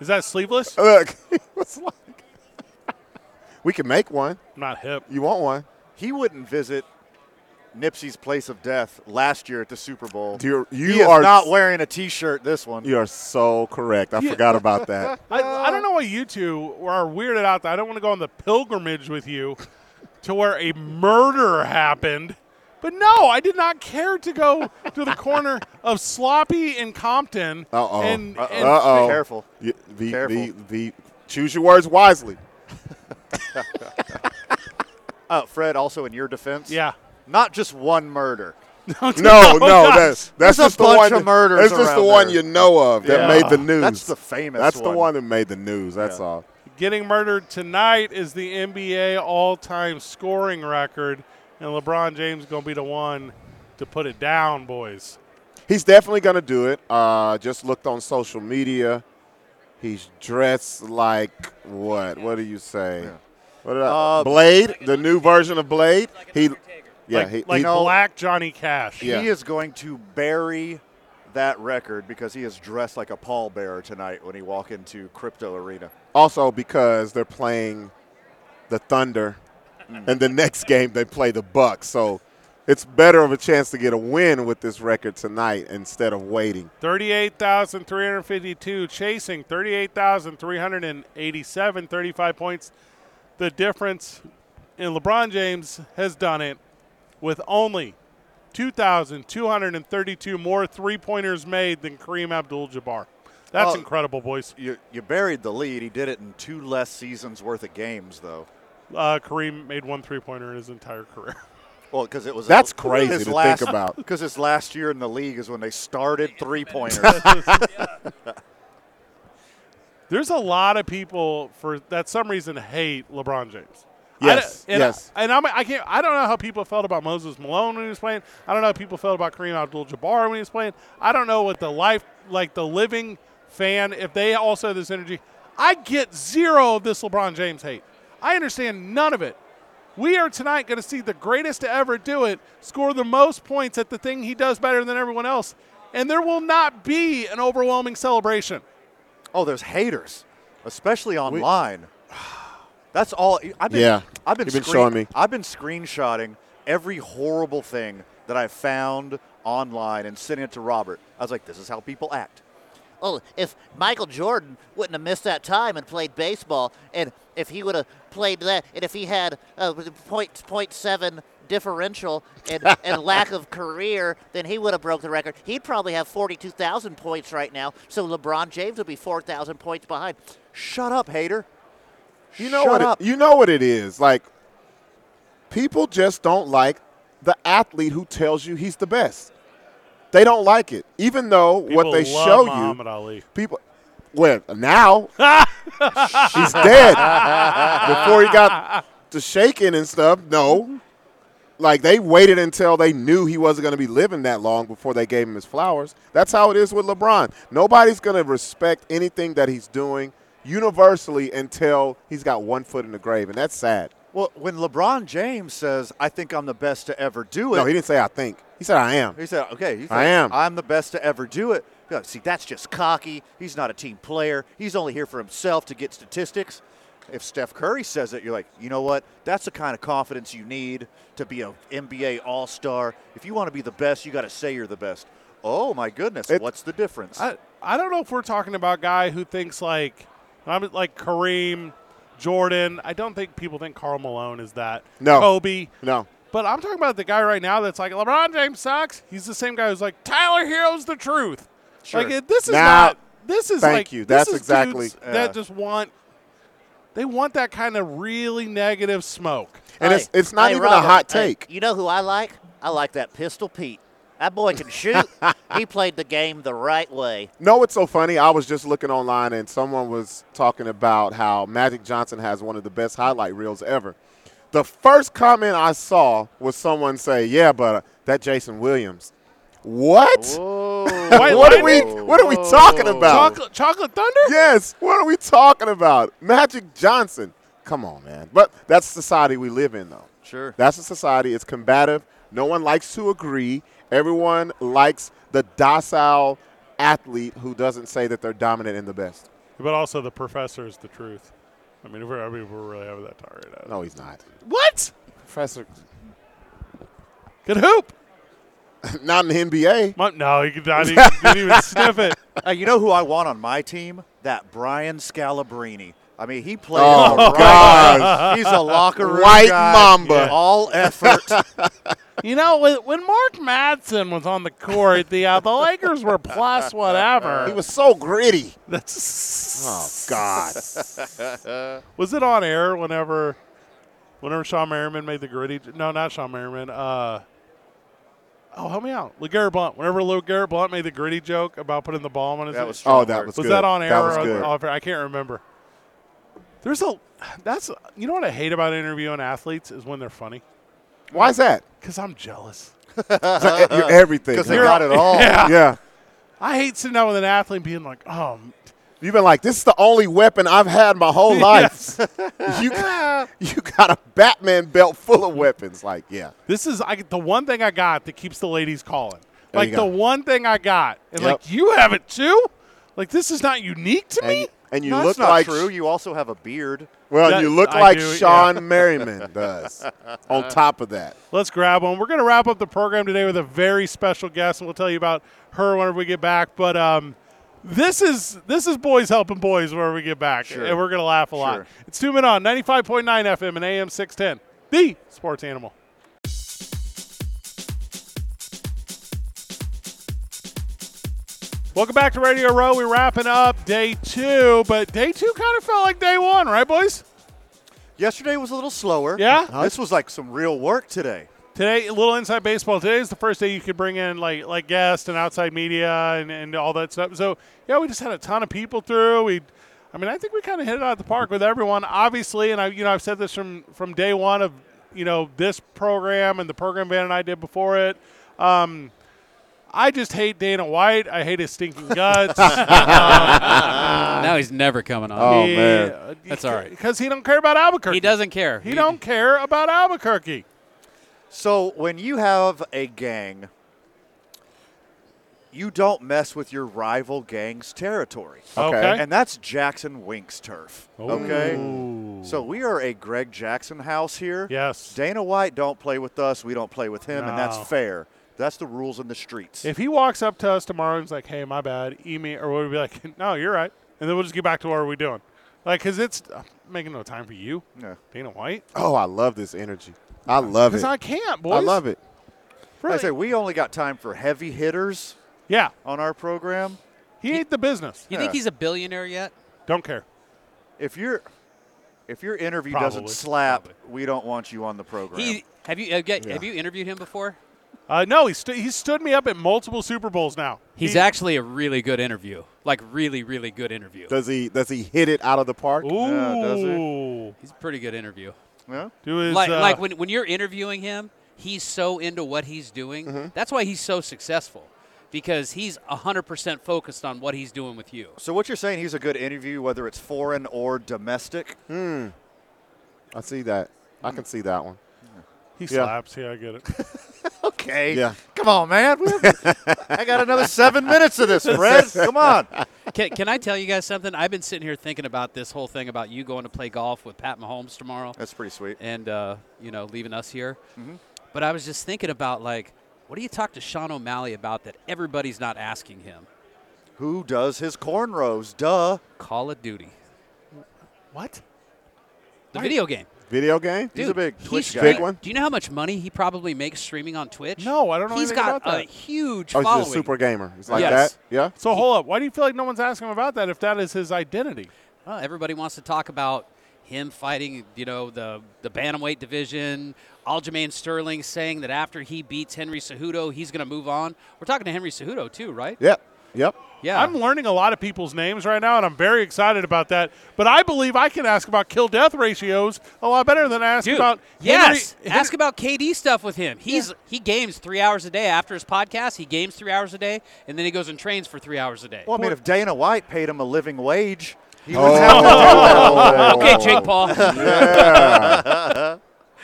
Is that sleeveless? Look, what's like? We can make one. I'm not hip. You want one? He wouldn't visit Nipsey's place of death last year at the Super Bowl. Dear- you he is are not s- wearing a T-shirt this one. You are so correct. I forgot about that. I, I don't know why you two are weirded out. that I don't want to go on the pilgrimage with you to where a murder happened. But no, I did not care to go to the corner of Sloppy and Compton. Uh-oh. And, Uh-oh. and- Uh-oh. Be careful. Y- the- Careful. the- the- choose your words wisely. Uh, Fred, also in your defense, Yeah. Oh, not just one murder. No, no, no. that's that's Oh, There's a just the bunch one. of that- murders That's just the around one there. you know of that Yeah. made the news. That's the famous That's the one. one that made the news. That's all. Getting murdered tonight is the NBA all time scoring record. And LeBron James going to be the one to put it down, boys. He's definitely gonna do it. Uh, just looked on social media. He's dressed like what? What do you say? What did I, Uh, Blade, the new version of Blade. He, yeah, like he, like he- Black Johnny Cash. Yeah. He is going to bury that record because he is dressed like a pallbearer tonight when he walk into Crypto Arena. also because they're playing the Thunder, Mm. and the next game they play the Bucks. So it's better of a chance to get a win with this record tonight instead of waiting. 38,352 chasing 38,387 35 points the difference and LeBron James has done it with only 2,232 more three-pointers made than Kareem Abdul-Jabbar. That's Well- incredible, boys. You, you buried the lead. He did it in two less seasons worth of games, though. Uh, Kareem made one three-pointer in his entire career. Well, because it was That's crazy to think about. Because his last year in the league is when they started three pointers. There's a lot of people for that some reason hate LeBron James. I Yes, don't- and yes. I, and I'm, I can't. I don't know how people felt about Moses Malone when he was playing. I don't know how people felt about Kareem Abdul-Jabbar when he was playing. I don't know what the life, like the living fan, if they also have this energy. I get zero of this LeBron James hate. I understand none of it. We are tonight going to see the greatest to ever do it score the most points at the thing he does better than everyone else, and there will not be an overwhelming celebration. oh, there's haters, especially online. That's all. I've been, Yeah. I've been, You've been screen- showing me. I've been screenshotting every horrible thing that I found online and sending it to Robert. I was like, this is how people act. Well, if Michael Jordan wouldn't have missed that time and played baseball, and if he would have played that, and if he had a point point seven differential and, and lack of career, then he would have broke the record. He'd probably have forty two thousand points right now. So LeBron James would be four thousand points behind. Shut up, hater. You know Shut what? it- up. you know what it is. Like people just don't like the athlete who tells you he's the best. They don't like it, even though what People they love show Muhammad you. Ali. People, well, now he's dead. Before he got to shaking and stuff, no. Like they waited until they knew he wasn't going to be living that long before they gave him his flowers. That's how it is with LeBron. Nobody's going to respect anything that he's doing universally until he's got one foot in the grave, and that's sad. Well, when LeBron James says, "I think I'm the best to ever do it," No, he didn't say I think. He said I am. He said, "Okay, he's I like, am. I'm the best to ever do it." Yeah, see, that's just cocky. He's not a team player. He's only here for himself to get statistics. If Steph Curry says it, you're like, you know what? That's the kind of confidence you need to be an NBA All Star. If you want to be the best, you got to say you're the best. Oh my goodness, It- what's the difference? I, I don't know if we're talking about a guy who thinks like I'm like Kareem, Jordan. I don't think people think Carl Malone is that. No. Kobe. No. But I'm talking about the guy right now that's like LeBron James sucks. He's the same guy who's like Tyler Hero's the truth. Like it- this is Nah, not. This is thank like you. this That's is exactly- uh, dudes yeah. that just want. They want that kind of really negative smoke. And it's, Hey, it's not hey, even a Robert, hot hey, take. you know who I like? I like that Pistol Pete. That boy can shoot. he played the game the right way. No, it's so funny. I was just looking online and someone was talking about how Magic Johnson has one of the best highlight reels ever. The first comment I saw was someone say, "Yeah, but uh, that Jason Williams." What? Oh, White what are we Lightning? what are we talking about? Chocolate, chocolate Thunder? Yes, what are we talking about? Magic Johnson. Come on, man. But that's the society we live in though. Sure. That's a society. It's combative. No one likes to agree. Everyone likes the docile athlete who doesn't say that they're dominant and the best. But also, the professor is the truth. I mean, if we're, I mean, if we're really having that talk right now. No, he's not. What? Professor, Good hoop. not in the NBA. My- no, he could not even, didn't even sniff it. Uh, you know who I want on my team? That Brian Scalabrine. I mean, he played. Oh, all right. gosh. He's a locker room White guy. Mamba. Yeah, All effort. You know, when, when Mark Madsen was on the court, the uh, the Lakers were plus whatever. He was so gritty. That's Oh God. was it on air whenever whenever Sean Merriman made the gritty? No, not Sean Merriman. Uh, oh, help me out, LeGarrette Blunt. Whenever LeGarrette Blunt made the gritty joke about putting the ball on his that was strong oh, that work. was. was good. that on air That was or on- good. off air? I can't remember. There's a that's you know what I hate about interviewing athletes is when they're funny Why is that? because I'm jealous. It's like, you're everything. because Uh, they got it all. yeah. I hate sitting down with an athlete and being like, oh, You've been like, this is the only weapon I've had my whole life. yes. You, you got a Batman belt full of weapons. Like, yeah. This is I, the one thing I got that keeps the ladies calling. There Like you the go. one thing I got, and Yep. like you have it too. Like this is not unique to me. And, and you No, look that's not like true. You also have a beard. well, That- you look I like do, yeah. Sean Merriman does. on top of that, Let's grab one. We're going to wrap up the program today with a very special guest, and we'll tell you about her whenever we get back. But um, this is this is boys helping boys whenever we get back, and we're going to laugh a lot. Sure. It's two men on ninety five point nine FM and AM six ten, the sports animal. Welcome back to Radio Row. We're wrapping up day two, but day two kind of felt like day one, right, boys? Yesterday was a little slower. Yeah? This was like some real work today. Today, a little inside baseball. Today is the first day you could bring in like like guests and outside media and, and all that stuff. So yeah, we just had a ton of people through. We, I mean, I think we kind of hit it out of the park with everyone, obviously. And I, you know, I've said this from from day one of you know this program and the program Van and I did before it. Um, I just hate Dana White. I hate his stinking guts. now he's never coming Uh, on. Oh, man. That's all right. because he don't care about Albuquerque. He doesn't care. He don't care about Albuquerque. So when you have a gang, you don't mess with your rival gang's territory. Okay. And that's Jackson Wink's turf. Okay. So we are a Greg Jackson house here. Yes. Dana White don't play with us. We don't play with him, and that's No. fair. That's the rules in the streets. If he walks up to us tomorrow and he's like, "Hey, my bad," e me, or we'll be like, "No, you're right," and then we'll just get back to what are we doing, like, cause it's I'm making no time for you, Yeah. Dana White, oh, I love this energy. I love it. because I I, can't, boys. love it. Like I say we only got time for heavy hitters Yeah, on our program. he ain't the business. You think he's a billionaire yet? Don't care. If you if your interview doesn't Probably. slap, we don't want you on the program. He have you have, you- have you interviewed him before? Uh, no, he st- he stood me up at multiple Super Bowls now. He's He- actually a really good interview. Like really, really good interview. Does he? Does he hit it out of the park? Ooh, Yeah, does he? He's a pretty good interview. yeah? do his like uh, like when, when you're interviewing him, he's so into what he's doing. That's why he's so successful because he's 100% focused on what he's doing with you. So what you're saying? He's a good interview, whether it's foreign or domestic. I see that. I can see that one. he yeah. slaps. Yeah, I get it. Okay. Yeah. Come on, man. We're- I got another seven minutes of this, Fred. Come on. Can, can I tell you guys something? I've been sitting here thinking about this whole thing about you going to play golf with Pat Mahomes tomorrow That's pretty sweet. and uh, you know leaving us here. But I was just thinking about like, what do you talk to Sean O'Malley about that everybody's not asking him? Who does his cornrows? Duh. Call of Duty, what? the video game. Video game? Dude, He's a big he Twitch guy. stream- Big one? Do you know how much money he probably makes streaming on Twitch? No, I don't know He's anything got about that. a huge Oh, he's following. just a super gamer. It's like Yes. that. Yeah. So hold up. Why do you feel like no one's asking him about that if that is his identity? Well, everybody wants to talk about him fighting, you know, the the bantamweight division. Aljamain Sterling saying that after he beats Henry Cejudo, he's going to move on. We're talking to Henry Cejudo too, right? Yep. Yep. Yeah. I'm learning a lot of people's names right now, and I'm very excited about that. But I believe I can ask about kill death ratios a lot better than I ask Dude, about yes. Henry- Ask about KD stuff with him. He's he games three hours a day after his podcast. He games three hours a day, and then he goes and trains for three hours a day. Well, I mean, if Dana White paid him a living wage, he would Oh. Oh, okay, Jake Paul.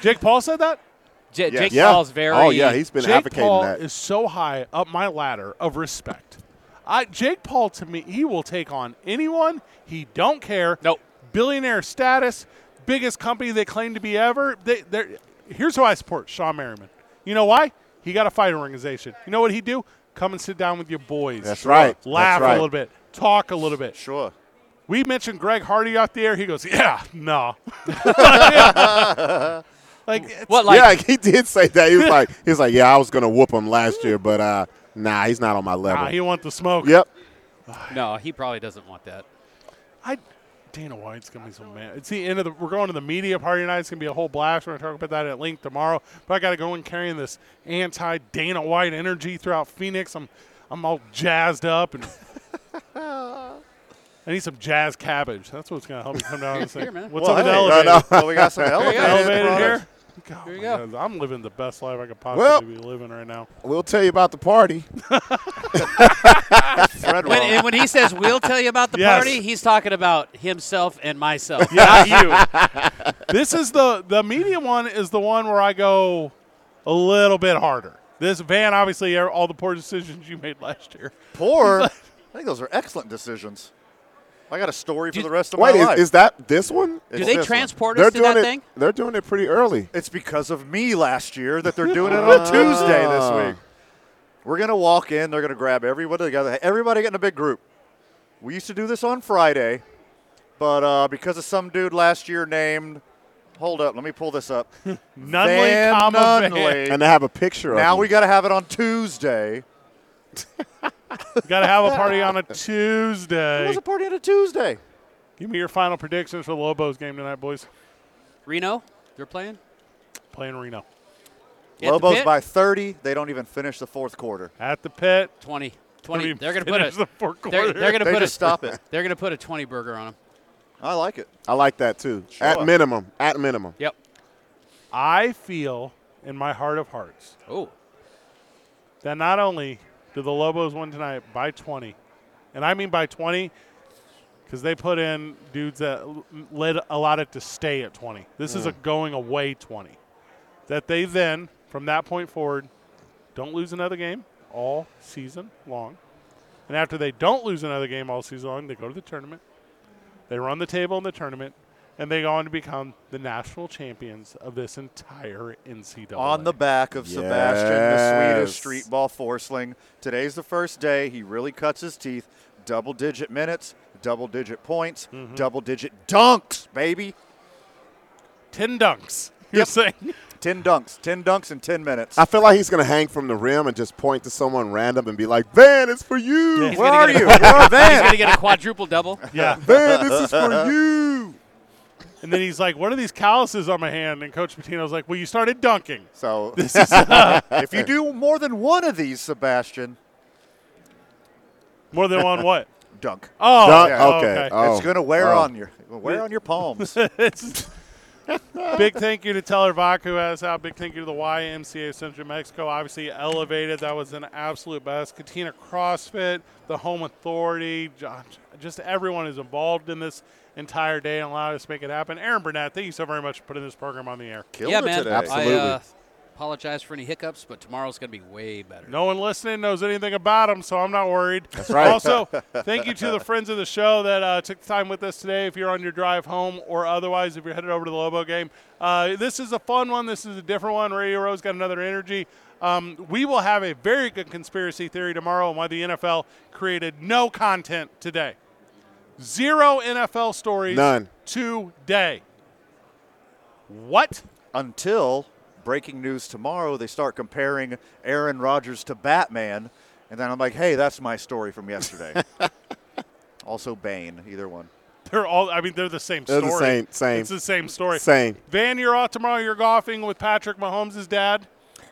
Jake Paul said that. J- Yes. Jake Yeah. Paul's very. Oh yeah, he's been Jake advocating Paul that. is so high up my ladder of respect. I, Jake Paul to me, he will take on anyone. He don't care. Nope. Billionaire status, biggest company they claim to be ever. They, they're- here's who I support: Sean Merriman. You know why? He got a fighting organization. You know what he do? Come and sit down with your boys. That's right. Laugh That's a right. little bit. Talk a little bit. Sure. We mentioned Greg Hardy out there. He goes, "Yeah, no." like it's- What like? yeah, he did say that. He was like, he was like, yeah, I was gonna whoop him last year, but uh, nah, he's not on my level. nah, he want the smoke. yep. No, he probably doesn't want that. I Dana White's gonna be so mad. It's the end of the. We're going to the media party tonight. It's gonna be a whole blast. We're gonna talk about that at length tomorrow. But I gotta go in carrying this anti Dana White energy throughout Phoenix. I'm I'm all jazzed up and. I need some jazz cabbage. That's what's gonna help me come down. And say, Here, man. What's well, up with hey, elevator? well, we got some elevated, Elevated products. here. God, you my go. God, I'm living the best life I could possibly Well- be living right now. We'll tell you about the party. Fred When, Wall. and when he says we'll tell you about the Yes. party, he's talking about himself and myself. not you. This is the the medium one is the one where I go a little bit harder. This van, obviously, are all the poor decisions you made last year. poor. I think those are excellent decisions. I got a story for the rest of Wait, my is, life. is that this one? Do It's they this one. transport They're us to doing that it. thing? They're doing it pretty early. It's because of me last year that they're doing it on a Tuesday Ah. this week. We're gonna walk in. They're gonna grab everybody together. Everybody get in a big group. We used to do this on Friday, but uh, because of some dude last year named, hold up, let me pull this up. Nunley, Van comma, Van. Nunley. And they have a picture Now of we him. got to have it on Tuesday. Got to have a party on a It Tuesday. was a party on a Tuesday. Give me your final predictions for the Lobos game tonight, boys. Reno, they're playing. Playing Reno At the Lobos pit? by 30. They don't even finish the fourth quarter. at the pit. 20. 20 Let me they're going to put finish the a fourth they're, quarter. they're going to They put a just stop it. They're going to put a 20 burger on them. I like it. I like that too. Sure. At minimum. At minimum. Yep. I feel in my heart of hearts Oh. that not only do the Lobos win tonight by 20, and I mean by 20 because they put in dudes that l- led allowed it to stay at 20. This is a Mm. going away 20. That they then, from that point forward, don't lose another game all season long. And after they don't lose another game all season long, they go to the tournament. They run the table in the tournament, and they go on to become the national champions of this entire NCAA. On the back of Sebastian, the Swedish Yes. street ball forceling. Today's the first day. He really cuts his teeth. Double digit minutes, double digit points, Mm-hmm. double digit dunks, baby. 10 dunks. You're saying 10 dunks, 10 dunks in 10 minutes. I feel like he's gonna hang from the rim and just point to someone random and be like, "Van, it's for you. He's Where gonna are get a- you? Where are He's they? going to get a quadruple double. yeah. Van, this is for you." And then he's like, "What are these calluses on my hand?" And Coach Patino's like, "Well, you started dunking." So if you do more than one of these, Sebastian, More than one what? dunk. Oh, Dun- yeah, okay. Oh. it's going to wear oh. on your wear on your palms. It's- big thank you to Teller Vac who has out. Big thank you to the YMCA Central Mexico. Obviously elevated. That was an absolute best. Katina CrossFit, the Home Authority, John, just everyone who's involved in this entire day and allowed us to make it happen. Aaron Burnett, thank you so very much for putting this program on the air. Killed yeah, it man. today. I uh, apologize for any hiccups, but tomorrow's going to be way better. No one listening knows anything about them, so I'm not worried. That's right. Also, thank you to the friends of the show that uh, took the time with us today. If you're on your drive home or otherwise, if you're headed over to the Lobo game, uh, this is a fun one. This is a different one. Radio Row's got another energy. Um, we will have a very good conspiracy theory tomorrow on why the NFL created no content today. Zero NFL stories None. today. What? until breaking news tomorrow they start comparing Aaron Rodgers to Batman and then I'm like, "Hey, that's my story from yesterday." also Bane, either one. They're all. I mean, they're the same They're the story. same- same. It's the same story. Same. Van, you're off tomorrow. You're golfing with Patrick Mahomes' dad.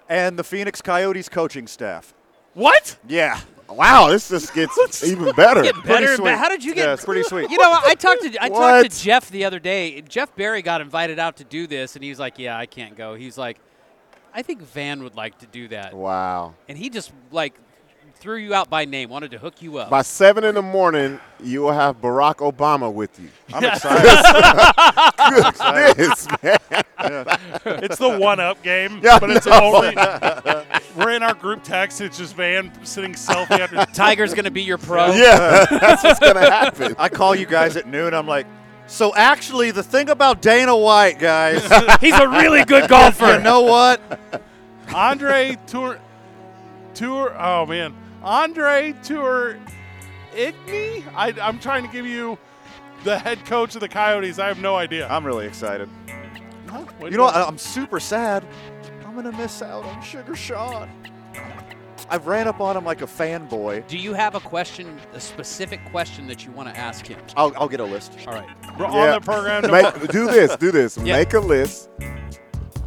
And the Phoenix Coyotes coaching staff. What? Yeah. Wow, this just gets even better. Get better. sweet. But how did you get? Yeah, it's pretty sweet. You know, I talked to I What? talked to Jeff the other day. Jeff Barry got invited out to do this, and he was like, "Yeah, I can't go." He's like, "I think Van would like to do that," Wow. and he just like threw you out by name, wanted to hook you up. By seven in the morning, you will have Barack Obama with you. I'm excited. Yes, man. It's the one-up game, Yeah, but it's only. We're in our group text. It's just Van sitting selfie after. Tiger's gonna be your pro. Yeah, that's what's gonna happen. I call you guys at noon. I'm like, "So actually, the thing about Dana White, guys, He's a really good you golfer. know what? Andre Tour, Tour. Oh man, Andre Tour, Igni. I, I'm trying to give you the head coach of the Coyotes. I have no idea. I'm really excited. Huh? Wait You know, what? I- I'm super sad. I'm gonna miss out on Sugar Sean. I ran up on him like a fanboy. Do you have a question, a specific question that you want to ask him? I'll, I'll get a list. All right. We're Yeah. on the program. tomorrow. Make, do this. Do this. Yeah. Make a list.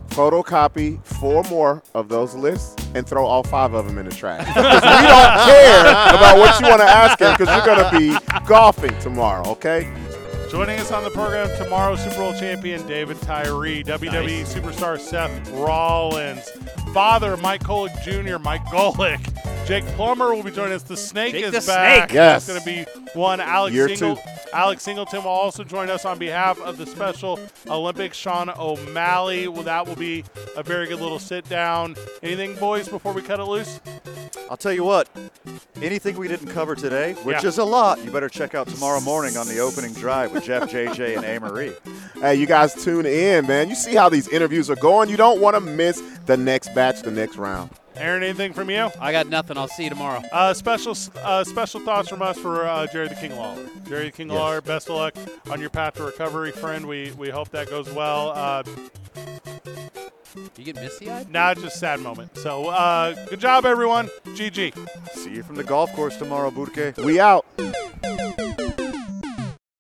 Photocopy four more of those lists and throw all five of them in the trash. 'Cause we don't care about what you want to ask him because you're gonna be golfing tomorrow. Okay. Joining us on the program tomorrow, Super Bowl champion David Tyree, WWE superstar Seth Rollins, father Mike Golick Jr., Mike Golick, Jake Plummer will be joining us. The Snake Jake is the back. Snake. Yes. That's going to be one. Alex Year Single- two. Alex Singleton will also join us on behalf of the Special Olympics. Sean O'Malley. Well, that will be a very good little sit down. Anything, boys, before we cut it loose? I'll tell you what. Anything we didn't cover today, which Yeah. is a lot, you better check out tomorrow morning on the opening drive with Jeff, JJ, and A. Marie. Hey, you guys tune in, man. You see how these interviews are going. You don't want to miss the next batch, the next round. Aaron, anything from you? I got nothing. I'll see you tomorrow. Uh, special uh, special thoughts from us for uh, Jerry the King Lawler. Jerry the King Lawler, best of luck on your path to recovery, friend. We we hope that goes well. Uh, You get misty eyed? now it's just a sad moment. So uh, good job, everyone. GG. See you from the golf course tomorrow, Burke. We out.